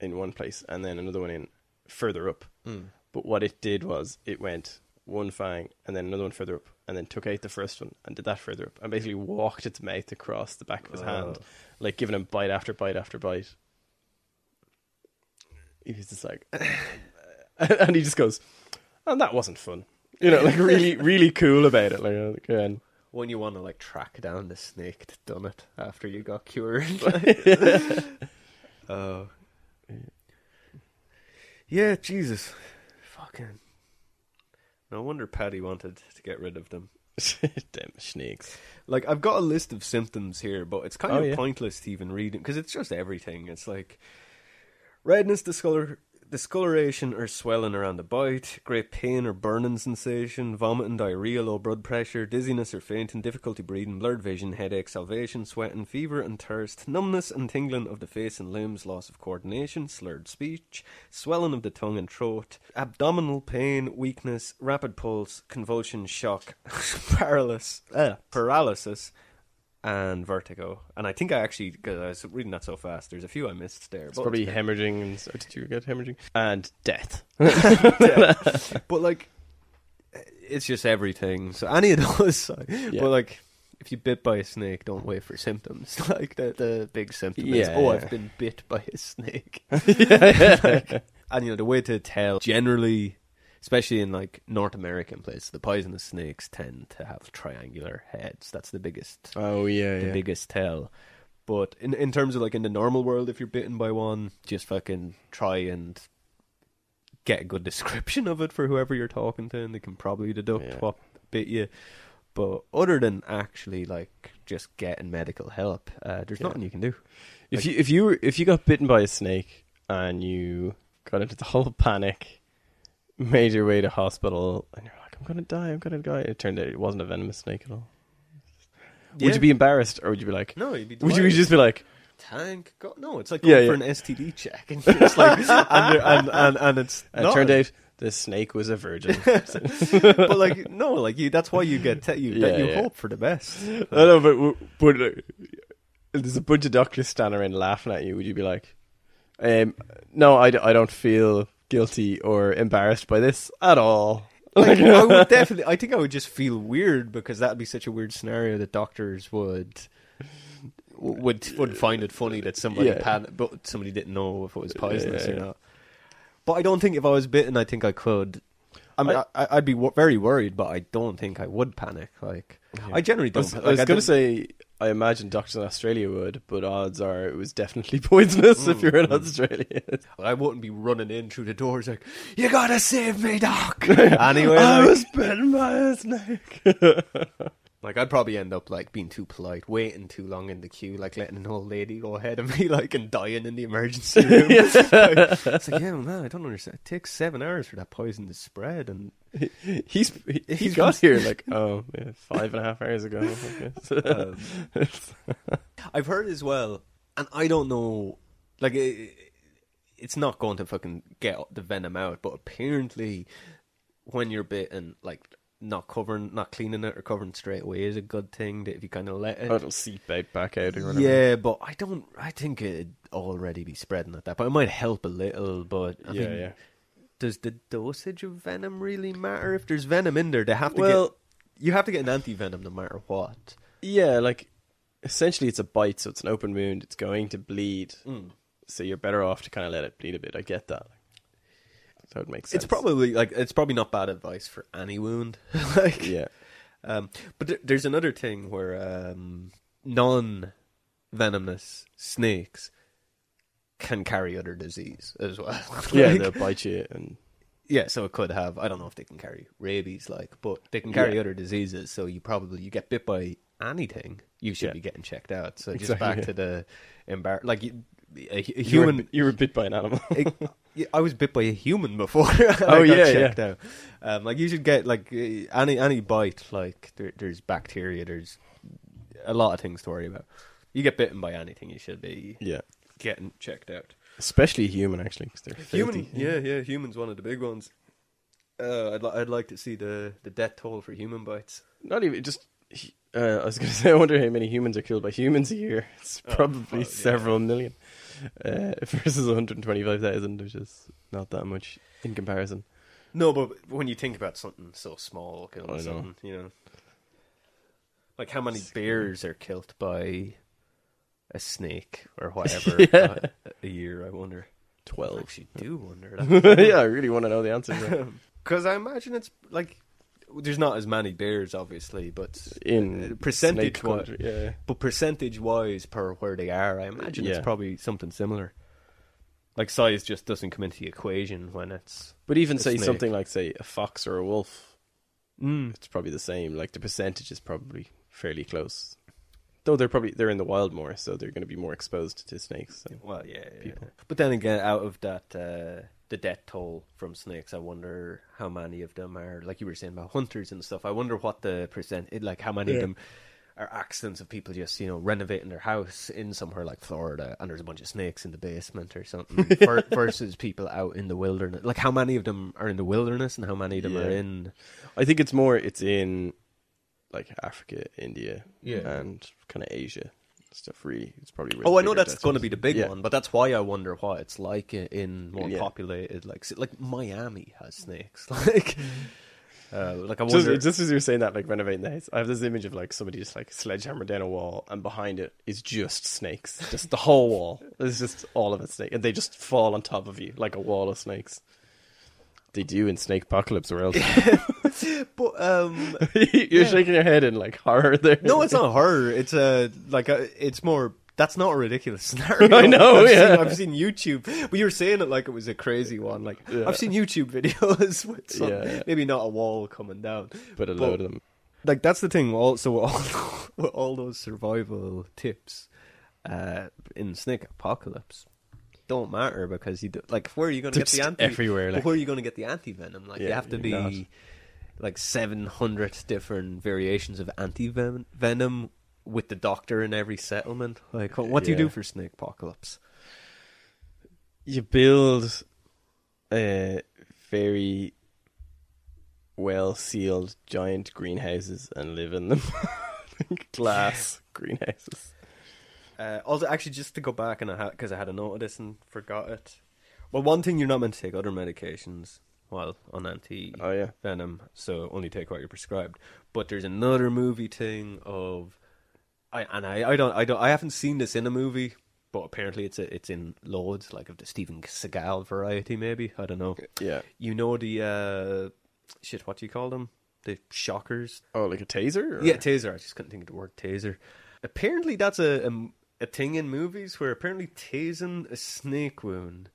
Speaker 2: in one place and then another one in further up.
Speaker 1: Hmm.
Speaker 2: But what it did was it went one fang and then another one further up and then took out the first one and did that further up and basically walked its mouth across the back of his hand, like giving him bite after bite after bite. He was just like, and he just goes, and that wasn't fun. You know, like really, really cool about it. Like, uh, again,
Speaker 1: when you want to like track down the snake that done it after you got cured. Oh. Yeah, Jesus. Fucking. No wonder Paddy wanted to get rid of them.
Speaker 2: damn snakes.
Speaker 1: Like, I've got a list of symptoms here, but it's kind
Speaker 2: Oh,
Speaker 1: of
Speaker 2: yeah.
Speaker 1: pointless to even read them because it's just everything. It's like redness, discolor- discoloration, or swelling around the bite, great pain or burning sensation, vomiting, diarrhea, low blood pressure, dizziness or fainting, difficulty breathing, blurred vision, headache, salvation, sweating, fever and thirst, numbness and tingling of the face and limbs, loss of coordination, slurred speech, swelling of the tongue and throat, abdominal pain, weakness, rapid pulse, convulsion, shock, paralysis, uh, paralysis. And vertigo, and I think I actually because I was reading that so fast. There's a few I missed there.
Speaker 2: It's probably hemorrhaging. And, so did you get hemorrhaging? And death.
Speaker 1: but like it's just everything so any of those like,
Speaker 2: Yeah.
Speaker 1: but like if you bit by a snake don't wait for symptoms like the, the big symptom is
Speaker 2: Yeah,
Speaker 1: oh
Speaker 2: yeah.
Speaker 1: i've been bit by a snake
Speaker 2: yeah,
Speaker 1: and you know the way to tell generally especially in like north american places the poisonous snakes tend to have triangular heads that's the biggest
Speaker 2: Oh yeah,
Speaker 1: the
Speaker 2: yeah.
Speaker 1: biggest tell but in in terms of like in the normal world if you're bitten by one just fucking try and get a good description of it for whoever you're talking to and they can probably deduct
Speaker 2: Yeah.
Speaker 1: what bit you but other than actually like just getting medical help uh, there's
Speaker 2: Yeah.
Speaker 1: nothing you can do
Speaker 2: If you if you were, if you got bitten by a snake and you got into the whole panic, made your way to hospital, and you're like, "I'm gonna die, I'm gonna die," it turned out it wasn't a venomous snake at all. Would you be embarrassed, or would you be like,
Speaker 1: no you'd be
Speaker 2: would you just be like,
Speaker 1: tank God, no it's like
Speaker 2: Yeah,
Speaker 1: going for an std check and it's like and, you're- and, and, and it's
Speaker 2: and it
Speaker 1: not.
Speaker 2: turned out the snake was a virgin.
Speaker 1: but like no like you that's why you get te- you, that
Speaker 2: Yeah,
Speaker 1: you
Speaker 2: yeah.
Speaker 1: hope for the best
Speaker 2: I know, but w- but like, there's a bunch of doctors standing around laughing at you. Would you be like, um, "No, I, d- I don't feel guilty or embarrassed by this at all."
Speaker 1: Like, I would definitely. I think I would just feel weird because that'd be such a weird scenario that doctors would would would find it funny that somebody
Speaker 2: Yeah.
Speaker 1: pan, but somebody didn't know if it was poisonous
Speaker 2: Yeah, yeah.
Speaker 1: or not. But I don't think if I was bitten, I think I could. I mean, I, I, would be w- very worried, but I don't think I would panic. Like I generally
Speaker 2: I
Speaker 1: don't.
Speaker 2: was,
Speaker 1: pa-
Speaker 2: I was
Speaker 1: like, don't-
Speaker 2: going to say, I imagine doctors in Australia would, but odds are it was definitely poisonous
Speaker 1: Mm,
Speaker 2: if you're in Australia.
Speaker 1: I wouldn't be running in through the doors like, "You gotta save me, doc." anyway,
Speaker 2: I
Speaker 1: like-
Speaker 2: was bitten by a snake.
Speaker 1: Like I'd probably end up like being too polite, waiting too long in the queue, like letting an old lady go ahead of me, like and dying in the emergency room. it's like, yeah, well, man, I don't understand. It takes seven hours for that poison to spread, and
Speaker 2: He's he, he
Speaker 1: He's
Speaker 2: got
Speaker 1: been-
Speaker 2: here like oh yeah, five and a half hours ago. I guess.
Speaker 1: um, I've heard as well, and I don't know, like it, it's not going to fucking get the venom out, but apparently when you're bitten, like not covering, not cleaning it or covering straight away is a good thing. That if you kind of let it,
Speaker 2: Oh, it'll seep out back out or whatever.
Speaker 1: yeah, but I don't. I think it'd already be spreading at that point. It might help a little, but I
Speaker 2: yeah,
Speaker 1: mean,
Speaker 2: yeah.
Speaker 1: does the dosage of venom really matter? If there's venom in there, they have to
Speaker 2: Well,
Speaker 1: get. You have to get an anti venom no matter what.
Speaker 2: yeah, like essentially it's a bite, so it's an open wound. It's going to bleed,
Speaker 1: Mm.
Speaker 2: so you're better off to kind of let it bleed a bit. I get that. That would make sense.
Speaker 1: It's probably like it's probably not bad advice for any wound. like,
Speaker 2: yeah,
Speaker 1: um, but there, there's another thing where um, non-venomous snakes can carry other disease as well.
Speaker 2: yeah.
Speaker 1: Like,
Speaker 2: They'll bite you and
Speaker 1: yeah. So it could have. I don't know if they can carry rabies, like, but they can carry
Speaker 2: Yeah.
Speaker 1: other diseases. So you probably you get bit by anything, you should
Speaker 2: Yeah.
Speaker 1: be getting checked out. So just
Speaker 2: Exactly,
Speaker 1: back
Speaker 2: yeah.
Speaker 1: to the embar like you, a, a
Speaker 2: you were,
Speaker 1: human.
Speaker 2: you were bit by an animal.
Speaker 1: I, I was bit by a human before. I
Speaker 2: Oh,
Speaker 1: got
Speaker 2: yeah,
Speaker 1: checked out. Um, like you should get like eh, any any bite. Like there, there's bacteria. There's a lot of things to worry about. You get bitten by anything, you should be
Speaker 2: yeah,
Speaker 1: getting checked out.
Speaker 2: especially human actually, 'cause they're
Speaker 1: Human,
Speaker 2: filthy.
Speaker 1: yeah, yeah. Humans one of the big ones. Uh, I'd li- I'd like to see the the death toll for human bites.
Speaker 2: Not even just. Uh, I was going to say, I wonder how many humans are killed by humans a year. It's
Speaker 1: Oh, oh,
Speaker 2: probably
Speaker 1: yeah.
Speaker 2: several million uh, versus 125,000, which is not that much in comparison.
Speaker 1: No, but when you think about something so small,
Speaker 2: I know.
Speaker 1: killing something, you know, like how many bears are killed by a snake or whatever
Speaker 2: Yeah.
Speaker 1: a, a year? I wonder. I
Speaker 2: 12.
Speaker 1: actually do wonder
Speaker 2: yeah, I really want to know the answer. but
Speaker 1: because I imagine it's like there's not as many bears, obviously, but
Speaker 2: In
Speaker 1: Percentage
Speaker 2: snake
Speaker 1: what?
Speaker 2: country, yeah.
Speaker 1: but percentage wise per where they are, I imagine
Speaker 2: Yeah.
Speaker 1: it's probably something similar. Like size just doesn't come into the equation when it's
Speaker 2: But even
Speaker 1: A
Speaker 2: say
Speaker 1: snake.
Speaker 2: something like, say, a fox or a wolf,
Speaker 1: mm,
Speaker 2: it's probably the same. Like the percentage is probably fairly close. Though they're probably they're in the wild more, so they're going to be more exposed to snakes. So.
Speaker 1: Well, yeah, yeah, yeah.
Speaker 2: people.
Speaker 1: But then again, out of that, uh, the death toll from snakes, I wonder how many of them are, like you were saying about hunters and stuff. I wonder what the percent, it- like how many
Speaker 2: Yeah.
Speaker 1: of them are accidents of people just you know renovating their house in somewhere like Florida, and there's a bunch of snakes in the basement or something, ver- versus people out in the wilderness. Like how many of them are in the wilderness, and how many of them are
Speaker 2: Yeah.
Speaker 1: in
Speaker 2: I think it's more it's in like Africa, India,
Speaker 1: Yeah.
Speaker 2: and kind of Asia stuff. Really, it's probably. where the
Speaker 1: Oh, I know
Speaker 2: bigger
Speaker 1: that's
Speaker 2: death
Speaker 1: going to
Speaker 2: is.
Speaker 1: be the big
Speaker 2: Yeah.
Speaker 1: one, but that's why I wonder what it's like i- in more
Speaker 2: Yeah.
Speaker 1: populated, like ci- like Miami has snakes, like uh, like I
Speaker 2: Just,
Speaker 1: wonder.
Speaker 2: just as you were saying that, like renovating the house, I have this image of like somebody just like sledgehammer down a wall, and behind it is just snakes, just the whole wall. It's just all of it snake, and they just fall on top of you like a wall of snakes. They do in Snake Apocalypse World.
Speaker 1: but um,
Speaker 2: You're shaking your head in like horror there.
Speaker 1: no, it's not horror. It's uh, like uh it's more. That's not a ridiculous scenario.
Speaker 2: I know,
Speaker 1: I've
Speaker 2: yeah.
Speaker 1: Seen, I've seen YouTube. But you were saying it like it was a crazy one. Like
Speaker 2: Yeah.
Speaker 1: I've seen YouTube videos with some,
Speaker 2: Yeah.
Speaker 1: maybe not a wall coming down,
Speaker 2: but a
Speaker 1: but-
Speaker 2: load of them.
Speaker 1: like that's the thing. Also, with all with all those survival tips uh, in Snake Apocalypse don't matter because you do, like where are you going to get
Speaker 2: Just
Speaker 1: the anti
Speaker 2: everywhere, like-
Speaker 1: where are you going to get the anti venom? Like you
Speaker 2: Yeah,
Speaker 1: have to
Speaker 2: you're
Speaker 1: be
Speaker 2: not.
Speaker 1: like seven hundred different variations of anti venom with the doctor in every settlement. Like what, what do you
Speaker 2: Yeah.
Speaker 1: do for Snake Apocalypse?
Speaker 2: you build uh, very well sealed giant greenhouses and live in them. Glass greenhouses.
Speaker 1: Uh, also, actually, just to go back and I had because I had a note of this and forgot it. Well, one thing you're not meant to take other medications while on anti
Speaker 2: Oh yeah.
Speaker 1: Venom, so only take what you're prescribed. But there's another movie thing of, I and I, I don't I don't I haven't seen this in a movie, but apparently it's a, it's in loads like of the Steven Seagal variety maybe I don't know.
Speaker 2: Yeah.
Speaker 1: You know the uh, shit what do you call them the shockers?
Speaker 2: Oh, like a taser? Or?
Speaker 1: Yeah, taser. I just couldn't think of the word taser. Apparently that's a a, a thing in movies where apparently tasing a snake wound.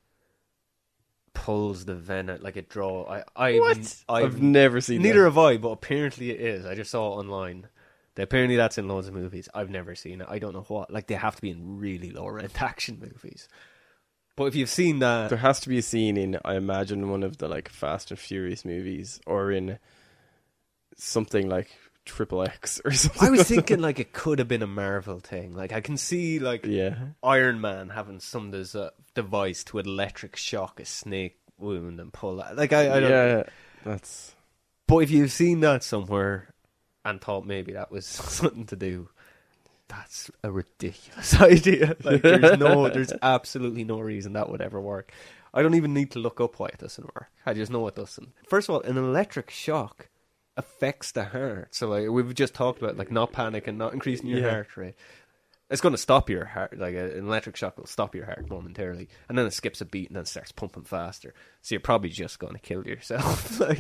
Speaker 1: Pulls the venom like it draw. I I
Speaker 2: What? I've,
Speaker 1: I've
Speaker 2: never seen
Speaker 1: Neither
Speaker 2: that.
Speaker 1: have I, but apparently it is. I just saw it online. Apparently that's in loads of movies. I've never seen it. I don't know what. Like they have to be in really low rent action movies. But if you've seen that,
Speaker 2: There has to be a scene in, I imagine, one of the like Fast and Furious movies, or in something like Triple X or something.
Speaker 1: I was thinking like it could have been a Marvel thing. Like I can see like
Speaker 2: yeah,
Speaker 1: Iron Man having some des- uh, device to electric shock a snake wound and pull that. Like I, I don't.
Speaker 2: yeah. That's
Speaker 1: But if you've seen that somewhere and thought maybe that was something to do, that's a ridiculous idea. Like there's no, there's absolutely no reason that would ever work. I don't even need to look up why it doesn't work. I just know it doesn't. First of all, an electric shock affects the heart. So like we've just talked about, like not panicking, not increasing your
Speaker 2: Yeah.
Speaker 1: heart rate. It's going to stop your heart. Like a- an electric shock will stop your heart momentarily, and then it skips a beat and then starts pumping faster. So you're probably just going to kill yourself. like,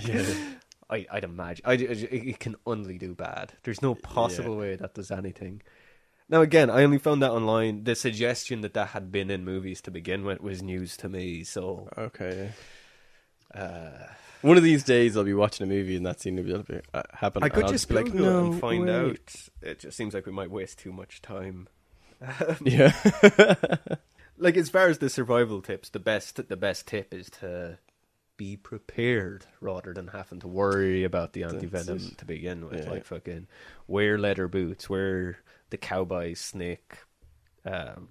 Speaker 1: I, I'd imagine. I, I- it can only do bad. There's no possible way that does anything. Now, again, I only found that online. The suggestion that that had been in movies to begin with was news to me. So,
Speaker 2: Okay.
Speaker 1: uh,
Speaker 2: One of these days, I'll be watching a movie and that scene will be, it'll be uh, happen.
Speaker 1: I could
Speaker 2: and I'll
Speaker 1: just Google
Speaker 2: like,
Speaker 1: it and
Speaker 2: "No
Speaker 1: find
Speaker 2: way."
Speaker 1: out. It just seems like we might waste too much time.
Speaker 2: Yeah.
Speaker 1: Like as far as the survival tips, the best the best tip is to be prepared rather than having to worry about the anti venom
Speaker 2: it.
Speaker 1: to begin with.
Speaker 2: Yeah.
Speaker 1: Like fucking wear leather boots, wear the cowboy snake um,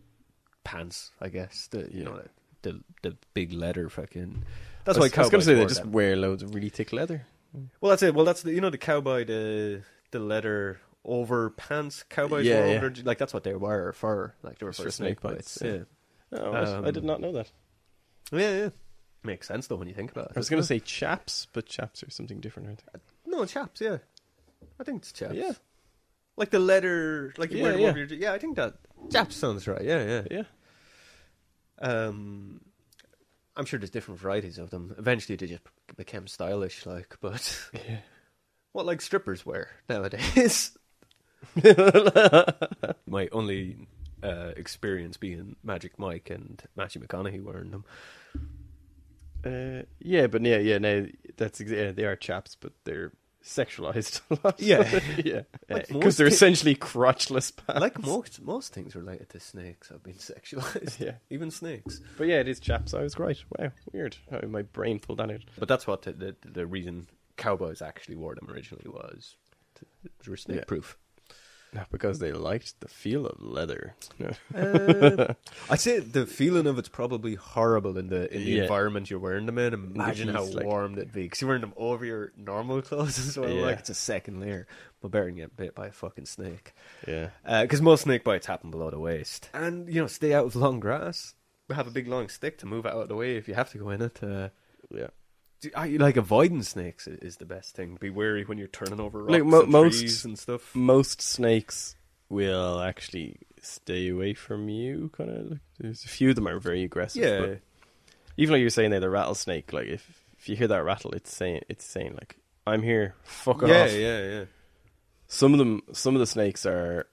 Speaker 1: pants. I guess the you
Speaker 2: Yeah.
Speaker 1: know the the big leather fucking.
Speaker 2: That's
Speaker 1: That's
Speaker 2: why
Speaker 1: why
Speaker 2: I was going
Speaker 1: cowboys
Speaker 2: to say they
Speaker 1: wore
Speaker 2: just
Speaker 1: them.
Speaker 2: wear loads of really thick leather.
Speaker 1: Well, that's it. Well, that's the you know the cowboy the the leather over pants cowboys
Speaker 2: Yeah,
Speaker 1: were
Speaker 2: yeah.
Speaker 1: over like that's what they were for like they were
Speaker 2: It's
Speaker 1: for,
Speaker 2: for
Speaker 1: snake,
Speaker 2: snake
Speaker 1: bites.
Speaker 2: bites, yeah. Oh, right. I
Speaker 1: Um,
Speaker 2: did not know that.
Speaker 1: Yeah. yeah, yeah. Makes sense though when you think about it.
Speaker 2: I was going to say chaps, but chaps are something different, aren't they?
Speaker 1: no chaps. Yeah, I think it's chaps.
Speaker 2: Yeah.
Speaker 1: like the leather, like you
Speaker 2: Yeah,
Speaker 1: wear it
Speaker 2: yeah.
Speaker 1: over your. Yeah, I think that chaps sounds right. Yeah, yeah.
Speaker 2: Yeah.
Speaker 1: Um, I'm sure there's different varieties of them. Eventually, they just became stylish, like, but
Speaker 2: Yeah.
Speaker 1: what like strippers wear nowadays. My only uh, experience being Magic Mike and Matthew McConaughey wearing them.
Speaker 2: Uh, yeah, but yeah, yeah, no, that's exa- yeah, they are chaps, but they're sexualized a lot.
Speaker 1: Yeah.
Speaker 2: yeah,
Speaker 1: Like
Speaker 2: because
Speaker 1: most
Speaker 2: they're
Speaker 1: thi-
Speaker 2: essentially crotchless pants.
Speaker 1: Like most most things related to snakes have been sexualized.
Speaker 2: Yeah.
Speaker 1: Even snakes.
Speaker 2: But yeah, it is chaps. I was right. Wow, weird. How my brain pulled that out.
Speaker 1: But that's what the, the, the reason cowboys actually wore them originally was. to- They were snake proof.
Speaker 2: Not because they liked the feel of leather. No.
Speaker 1: Uh, I'd say the feeling of it's probably horrible in the in the
Speaker 2: Yeah.
Speaker 1: environment you're wearing them in. Imagine how
Speaker 2: heat, like-
Speaker 1: warm that'd be because you're wearing them over your normal clothes as well.
Speaker 2: Yeah.
Speaker 1: Like it's a second layer, but better than getting bit by a fucking snake.
Speaker 2: Yeah,
Speaker 1: Because most snake bites happen below the waist, and you know, stay out of long grass. Have a big long stick to move out of the way if you have to go in it. Uh,
Speaker 2: yeah.
Speaker 1: do- I, like avoiding snakes i- is the best thing. Be wary when you're turning over rocks
Speaker 2: Like, mo-
Speaker 1: and
Speaker 2: most-
Speaker 1: trees and stuff.
Speaker 2: Most snakes will actually stay away from you. Kind of. Like, there's a few of them are very aggressive. but
Speaker 1: Yeah,
Speaker 2: even like you're saying there, the rattlesnake. Like if if you hear that rattle, it's saying it's saying like I'm here. Fuck
Speaker 1: yeah,
Speaker 2: off.
Speaker 1: yeah, yeah.
Speaker 2: some of them some of the snakes are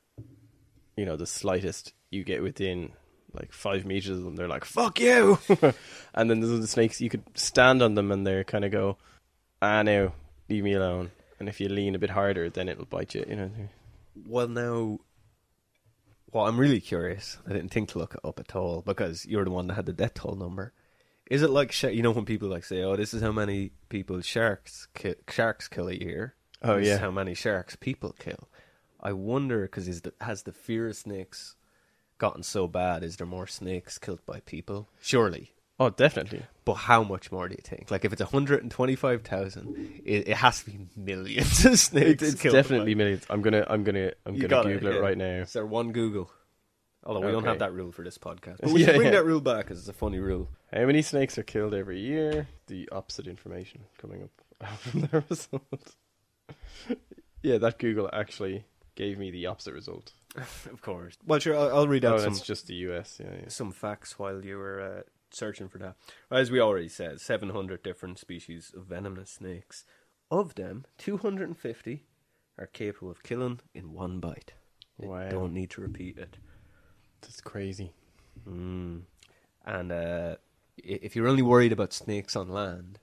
Speaker 2: you know the slightest you get within like five meters of them they're like fuck you and then there's other snakes you could stand on them and they're kind of go ah no leave me alone and if you lean a bit harder then it'll bite you you know
Speaker 1: Well, now, well, I'm really curious. I didn't think to look it up at all because you're the one that had the death toll number. Is it like sha- you know when people like say, "Oh, this is how many people sharks ki- sharks kill a year."
Speaker 2: Oh,
Speaker 1: this
Speaker 2: yeah.
Speaker 1: is how many sharks people kill. I wonder because is the, has the fear of snakes gotten so bad? Is there more snakes killed by people? Surely,
Speaker 2: oh definitely
Speaker 1: but how much more do you think? Like if it's 125,000, it, it has to be millions of snakes.
Speaker 2: it's, it's
Speaker 1: killed
Speaker 2: definitely
Speaker 1: by-
Speaker 2: millions i'm gonna i'm gonna i'm
Speaker 1: You
Speaker 2: gonna
Speaker 1: got
Speaker 2: google it,
Speaker 1: yeah.
Speaker 2: right now
Speaker 1: Is there one Google? Although we don't
Speaker 2: Okay.
Speaker 1: have that rule for this podcast, but we should
Speaker 2: Yeah,
Speaker 1: bring
Speaker 2: yeah.
Speaker 1: that rule back because it's a funny rule.
Speaker 2: how many snakes are killed every year the opposite information coming up from the result yeah that google actually gave me the opposite result
Speaker 1: Of course. Well, sure. I'll, I'll read
Speaker 2: No,
Speaker 1: out some
Speaker 2: Oh, that's just the US. Yeah, yeah.
Speaker 1: some facts while you were uh, searching for that. As we already said, 700 different species of venomous snakes. Of them, 250 are capable of killing in one bite. They
Speaker 2: Wow.
Speaker 1: Don't need to repeat it.
Speaker 2: That's crazy.
Speaker 1: Mm. And uh, i- if you're only worried about snakes on land,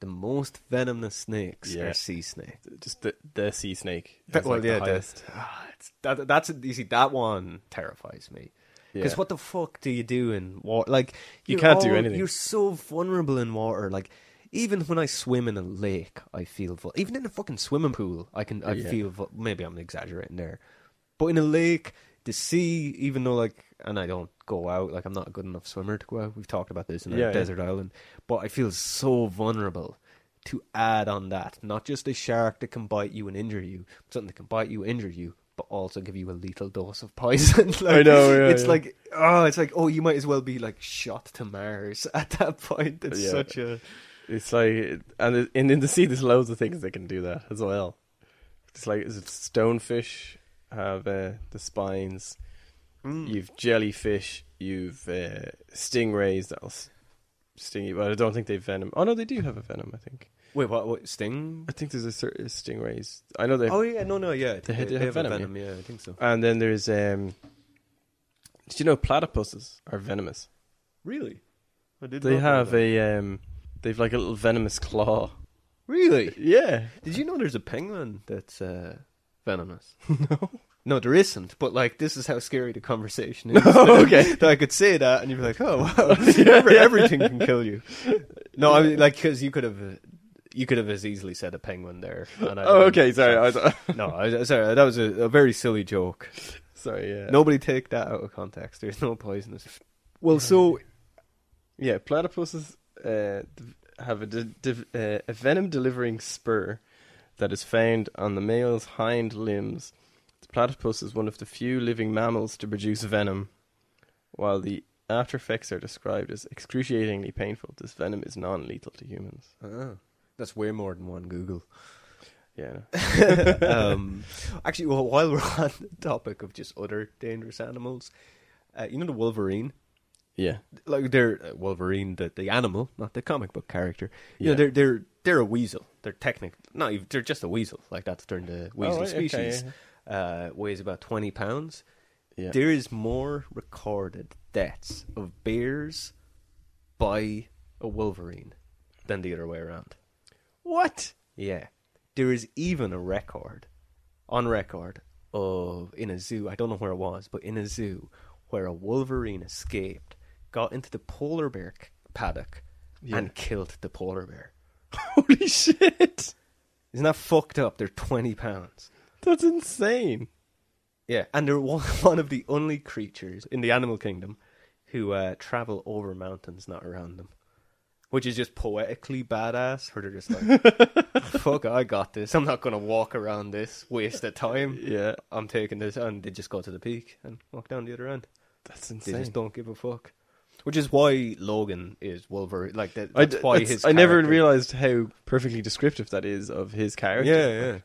Speaker 1: the most venomous snakes
Speaker 2: Yeah.
Speaker 1: are sea snakes.
Speaker 2: Just the the sea snake.
Speaker 1: That,
Speaker 2: is,
Speaker 1: well,
Speaker 2: like, the
Speaker 1: yeah,
Speaker 2: highest.
Speaker 1: that, ah, it's, that, that's you see that one terrifies me because
Speaker 2: Yeah.
Speaker 1: what the fuck do you do in water? Like
Speaker 2: You
Speaker 1: you're
Speaker 2: can't do
Speaker 1: all-
Speaker 2: anything.
Speaker 1: You're so vulnerable in water. Like even when I swim in a lake, I feel vul- even in a fucking swimming pool, I can I
Speaker 2: Yeah.
Speaker 1: feel vul- maybe I'm exaggerating there, but in a lake, the sea, even though like and I don't go out like I'm not a good enough swimmer to go out. We've talked about this in a
Speaker 2: Yeah, yeah.
Speaker 1: desert island, but I feel so vulnerable to add on that. Not just a shark that can bite you and injure you, but something that can bite you, injure you, but also give you a lethal dose of poison. like,
Speaker 2: I know, yeah,
Speaker 1: it's
Speaker 2: yeah.
Speaker 1: like oh, it's like oh, you might as well be like shot to Mars at that point. It's
Speaker 2: Yeah.
Speaker 1: such a
Speaker 2: It's like, and it- and in the sea, there's loads of things that can do that as well. It's like is it stonefish have uh, the spines.
Speaker 1: hmm.
Speaker 2: You've jellyfish. You've uh, stingrays that'll s- sting you. But I don't think they've venom. Oh no, they do have a venom. I think.
Speaker 1: wait, what? What sting?
Speaker 2: I think there's a certain stingrays. I know they.
Speaker 1: Oh yeah, no, no, yeah, they,
Speaker 2: had-
Speaker 1: they
Speaker 2: they had
Speaker 1: have venom,
Speaker 2: venom,
Speaker 1: venom. Yeah, I think so.
Speaker 2: And then there's um. Did you know platypuses are venomous?
Speaker 1: Really? I did
Speaker 2: They have a um. They've like a little venomous claw.
Speaker 1: really.
Speaker 2: Yeah.
Speaker 1: Did you know there's a penguin that's uh, venomous? No. No, there isn't. But like, this is how scary the conversation is.
Speaker 2: okay.
Speaker 1: that I could say that, and you'd be like, "Oh, wow, Every- everything can kill you." No, I mean, like, because you could have, uh, you could have as easily said a penguin there. And I
Speaker 2: Oh, okay. Sorry. I, was-
Speaker 1: No, I, sorry, that was a, a very silly joke.
Speaker 2: sorry. Yeah.
Speaker 1: Nobody take that out of context. There's no poisonous. Well, so
Speaker 2: Yeah, platypuses uh, d- have a, de- div- uh, a venom delivering spur that is found on the male's hind limbs. The platypus is one of the few living mammals to produce venom. While the after effects are described as excruciatingly painful, this venom is non lethal to humans.
Speaker 1: Oh, that's way more than one Google.
Speaker 2: Yeah.
Speaker 1: um, actually, well, while we're on the topic of just other dangerous animals, uh, you know the Wolverine,
Speaker 2: Yeah.
Speaker 1: like they're uh, Wolverine, the, the animal, not the comic book character. You
Speaker 2: Yeah.
Speaker 1: know, they're they're they're a weasel. They're technically not. even- They're just a weasel. Like that's turned to weasel
Speaker 2: right, okay,
Speaker 1: species.
Speaker 2: yeah,
Speaker 1: Uh, weighs about twenty pounds.
Speaker 2: Yeah.
Speaker 1: There is more recorded deaths of bears by a Wolverine than the other way around.
Speaker 2: What?
Speaker 1: Yeah. There is even a record, on record, of in a zoo, I don't know where it was, but in a zoo where a wolverine escaped, got into the polar bear c- paddock, and killed the polar bear.
Speaker 2: Holy shit!
Speaker 1: Isn't that fucked up? They're 20 pounds.
Speaker 2: That's insane.
Speaker 1: Yeah. And they're one, one of the only creatures in the animal kingdom who uh, travel over mountains, not around them. Which is just poetically badass, where they're just like, fuck, I got this. I'm not going to walk around this, waste of time.
Speaker 2: Yeah.
Speaker 1: I'm taking this, and they just go to the peak and walk down the other end.
Speaker 2: That's
Speaker 1: They
Speaker 2: insane.
Speaker 1: just don't give a fuck, which is why Logan is Wolverine. Like that,
Speaker 2: I,
Speaker 1: that's
Speaker 2: d-
Speaker 1: why
Speaker 2: that's-
Speaker 1: his.
Speaker 2: I never
Speaker 1: character-
Speaker 2: realized how perfectly descriptive that is of his character.
Speaker 1: Yeah, yeah,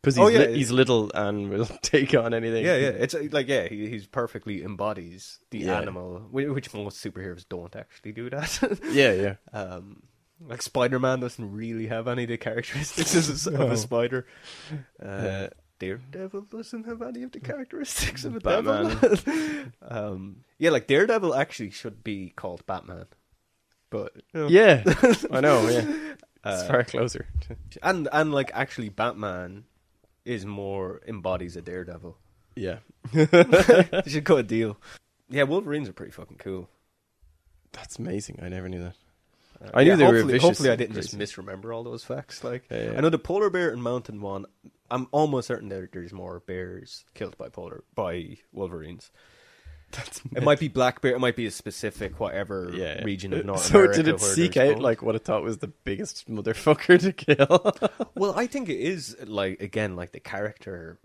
Speaker 2: Because he's,
Speaker 1: Oh, yeah,
Speaker 2: li-
Speaker 1: it-
Speaker 2: he's little and will take on anything.
Speaker 1: yeah, yeah. It's uh, like yeah, he he's perfectly embodies the
Speaker 2: Yeah.
Speaker 1: animal, whi- which most superheroes don't actually do that.
Speaker 2: yeah, yeah.
Speaker 1: um, like Spider Man doesn't really have any of the characteristics of a, of a spider. Uh,
Speaker 2: Yeah. Mm.
Speaker 1: Daredevil doesn't have any of the characteristics of a
Speaker 2: Batman.
Speaker 1: devil. um, yeah, like Daredevil actually should be called Batman, but
Speaker 2: Yeah, I know. Yeah, Uh, it's far closer. to-
Speaker 1: and and like actually Batman is more embodies a Daredevil.
Speaker 2: yeah,
Speaker 1: They should cut a deal. Yeah, Wolverines are pretty fucking cool.
Speaker 2: that's amazing. I never knew that.
Speaker 1: Uh,
Speaker 2: I knew
Speaker 1: yeah,
Speaker 2: they were
Speaker 1: hopefully,
Speaker 2: vicious
Speaker 1: Hopefully, I
Speaker 2: and
Speaker 1: didn't just
Speaker 2: crazy.
Speaker 1: misremember all those facts. Like,
Speaker 2: Yeah, yeah.
Speaker 1: I know the polar bear and mountain one. I'm almost certain that there's more bears killed by polar by wolverines.
Speaker 2: That's
Speaker 1: It might be black bear. It might be a specific whatever
Speaker 2: yeah.
Speaker 1: region of North
Speaker 2: so
Speaker 1: America.
Speaker 2: did it
Speaker 1: where
Speaker 2: seek
Speaker 1: there's
Speaker 2: out
Speaker 1: both.
Speaker 2: like what I thought was the biggest motherfucker to kill?
Speaker 1: Well, I think it is like again like the character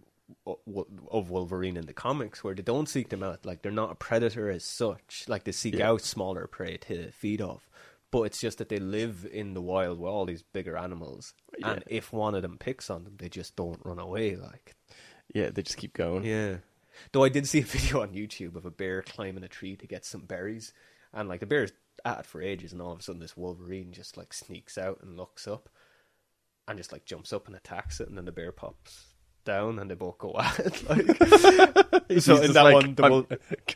Speaker 1: o- wo- of Wolverine in the comics where they don't seek them out. Like they're not a predator as such. Like they seek
Speaker 2: Yeah.
Speaker 1: out smaller prey to feed off. But it's just that they live in the wild with all these bigger animals, and if one of them picks on them, they just don't run away. Like
Speaker 2: yeah, they just keep going.
Speaker 1: yeah. Though I did see a video on YouTube of a bear climbing a tree to get some berries, and like the bear's at it for ages, and all of a sudden this wolverine just like sneaks out and looks up, and just like jumps up and attacks it, and then the bear pops down, and they both go at it. Like,
Speaker 2: He's
Speaker 1: so in
Speaker 2: just
Speaker 1: that
Speaker 2: like,
Speaker 1: one, the
Speaker 2: I'm,
Speaker 1: wol-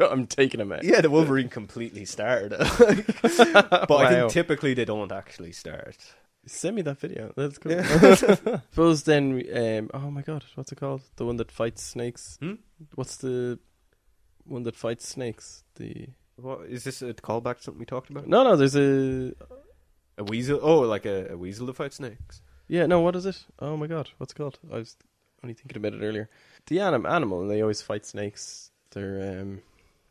Speaker 2: I'm taking him out.
Speaker 1: yeah, the wolverine completely started it. like. but I
Speaker 2: Wow.
Speaker 1: think typically they don't actually start.
Speaker 2: Send me that video. That's cool. Suppose then, um, oh my god, what's it called? The one that fights snakes.
Speaker 1: Hmm?
Speaker 2: What's the one that fights snakes? The
Speaker 1: What is this a callback to something we talked about?
Speaker 2: no, no. There's a
Speaker 1: A weasel? Oh, like a, a weasel that fights snakes.
Speaker 2: yeah. No, what is it? Oh my god, what's it called? I was only thinking about it earlier. The anim animal. They always fight snakes. They're um,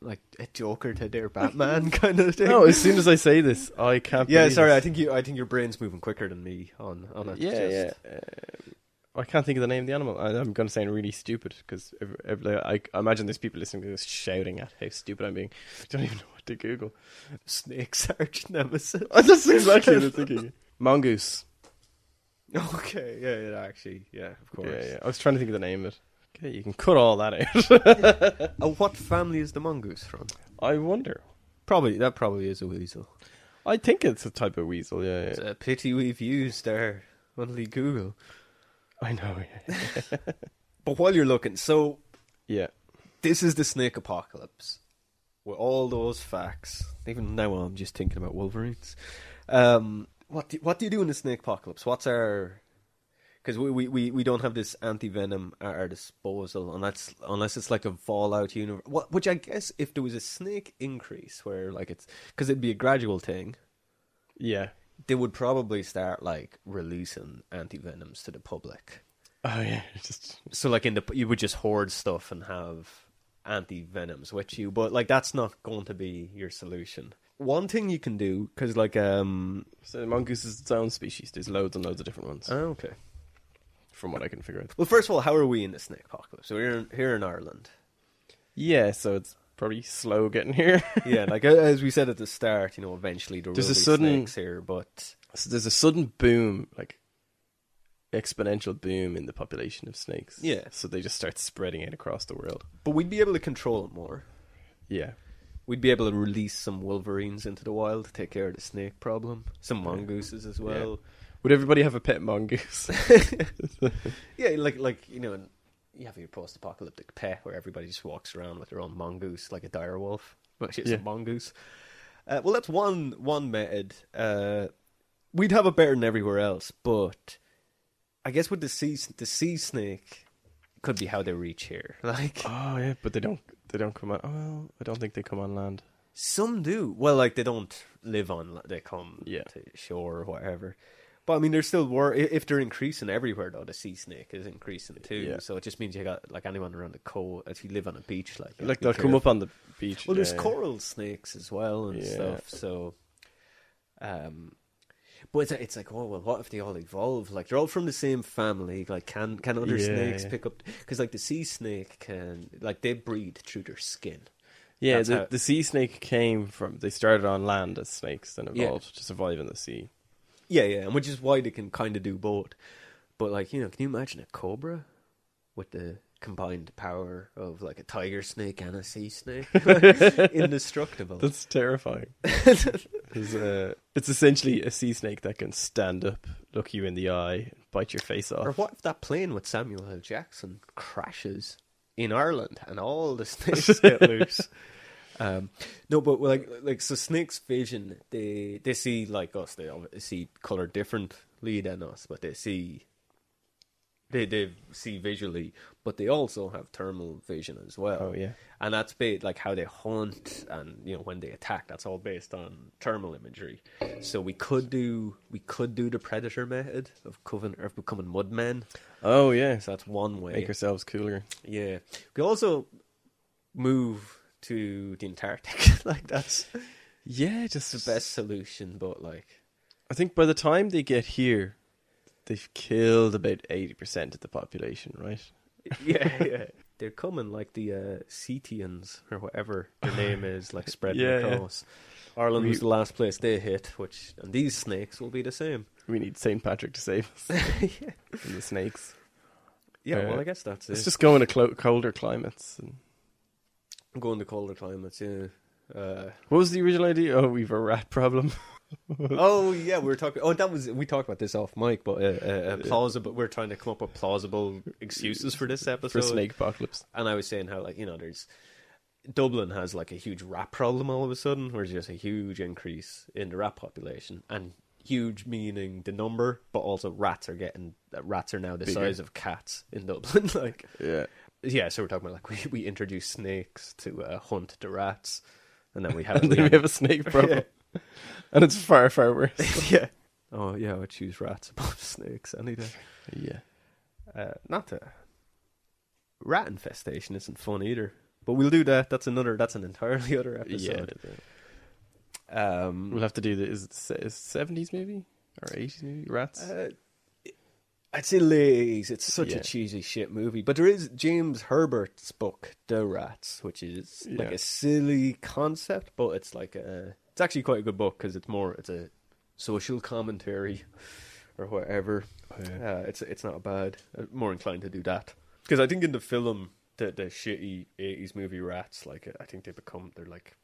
Speaker 1: like a Joker to their Batman kind of thing.
Speaker 2: No, as soon as I say this, I can't.
Speaker 1: yeah,
Speaker 2: believe
Speaker 1: sorry.
Speaker 2: this.
Speaker 1: I think you. I think your brain's moving quicker than me on on it.
Speaker 2: yeah, yeah. Um, I can't think of the name of the animal. I, I'm going to sound really stupid because I, I imagine there's people listening to this shouting at how stupid I'm being. I don't even know what to Google.
Speaker 1: Snake's arch nemesis.
Speaker 2: That's exactly what I'm thinking. Mongoose.
Speaker 1: Okay, yeah, yeah, actually, yeah, of course.
Speaker 2: Yeah, yeah. I was trying to think of the name of it. Okay, you can cut all that out.
Speaker 1: Uh, what family is the mongoose from?
Speaker 2: I wonder.
Speaker 1: Probably that probably is a weasel.
Speaker 2: I think it's a type of weasel. Yeah, yeah.
Speaker 1: It's a pity we've used our only Google.
Speaker 2: I know. Yeah.
Speaker 1: But while you're looking, so
Speaker 2: yeah.
Speaker 1: this is the snake apocalypse with all those facts. Even now, I'm just thinking about wolverines. Um, what do, what do you do in the snake apocalypse? What's our because we, we, we, we don't have this anti venom at our disposal unless unless it's like a Fallout universe. What, which I guess if there was a snake increase where like it's because it'd be a gradual thing,
Speaker 2: Yeah.
Speaker 1: they would probably start like releasing anti venoms to the public.
Speaker 2: Oh yeah. It's Just
Speaker 1: So like in the you would just hoard stuff and have anti venoms with you, but like that's not going to be your solution. One thing you can do because like um
Speaker 2: so the mongoose is its own species. There's loads and loads of different ones,
Speaker 1: oh, okay.
Speaker 2: from what I can figure out.
Speaker 1: Well, first of all, how are we in the snake apocalypse? So we're in, here in Ireland.
Speaker 2: Yeah. So it's probably slow getting here.
Speaker 1: Yeah, like a- as we said at the start, you know, eventually there
Speaker 2: There's
Speaker 1: will be
Speaker 2: a sudden-
Speaker 1: snakes here, but
Speaker 2: so there's a sudden boom, like exponential boom in the population of snakes.
Speaker 1: Yeah.
Speaker 2: So they just start spreading it across the world.
Speaker 1: but we'd be able to control it more.
Speaker 2: Yeah.
Speaker 1: We'd be able to release some wolverines into the wild to take care of the snake problem. Some mongooses as well.
Speaker 2: Would everybody have a pet mongoose?
Speaker 1: Yeah, like like you know, you have your post-apocalyptic pet where everybody just walks around with their own mongoose, like a dire wolf, but it's
Speaker 2: Yeah.
Speaker 1: a mongoose. Uh, well, that's one one method. Uh, we'd have it better than everywhere else, but I guess with the sea the sea snake could be how they reach here. Like
Speaker 2: oh yeah, but they don't. They don't come on. Oh, well, I don't think they come on land.
Speaker 1: some do. Well, like they don't live on. They come
Speaker 2: Yeah.
Speaker 1: to shore or whatever. But I mean, there's still war. i- If they're increasing everywhere, though, the sea snake is increasing too.
Speaker 2: Yeah.
Speaker 1: So it just means you got like anyone around the coast. If you live on a beach, like you
Speaker 2: Like
Speaker 1: have
Speaker 2: they'll
Speaker 1: to be
Speaker 2: come up
Speaker 1: careful.
Speaker 2: on the beach.
Speaker 1: Well, there's
Speaker 2: yeah.
Speaker 1: coral snakes as well and
Speaker 2: Yeah.
Speaker 1: stuff. So, um, but it's, it's like, oh well, what if they all evolve? Like they're all from the same family. Like, can can other
Speaker 2: Yeah,
Speaker 1: snakes
Speaker 2: yeah.
Speaker 1: pick up? Because like the sea snake can, like they breathe through their skin.
Speaker 2: Yeah,
Speaker 1: That's
Speaker 2: the,
Speaker 1: how-
Speaker 2: the sea snake came from. They started on land as snakes, then
Speaker 1: Yeah.
Speaker 2: evolved to survive in the sea.
Speaker 1: Yeah, yeah, and which is why they can kind of do both. But like, you know, can you imagine a cobra with the combined power of like a tiger snake and a sea snake? Indestructible.
Speaker 2: That's terrifying. it's, uh, it's essentially a sea snake that can stand up, look you in the eye, bite your face
Speaker 1: Or
Speaker 2: off.
Speaker 1: what if that plane with Samuel L. Jackson crashes in Ireland and all the snakes get loose? Um, no, but like, like so, snakes' vision they they see like us. They obvi- see color differently than us, but they see they they see visually, but they also have thermal vision as well.
Speaker 2: Oh, yeah.
Speaker 1: and that's based like how they hunt and you know when they attack. That's all based on thermal imagery. So we could do we could do the predator method of coven of becoming mudmen.
Speaker 2: Oh, yeah.
Speaker 1: So that's one way.
Speaker 2: Make ourselves cooler.
Speaker 1: Yeah, we could also move to the Antarctic. like that's
Speaker 2: Yeah, just
Speaker 1: the best solution. But like,
Speaker 2: I think by the time they get here, they've killed about 80% of the population, right?
Speaker 1: yeah, yeah. They're coming like the uh, Cetians or whatever their name is, like spreading
Speaker 2: Yeah, yeah.
Speaker 1: across. Ireland was
Speaker 2: We-
Speaker 1: the last place they hit, which and these snakes will be the same.
Speaker 2: We need St. Patrick to save us
Speaker 1: yeah.
Speaker 2: from the snakes.
Speaker 1: yeah,
Speaker 2: Uh,
Speaker 1: well, I guess that's it.
Speaker 2: It's just going to clo- colder climates. And...
Speaker 1: Going to colder climates. Yeah. Uh,
Speaker 2: What was the original idea? Oh, we've a rat problem.
Speaker 1: oh yeah, we were talking. Oh, that was we talked about this off mic, but uh, uh, uh, plausible. We're trying to come up with plausible excuses for this episode.
Speaker 2: for snake apocalypse.
Speaker 1: And I was saying how like you know there's Dublin has like a huge rat problem all of a sudden, where there's just a huge increase in the rat population, and huge meaning the number, but also rats are getting uh, rats are now the
Speaker 2: Bigger.
Speaker 1: size of cats in Dublin. like
Speaker 2: Yeah.
Speaker 1: yeah, so we're talking about like we we introduce snakes to uh, hunt the rats, and then we have
Speaker 2: And then we have a snake problem. And it's far, far worse.
Speaker 1: yeah. Oh yeah, I would choose rats above snakes any day.
Speaker 2: yeah.
Speaker 1: Uh, not a rat infestation isn't fun either. But we'll do that. That's another. That's an entirely other
Speaker 2: Yeah,
Speaker 1: episode. Um,
Speaker 2: we'll have to do the is it se- is seventies maybe or eighties maybe Rats.
Speaker 1: uh, I'd say Lays. It's such
Speaker 2: Yeah.
Speaker 1: a cheesy shit movie. But there is James Herbert's book, The Rats, which is like
Speaker 2: Yeah.
Speaker 1: a silly concept, but it's like a. It's actually quite a good book because it's more. It's a social commentary or whatever.
Speaker 2: Yeah.
Speaker 1: Uh, it's it's not bad. I'm more inclined to do that because I think in the film, the the shitty '80s movie Rats, like I think they become they're like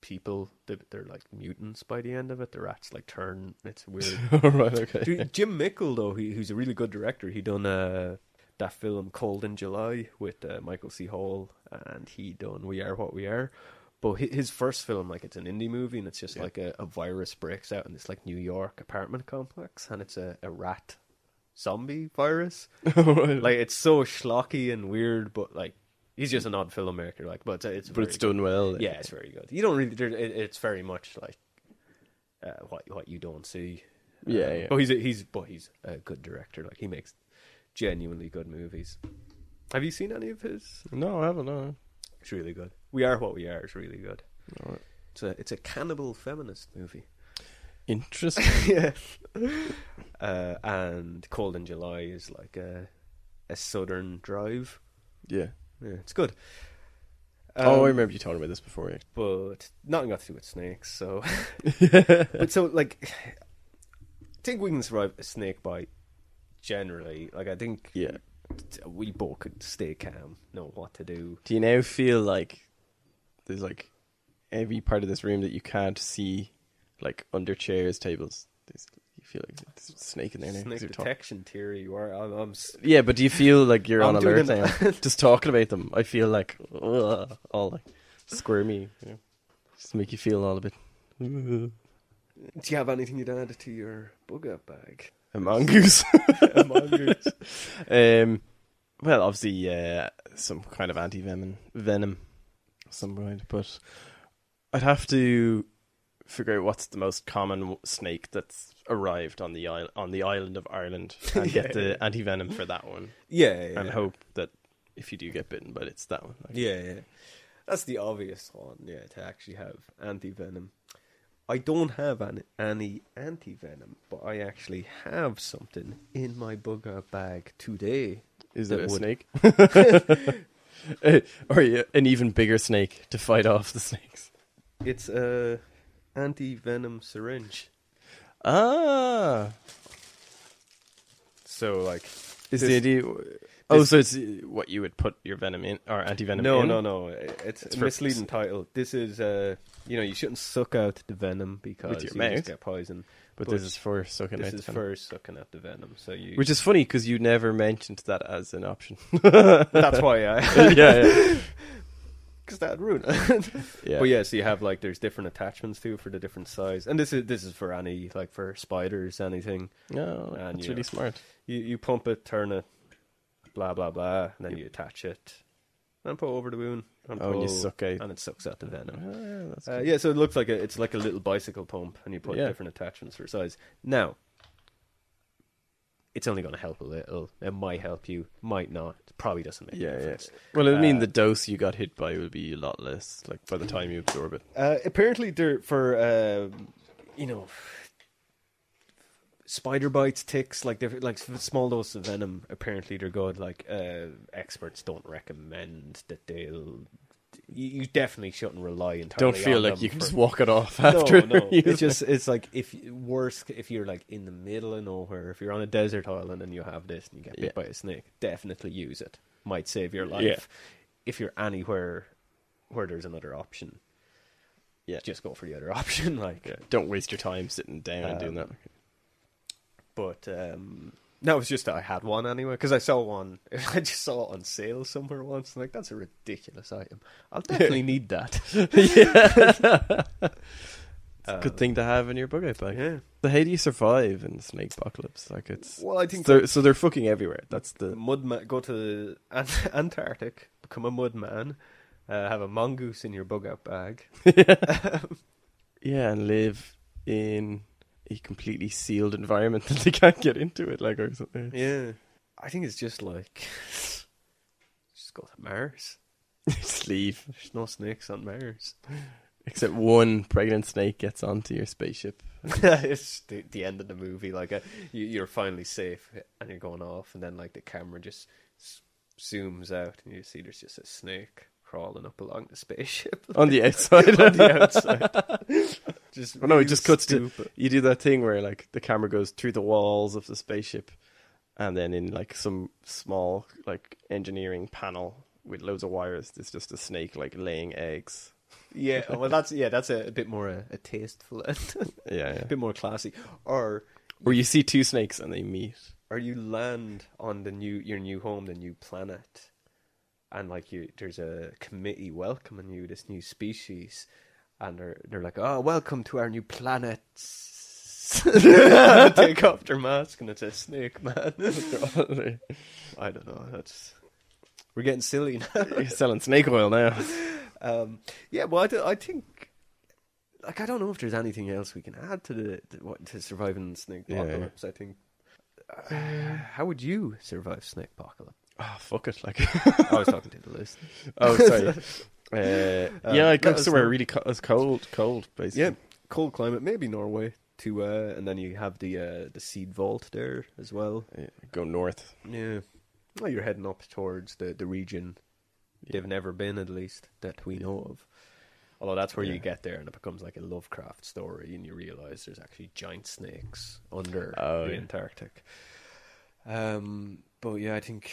Speaker 1: people. They, they're like mutants by the end of it. The rats like turn. It's weird.
Speaker 2: All right, okay.
Speaker 1: Dude, Jim Mickle though, he, who's a really good director, he done uh, that film Cold in July with uh, Michael C. Hall, and he done We Are What We Are. But hi- his first film, like it's an indie movie, and it's just
Speaker 2: Yeah.
Speaker 1: like a, a virus breaks out in this like New York apartment complex, and it's a, a rat zombie virus.
Speaker 2: All right.
Speaker 1: Like it's so schlocky and weird, but like he's just an odd filmmaker. Like, but it's it's
Speaker 2: but it's
Speaker 1: very-
Speaker 2: done well.
Speaker 1: yeah, it's very good. You don't really. there- It, it's very much like uh, what what you don't see.
Speaker 2: Yeah,
Speaker 1: Um,
Speaker 2: yeah.
Speaker 1: But he's a, he's but he's a good director. Like he makes genuinely good movies. Have you seen any of his?
Speaker 2: No, I haven't. No.
Speaker 1: It's really good. We are what we are. It's really good.
Speaker 2: All right.
Speaker 1: It's a it's a cannibal feminist movie.
Speaker 2: Interesting.
Speaker 1: yeah. Uh, and Cold in July is like a a southern drive.
Speaker 2: yeah.
Speaker 1: Yeah, it's good.
Speaker 2: oh, I
Speaker 1: Um,
Speaker 2: remember you talking about this before. Yeah.
Speaker 1: but nothing got to do with snakes. So, but so like, I think we can survive a snake bite. Generally, like I think
Speaker 2: yeah.
Speaker 1: t- we both could stay calm, know what to do.
Speaker 2: Do you now feel like there's like every part of this room that you can't see, like under chairs, tables? There's, you feel like there's a snake in there. now 'cause
Speaker 1: Snake
Speaker 2: you're talk-
Speaker 1: detection theory. You are. I'm. I'm s-
Speaker 2: Yeah, but do you feel like you're
Speaker 1: I'm
Speaker 2: on
Speaker 1: doing
Speaker 2: alert now? Just talking about them, I feel like ugh, all like squirmy. You know? Just make you feel all a bit. A
Speaker 1: do you have anything you'd add to your bug out bag?
Speaker 2: mongoose.
Speaker 1: Among Us?
Speaker 2: um, well, obviously, uh, some kind of anti venom, venom, of some kind. But I'd have to figure out what's the most common w- snake that's arrived on the isle on the island of Ireland, and
Speaker 1: Yeah.
Speaker 2: get the anti venom for that one,
Speaker 1: yeah, yeah,
Speaker 2: and
Speaker 1: yeah.
Speaker 2: hope that if you do get bitten, but it's that one. Like,
Speaker 1: yeah, yeah. That's the obvious one. Yeah, to actually have anti venom. I don't have an, any anti venom, but I actually have something in my bug out bag today.
Speaker 2: Is
Speaker 1: That
Speaker 2: it a
Speaker 1: would-
Speaker 2: snake? Eh, or yeah, an even bigger snake to fight off the snakes.
Speaker 1: It's a anti venom syringe.
Speaker 2: Ah,
Speaker 1: So like,
Speaker 2: is
Speaker 1: This-
Speaker 2: the idea? Oh, so it's uh, what you would put your venom in or anti venom?
Speaker 1: no,
Speaker 2: in?
Speaker 1: no, no. It's,
Speaker 2: It's
Speaker 1: a
Speaker 2: for-
Speaker 1: misleading title. This is uh, you know, you shouldn't suck out the venom because
Speaker 2: your
Speaker 1: you
Speaker 2: mouth.
Speaker 1: just get poison.
Speaker 2: But,
Speaker 1: But
Speaker 2: this is for sucking
Speaker 1: This
Speaker 2: out
Speaker 1: is
Speaker 2: the venom.
Speaker 1: for sucking out the venom. So you,
Speaker 2: Which is funny because you never mentioned that as an option.
Speaker 1: that's why I,
Speaker 2: yeah, yeah,
Speaker 1: because that would ruin it.
Speaker 2: yeah.
Speaker 1: But yeah, so you have like there's different attachments to it for the different size, and this is this is for any like for spiders, anything.
Speaker 2: No,
Speaker 1: And,
Speaker 2: that's
Speaker 1: you
Speaker 2: really
Speaker 1: know.
Speaker 2: smart.
Speaker 1: You you pump it, turn it, blah blah blah, and then you attach it, and put over the wound, and,
Speaker 2: Oh, and you
Speaker 1: pull,
Speaker 2: suck out.
Speaker 1: and it sucks out the venom.
Speaker 2: Ah, that's
Speaker 1: Uh,
Speaker 2: cool.
Speaker 1: yeah, so it looks like a, it's like a little bicycle pump, and you put
Speaker 2: Yeah.
Speaker 1: different attachments for size. Now, it's only going to help a little. It might help you, might not. It probably doesn't make
Speaker 2: Yeah,
Speaker 1: a
Speaker 2: yeah.
Speaker 1: difference.
Speaker 2: Well, I mean,
Speaker 1: uh,
Speaker 2: the dose you got hit by would be a lot less. Like by the time you absorb it.
Speaker 1: Uh, apparently, they're for uh, you know spider bites, ticks, like they're like small dose of venom. Apparently, they're good. Like uh, experts don't recommend that they'll. You, you definitely shouldn't rely entirely.
Speaker 2: Don't feel
Speaker 1: on
Speaker 2: like
Speaker 1: them
Speaker 2: you can
Speaker 1: for-
Speaker 2: just walk it off after.
Speaker 1: No, no.
Speaker 2: you
Speaker 1: It's just it's like if worse if you're like in the middle of nowhere, if you're on a desert island and you have this and you get bit
Speaker 2: Yeah.
Speaker 1: by a snake, definitely use it. Might save your life.
Speaker 2: Yeah.
Speaker 1: If you're anywhere where there's another option,
Speaker 2: Yeah.
Speaker 1: just go for the other option. Like,
Speaker 2: Yeah, don't waste your time sitting down and doing that.
Speaker 1: Um, but um, no, it was just that I had one anyway because I saw one. I just saw it on sale somewhere once. i like, that's a ridiculous item. I'll definitely need that.
Speaker 2: It's a good thing to have in your bug out bag.
Speaker 1: Uh, Yeah.
Speaker 2: So how do you survive in the snake apocalypse? Like it's
Speaker 1: Well, I think
Speaker 2: they're, so. They're fucking everywhere. That's
Speaker 1: The
Speaker 2: the
Speaker 1: mud ma- go to Ant- Antarctic, become a mud man, uh, have a mongoose in your bug out bag. Um,
Speaker 2: yeah, and live in a completely sealed environment that they can't get into it. Like or something.
Speaker 1: Yeah, I think it's just like just go to Mars.
Speaker 2: Just leave.
Speaker 1: There's no snakes on Mars.
Speaker 2: Except one pregnant snake gets onto your spaceship.
Speaker 1: it's the, the end of the movie. Like uh, you, you're finally safe, and you're going off, and then like the camera just s- zooms out, and you see there's just a snake crawling up along the spaceship
Speaker 2: On the outside.
Speaker 1: on the outside. just
Speaker 2: Well, Oh, no, it
Speaker 1: really
Speaker 2: just cuts to-
Speaker 1: stupid.
Speaker 2: you do that thing where like the camera goes through the walls of the spaceship and then in like some small like engineering panel with loads of wires there's just a snake like laying eggs
Speaker 1: Yeah, well, that's yeah, that's a, a bit more a, a tasteful, end.
Speaker 2: yeah,
Speaker 1: a bit more classy. Or
Speaker 2: where you see two snakes and they meet
Speaker 1: or you land on the new your new home, the new planet, and like you, there's a committee welcoming you, this new species, and they're they're like, oh, welcome to our new planet. Take off their mask and it's a snake man. I don't know. That's we're getting silly now.
Speaker 2: you're selling snake oil now
Speaker 1: Um, yeah, well, I, do- I think like I don't know if there's anything else we can add to the to, what- to surviving snake
Speaker 2: Yeah.
Speaker 1: apocalypse. I think. Uh, how would you survive snake apocalypse?
Speaker 2: oh fuck it like
Speaker 1: I was talking to the list.
Speaker 2: oh sorry uh,
Speaker 1: Um,
Speaker 2: yeah i
Speaker 1: no,
Speaker 2: go
Speaker 1: it's
Speaker 2: somewhere
Speaker 1: not-
Speaker 2: really co- it's cold cold basically
Speaker 1: Yeah, cold climate, maybe Norway. To uh, and then you have the uh, the seed vault there as well.
Speaker 2: Yeah, go north
Speaker 1: Yeah, well, you're heading up towards the the region they've never been, at least that we know of. Although that's where you
Speaker 2: Yeah.
Speaker 1: get there, and it becomes like a Lovecraft story, and you realize there's actually giant snakes under
Speaker 2: Oh,
Speaker 1: the
Speaker 2: yeah.
Speaker 1: Antarctic. Um, but yeah, I think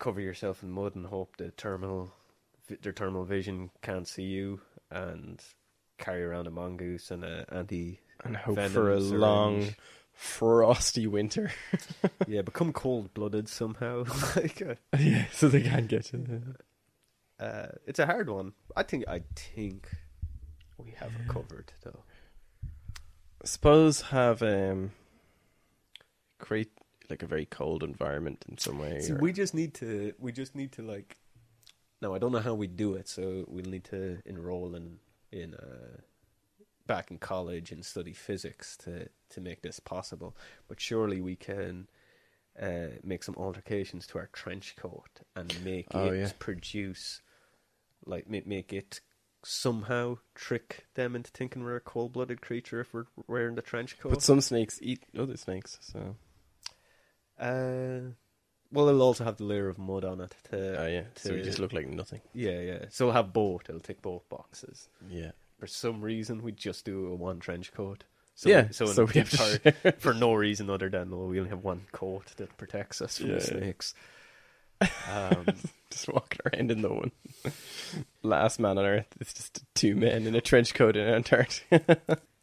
Speaker 1: cover yourself in mud and hope the terminal, their terminal vision can't see you, and carry around a mongoose and a anti.
Speaker 2: and hope
Speaker 1: Venom
Speaker 2: for a
Speaker 1: syringe.
Speaker 2: long frosty winter
Speaker 1: yeah, become cold blooded somehow. like, uh,
Speaker 2: yeah so they can't get you
Speaker 1: Uh, it's a hard one. I think I think we have it covered though.
Speaker 2: suppose have um create like a very cold environment in some way.
Speaker 1: See,
Speaker 2: or-
Speaker 1: we just need to we just need to like No, I don't know how we do it, so we'll need to enroll in in uh back in college and study physics to to make this possible. But surely we can uh, make some alterations to our trench coat and make
Speaker 2: Oh,
Speaker 1: it
Speaker 2: yeah.
Speaker 1: produce like make, make it somehow trick them into thinking we're a cold-blooded creature if we're wearing the trench coat.
Speaker 2: but some snakes eat other snakes, so
Speaker 1: Uh, well, it'll also have the layer of mud on it. To,
Speaker 2: oh yeah. So we
Speaker 1: to-
Speaker 2: just look like nothing.
Speaker 1: yeah, yeah. So it'll have both. It'll tick both boxes.
Speaker 2: Yeah.
Speaker 1: For some reason, we just do a one trench coat. So,
Speaker 2: Yeah,
Speaker 1: So,
Speaker 2: so
Speaker 1: in
Speaker 2: we have to
Speaker 1: entire- for no reason other than well, we only have one coat that protects us from
Speaker 2: Yeah,
Speaker 1: the
Speaker 2: yeah.
Speaker 1: snakes. Um,
Speaker 2: Just walking around in the one. Last man on earth. It's just two men in a trench coat in Antarctica.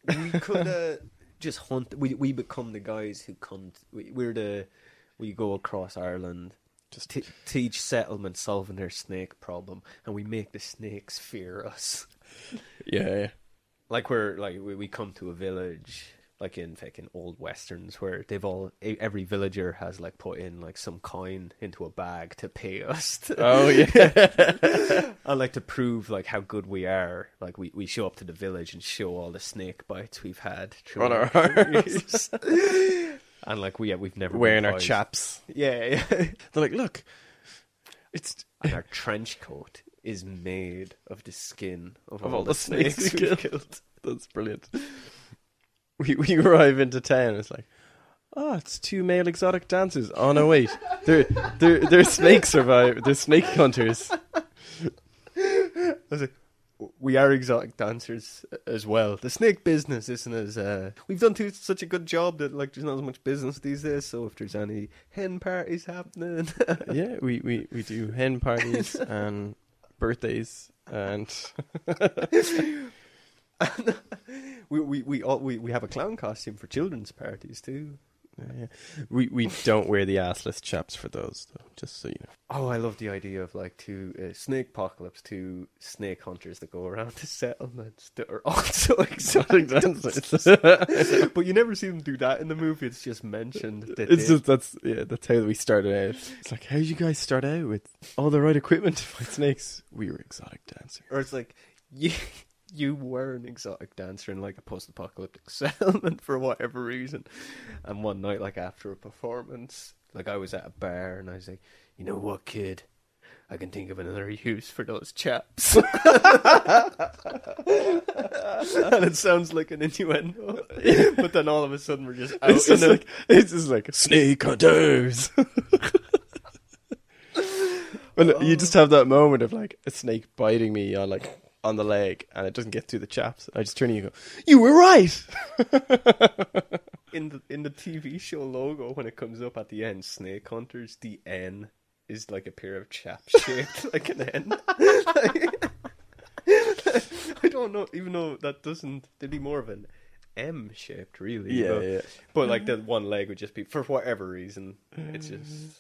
Speaker 1: we could uh, just hunt. We we become the guys who come. t- we, we're the we go across Ireland.
Speaker 2: Just-
Speaker 1: Just t- teach settlement solving their snake problem, and we make the snakes fear us.
Speaker 2: yeah, yeah.
Speaker 1: like we're like we, we come to a village like in fucking old westerns where they've all e- every villager has like put in like some coin into a bag to pay us to,
Speaker 2: Oh yeah.
Speaker 1: i like to prove like how good we are like we, we show up to the village and show all the snake bites we've had through
Speaker 2: On our
Speaker 1: careers. and like we yeah, we've never been
Speaker 2: Wearing our
Speaker 1: pies.
Speaker 2: chaps.
Speaker 1: yeah, yeah.
Speaker 2: They're like, look. It's
Speaker 1: and our trench coat is made of the skin of,
Speaker 2: Of all the snakes
Speaker 1: we've
Speaker 2: killed. That's brilliant. We we arrive into town. It's like, oh, it's two male exotic dancers. Oh no, wait, they're they're they're snake survivors. They're snake hunters.
Speaker 1: we are exotic dancers as well. The snake business isn't as uh, we've done too, such a good job that like there's not as much business these days. So if there's any hen parties happening,
Speaker 2: Yeah, we we we do hen parties and birthdays and
Speaker 1: we we we all, we, we have a clown costume for children's parties too.
Speaker 2: yeah. we we don't wear the assless chaps for those though. Just so you know.
Speaker 1: Oh, I love the idea of like two uh, snake apocalypse, two snake hunters that go around to settlements that are also exotic dancers. but you never see them do that in the movie. It's just mentioned. That
Speaker 2: It's
Speaker 1: they-
Speaker 2: just that's yeah, that's how we started out. It's like how you guys start out with all the right equipment to fight snakes. We were exotic dancers.
Speaker 1: or it's like you you were an exotic dancer in like a post-apocalyptic settlement for whatever reason and one night like after a performance like i was at a bar and i was like you know what kid I can think of another use for those chaps. and it sounds like an innuendo, but then all of a sudden we're just out.
Speaker 2: It's just
Speaker 1: in a-
Speaker 2: like it's just like snake hunters. well, you just have that moment of like a snake biting me on like on the leg, and it doesn't get through the chaps. I just turn to you and go, "You were right."
Speaker 1: in the in the TV show logo when it comes up at the end, Snake Hunters, the N is like a pair of chaps shaped like an N. I don't know, even though that doesn't. It'd be more of an M shaped, really.
Speaker 2: Yeah,
Speaker 1: but,
Speaker 2: yeah.
Speaker 1: but like the one leg would just be for whatever reason. It's just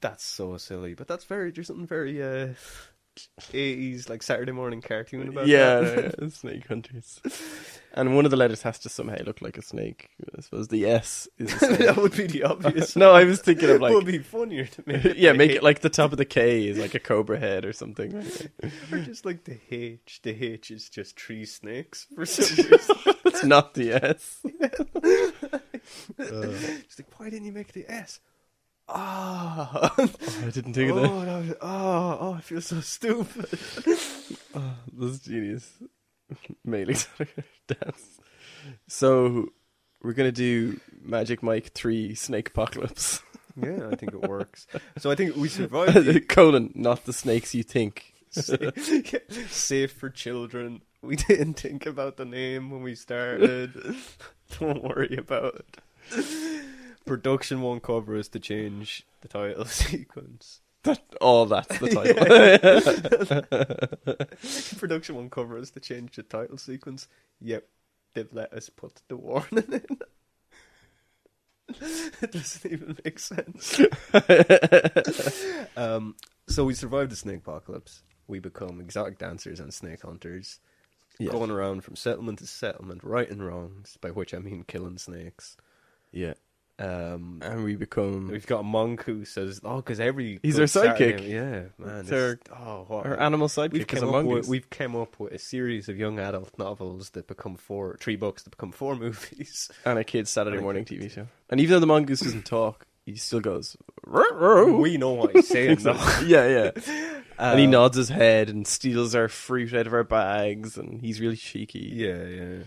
Speaker 1: that's so silly, but that's very there's something very uh 80s like Saturday morning cartoon about
Speaker 2: yeah,
Speaker 1: that.
Speaker 2: yeah, snake hunters. And one of the letters has to somehow look like a snake. I suppose the S is. A
Speaker 1: that would be the obvious.
Speaker 2: snake. no, I was thinking of
Speaker 1: it would
Speaker 2: like.
Speaker 1: be funnier to me.
Speaker 2: yeah, make it like the top of the K is like a cobra head or something.
Speaker 1: Or just like the H. The H is just tree snakes for some reason.
Speaker 2: It's not the S.
Speaker 1: It's like, why didn't you make the S? Ah, oh,
Speaker 2: I didn't think of that.
Speaker 1: that was, oh, oh, I feel so stupid.
Speaker 2: This is Oh, genius. Mailing dance. So we're gonna do Magic Mike three Snake Apocalypse.
Speaker 1: Yeah, I think it works. So I think we survived. the-
Speaker 2: Colon, not the snakes you think.
Speaker 1: Safe for children. We didn't think about the name when we started. Don't worry about it. Production won't cover us to change the title sequence.
Speaker 2: All Oh, that's the title.
Speaker 1: Production won't cover us to change the title sequence. Yep, they've let us put the warning in. it doesn't even make sense. um, so we survived the snake apocalypse. We become exotic dancers and snake hunters,
Speaker 2: Yeah.
Speaker 1: going around from settlement to settlement, right and wrongs, by which I mean killing snakes.
Speaker 2: yeah.
Speaker 1: Um,
Speaker 2: And we become
Speaker 1: we've got a monk who says, "Oh, because every
Speaker 2: He's
Speaker 1: good
Speaker 2: our
Speaker 1: Saturday-
Speaker 2: sidekick.
Speaker 1: Yeah, man.
Speaker 2: It's
Speaker 1: it's- oh, what
Speaker 2: our
Speaker 1: a-
Speaker 2: animal sidekick.
Speaker 1: We've
Speaker 2: is
Speaker 1: come, up
Speaker 2: Among
Speaker 1: with,
Speaker 2: Us.
Speaker 1: we've come up with a series of young adult novels that become four, three books that become four movies.
Speaker 2: and a kid's Saturday
Speaker 1: And a
Speaker 2: morning TV show. And even though the mongoose doesn't talk, he still goes.
Speaker 1: We know what he's saying though.
Speaker 2: yeah, yeah. and he nods his head and steals our fruit out of our bags, and he's really cheeky.
Speaker 1: Yeah, yeah.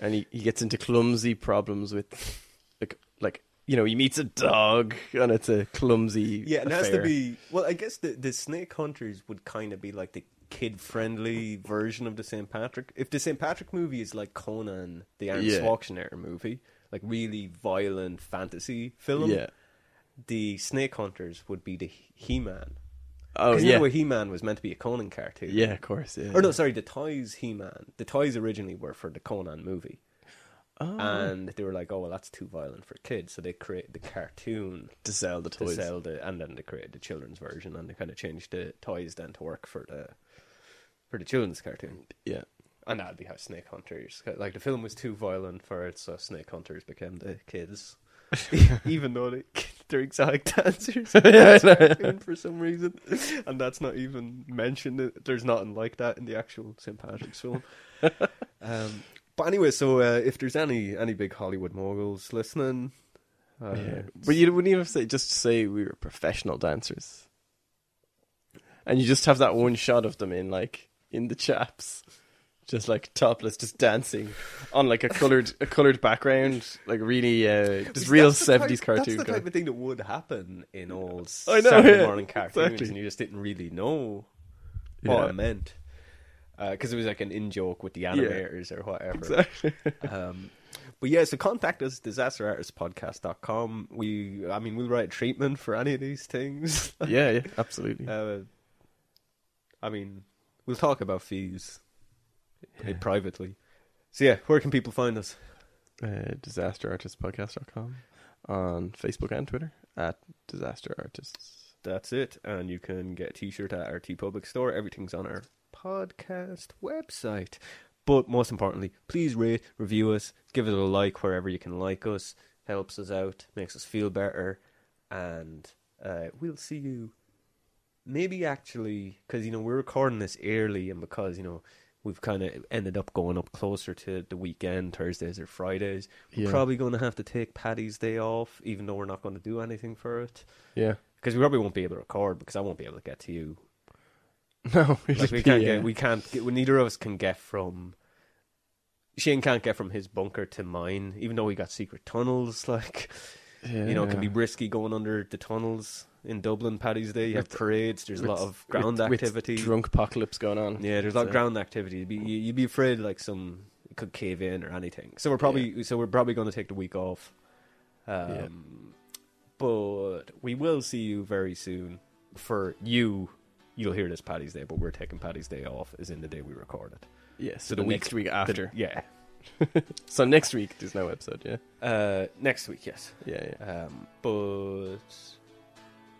Speaker 2: and he, he gets into clumsy problems with like like you know he meets a dog and it's a clumsy
Speaker 1: Yeah, it has to
Speaker 2: affair.
Speaker 1: be. Well, I guess the, the Snake Hunters would kind of be like the kid friendly version of the St. Patrick. If the St. Patrick movie is like Conan, the Arnold
Speaker 2: Yeah.
Speaker 1: Schwarzenegger movie, like really violent fantasy film,
Speaker 2: yeah
Speaker 1: the Snake Hunters would be the He Man.
Speaker 2: oh
Speaker 1: you
Speaker 2: yeah
Speaker 1: know where He Man was meant to be a Conan cartoon.
Speaker 2: yeah of course yeah
Speaker 1: Or no, sorry, the toys He Man. The toys originally were for the Conan movie.
Speaker 2: Oh.
Speaker 1: And they were like, oh, well, that's too violent for kids. So they created the cartoon
Speaker 2: to sell the
Speaker 1: to
Speaker 2: toys
Speaker 1: sell the. And then they created the children's version and they kind of changed the toys then to work for the. For the children's cartoon,
Speaker 2: yeah
Speaker 1: and that'd be how Snake Hunters, like the film was too violent for it, so Snake Hunters became the kids, even though they, they're exotic dancers cartoon for some reason, and that's not even mentioned. There's nothing like that in the actual St. Patrick's film. um, but anyway, so uh, if there's any any big Hollywood moguls listening, uh,
Speaker 2: yeah but you wouldn't even have to say just say we were professional dancers and you just have that one shot of them in like in the chaps just like topless just dancing on like a colored a colored background like really uh just
Speaker 1: that's
Speaker 2: real
Speaker 1: the type-
Speaker 2: 70s cartoon
Speaker 1: That's the
Speaker 2: colour.
Speaker 1: type of thing that would happen in old
Speaker 2: I know,
Speaker 1: Saturday
Speaker 2: yeah,
Speaker 1: morning cartoons,
Speaker 2: exactly.
Speaker 1: and you just didn't really know what
Speaker 2: Yeah.
Speaker 1: it meant because it was like an in joke with the animators or whatever.
Speaker 2: Exactly.
Speaker 1: um, but yeah, so contact us, disasterartistpodcast.com. We, I mean, we'll write treatment for any of these things.
Speaker 2: yeah yeah absolutely
Speaker 1: uh, I mean, we'll talk about fees uh, privately. So yeah, where can people find us?
Speaker 2: uh, disasterartistpodcast.com on Facebook and Twitter at Disaster Artists.
Speaker 1: That's it. And you can get a t-shirt at our T Public store. Everything's on our podcast website. But most importantly, please rate, review us, give us a like wherever you can like us. Helps us out, makes us feel better. And uh, we'll see you maybe actually, because, you know, we're recording this early and because, you know, we've kind of ended up going up closer to the weekend, Thursdays or Fridays. We're
Speaker 2: Yeah.
Speaker 1: probably going to have to take Paddy's Day off, even though we're not going to do anything for it
Speaker 2: Yeah.
Speaker 1: because we probably won't be able to record because I won't be able to get to you.
Speaker 2: No,
Speaker 1: Like, we can't get, we can't get, neither of us can get from. Shane can't get from his bunker to mine, even though we got secret tunnels. Like you know, it can be risky going under the tunnels in Dublin. Paddy's Day, you have
Speaker 2: With-
Speaker 1: parades. There's a lot of ground activity.
Speaker 2: drunk apocalypse going on.
Speaker 1: Yeah, there's a lot of
Speaker 2: So-
Speaker 1: ground activity. You'd be, you- you'd be afraid like some it could cave in or anything. So we're probably so we're probably going to take the week off. Um,
Speaker 2: Yeah.
Speaker 1: But we will see you very soon. For you, you'll hear this Paddy's Day, but we're taking Paddy's Day off is in the day we record it.
Speaker 2: Yeah, so
Speaker 1: the
Speaker 2: the,
Speaker 1: week-
Speaker 2: next week
Speaker 1: The-
Speaker 2: after.
Speaker 1: yeah.
Speaker 2: So next week there's no episode. Yeah,
Speaker 1: Uh, next week, yes.
Speaker 2: yeah, yeah.
Speaker 1: Um, but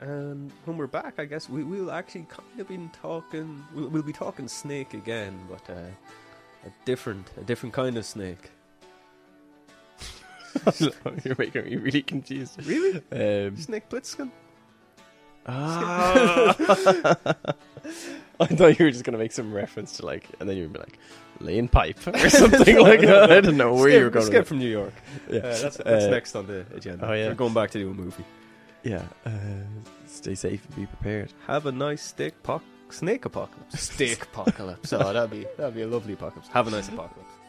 Speaker 1: um, when we're back, I guess we will actually kind of been talking. We'll, we'll be talking snake again, but uh, a different, a different kind of snake.
Speaker 2: You're making me really confused.
Speaker 1: Really,
Speaker 2: Um,
Speaker 1: Snake Plissken?
Speaker 2: Ah. I thought you were just gonna make some reference to like, and then you'd be like, laying pipe or something like that. I don't know Oh, where
Speaker 1: skip,
Speaker 2: you were going.
Speaker 1: Skip
Speaker 2: with
Speaker 1: from New York.
Speaker 2: it. Yeah.
Speaker 1: Uh, that's that's
Speaker 2: Uh,
Speaker 1: next on the agenda.
Speaker 2: oh, yeah.
Speaker 1: We're going back to do a movie.
Speaker 2: Yeah. Uh, stay safe and be prepared.
Speaker 1: Have a nice steak poc- snake apocalypse. Steak apocalypse. oh, that'd be that'd be a lovely apocalypse. Have a nice apocalypse.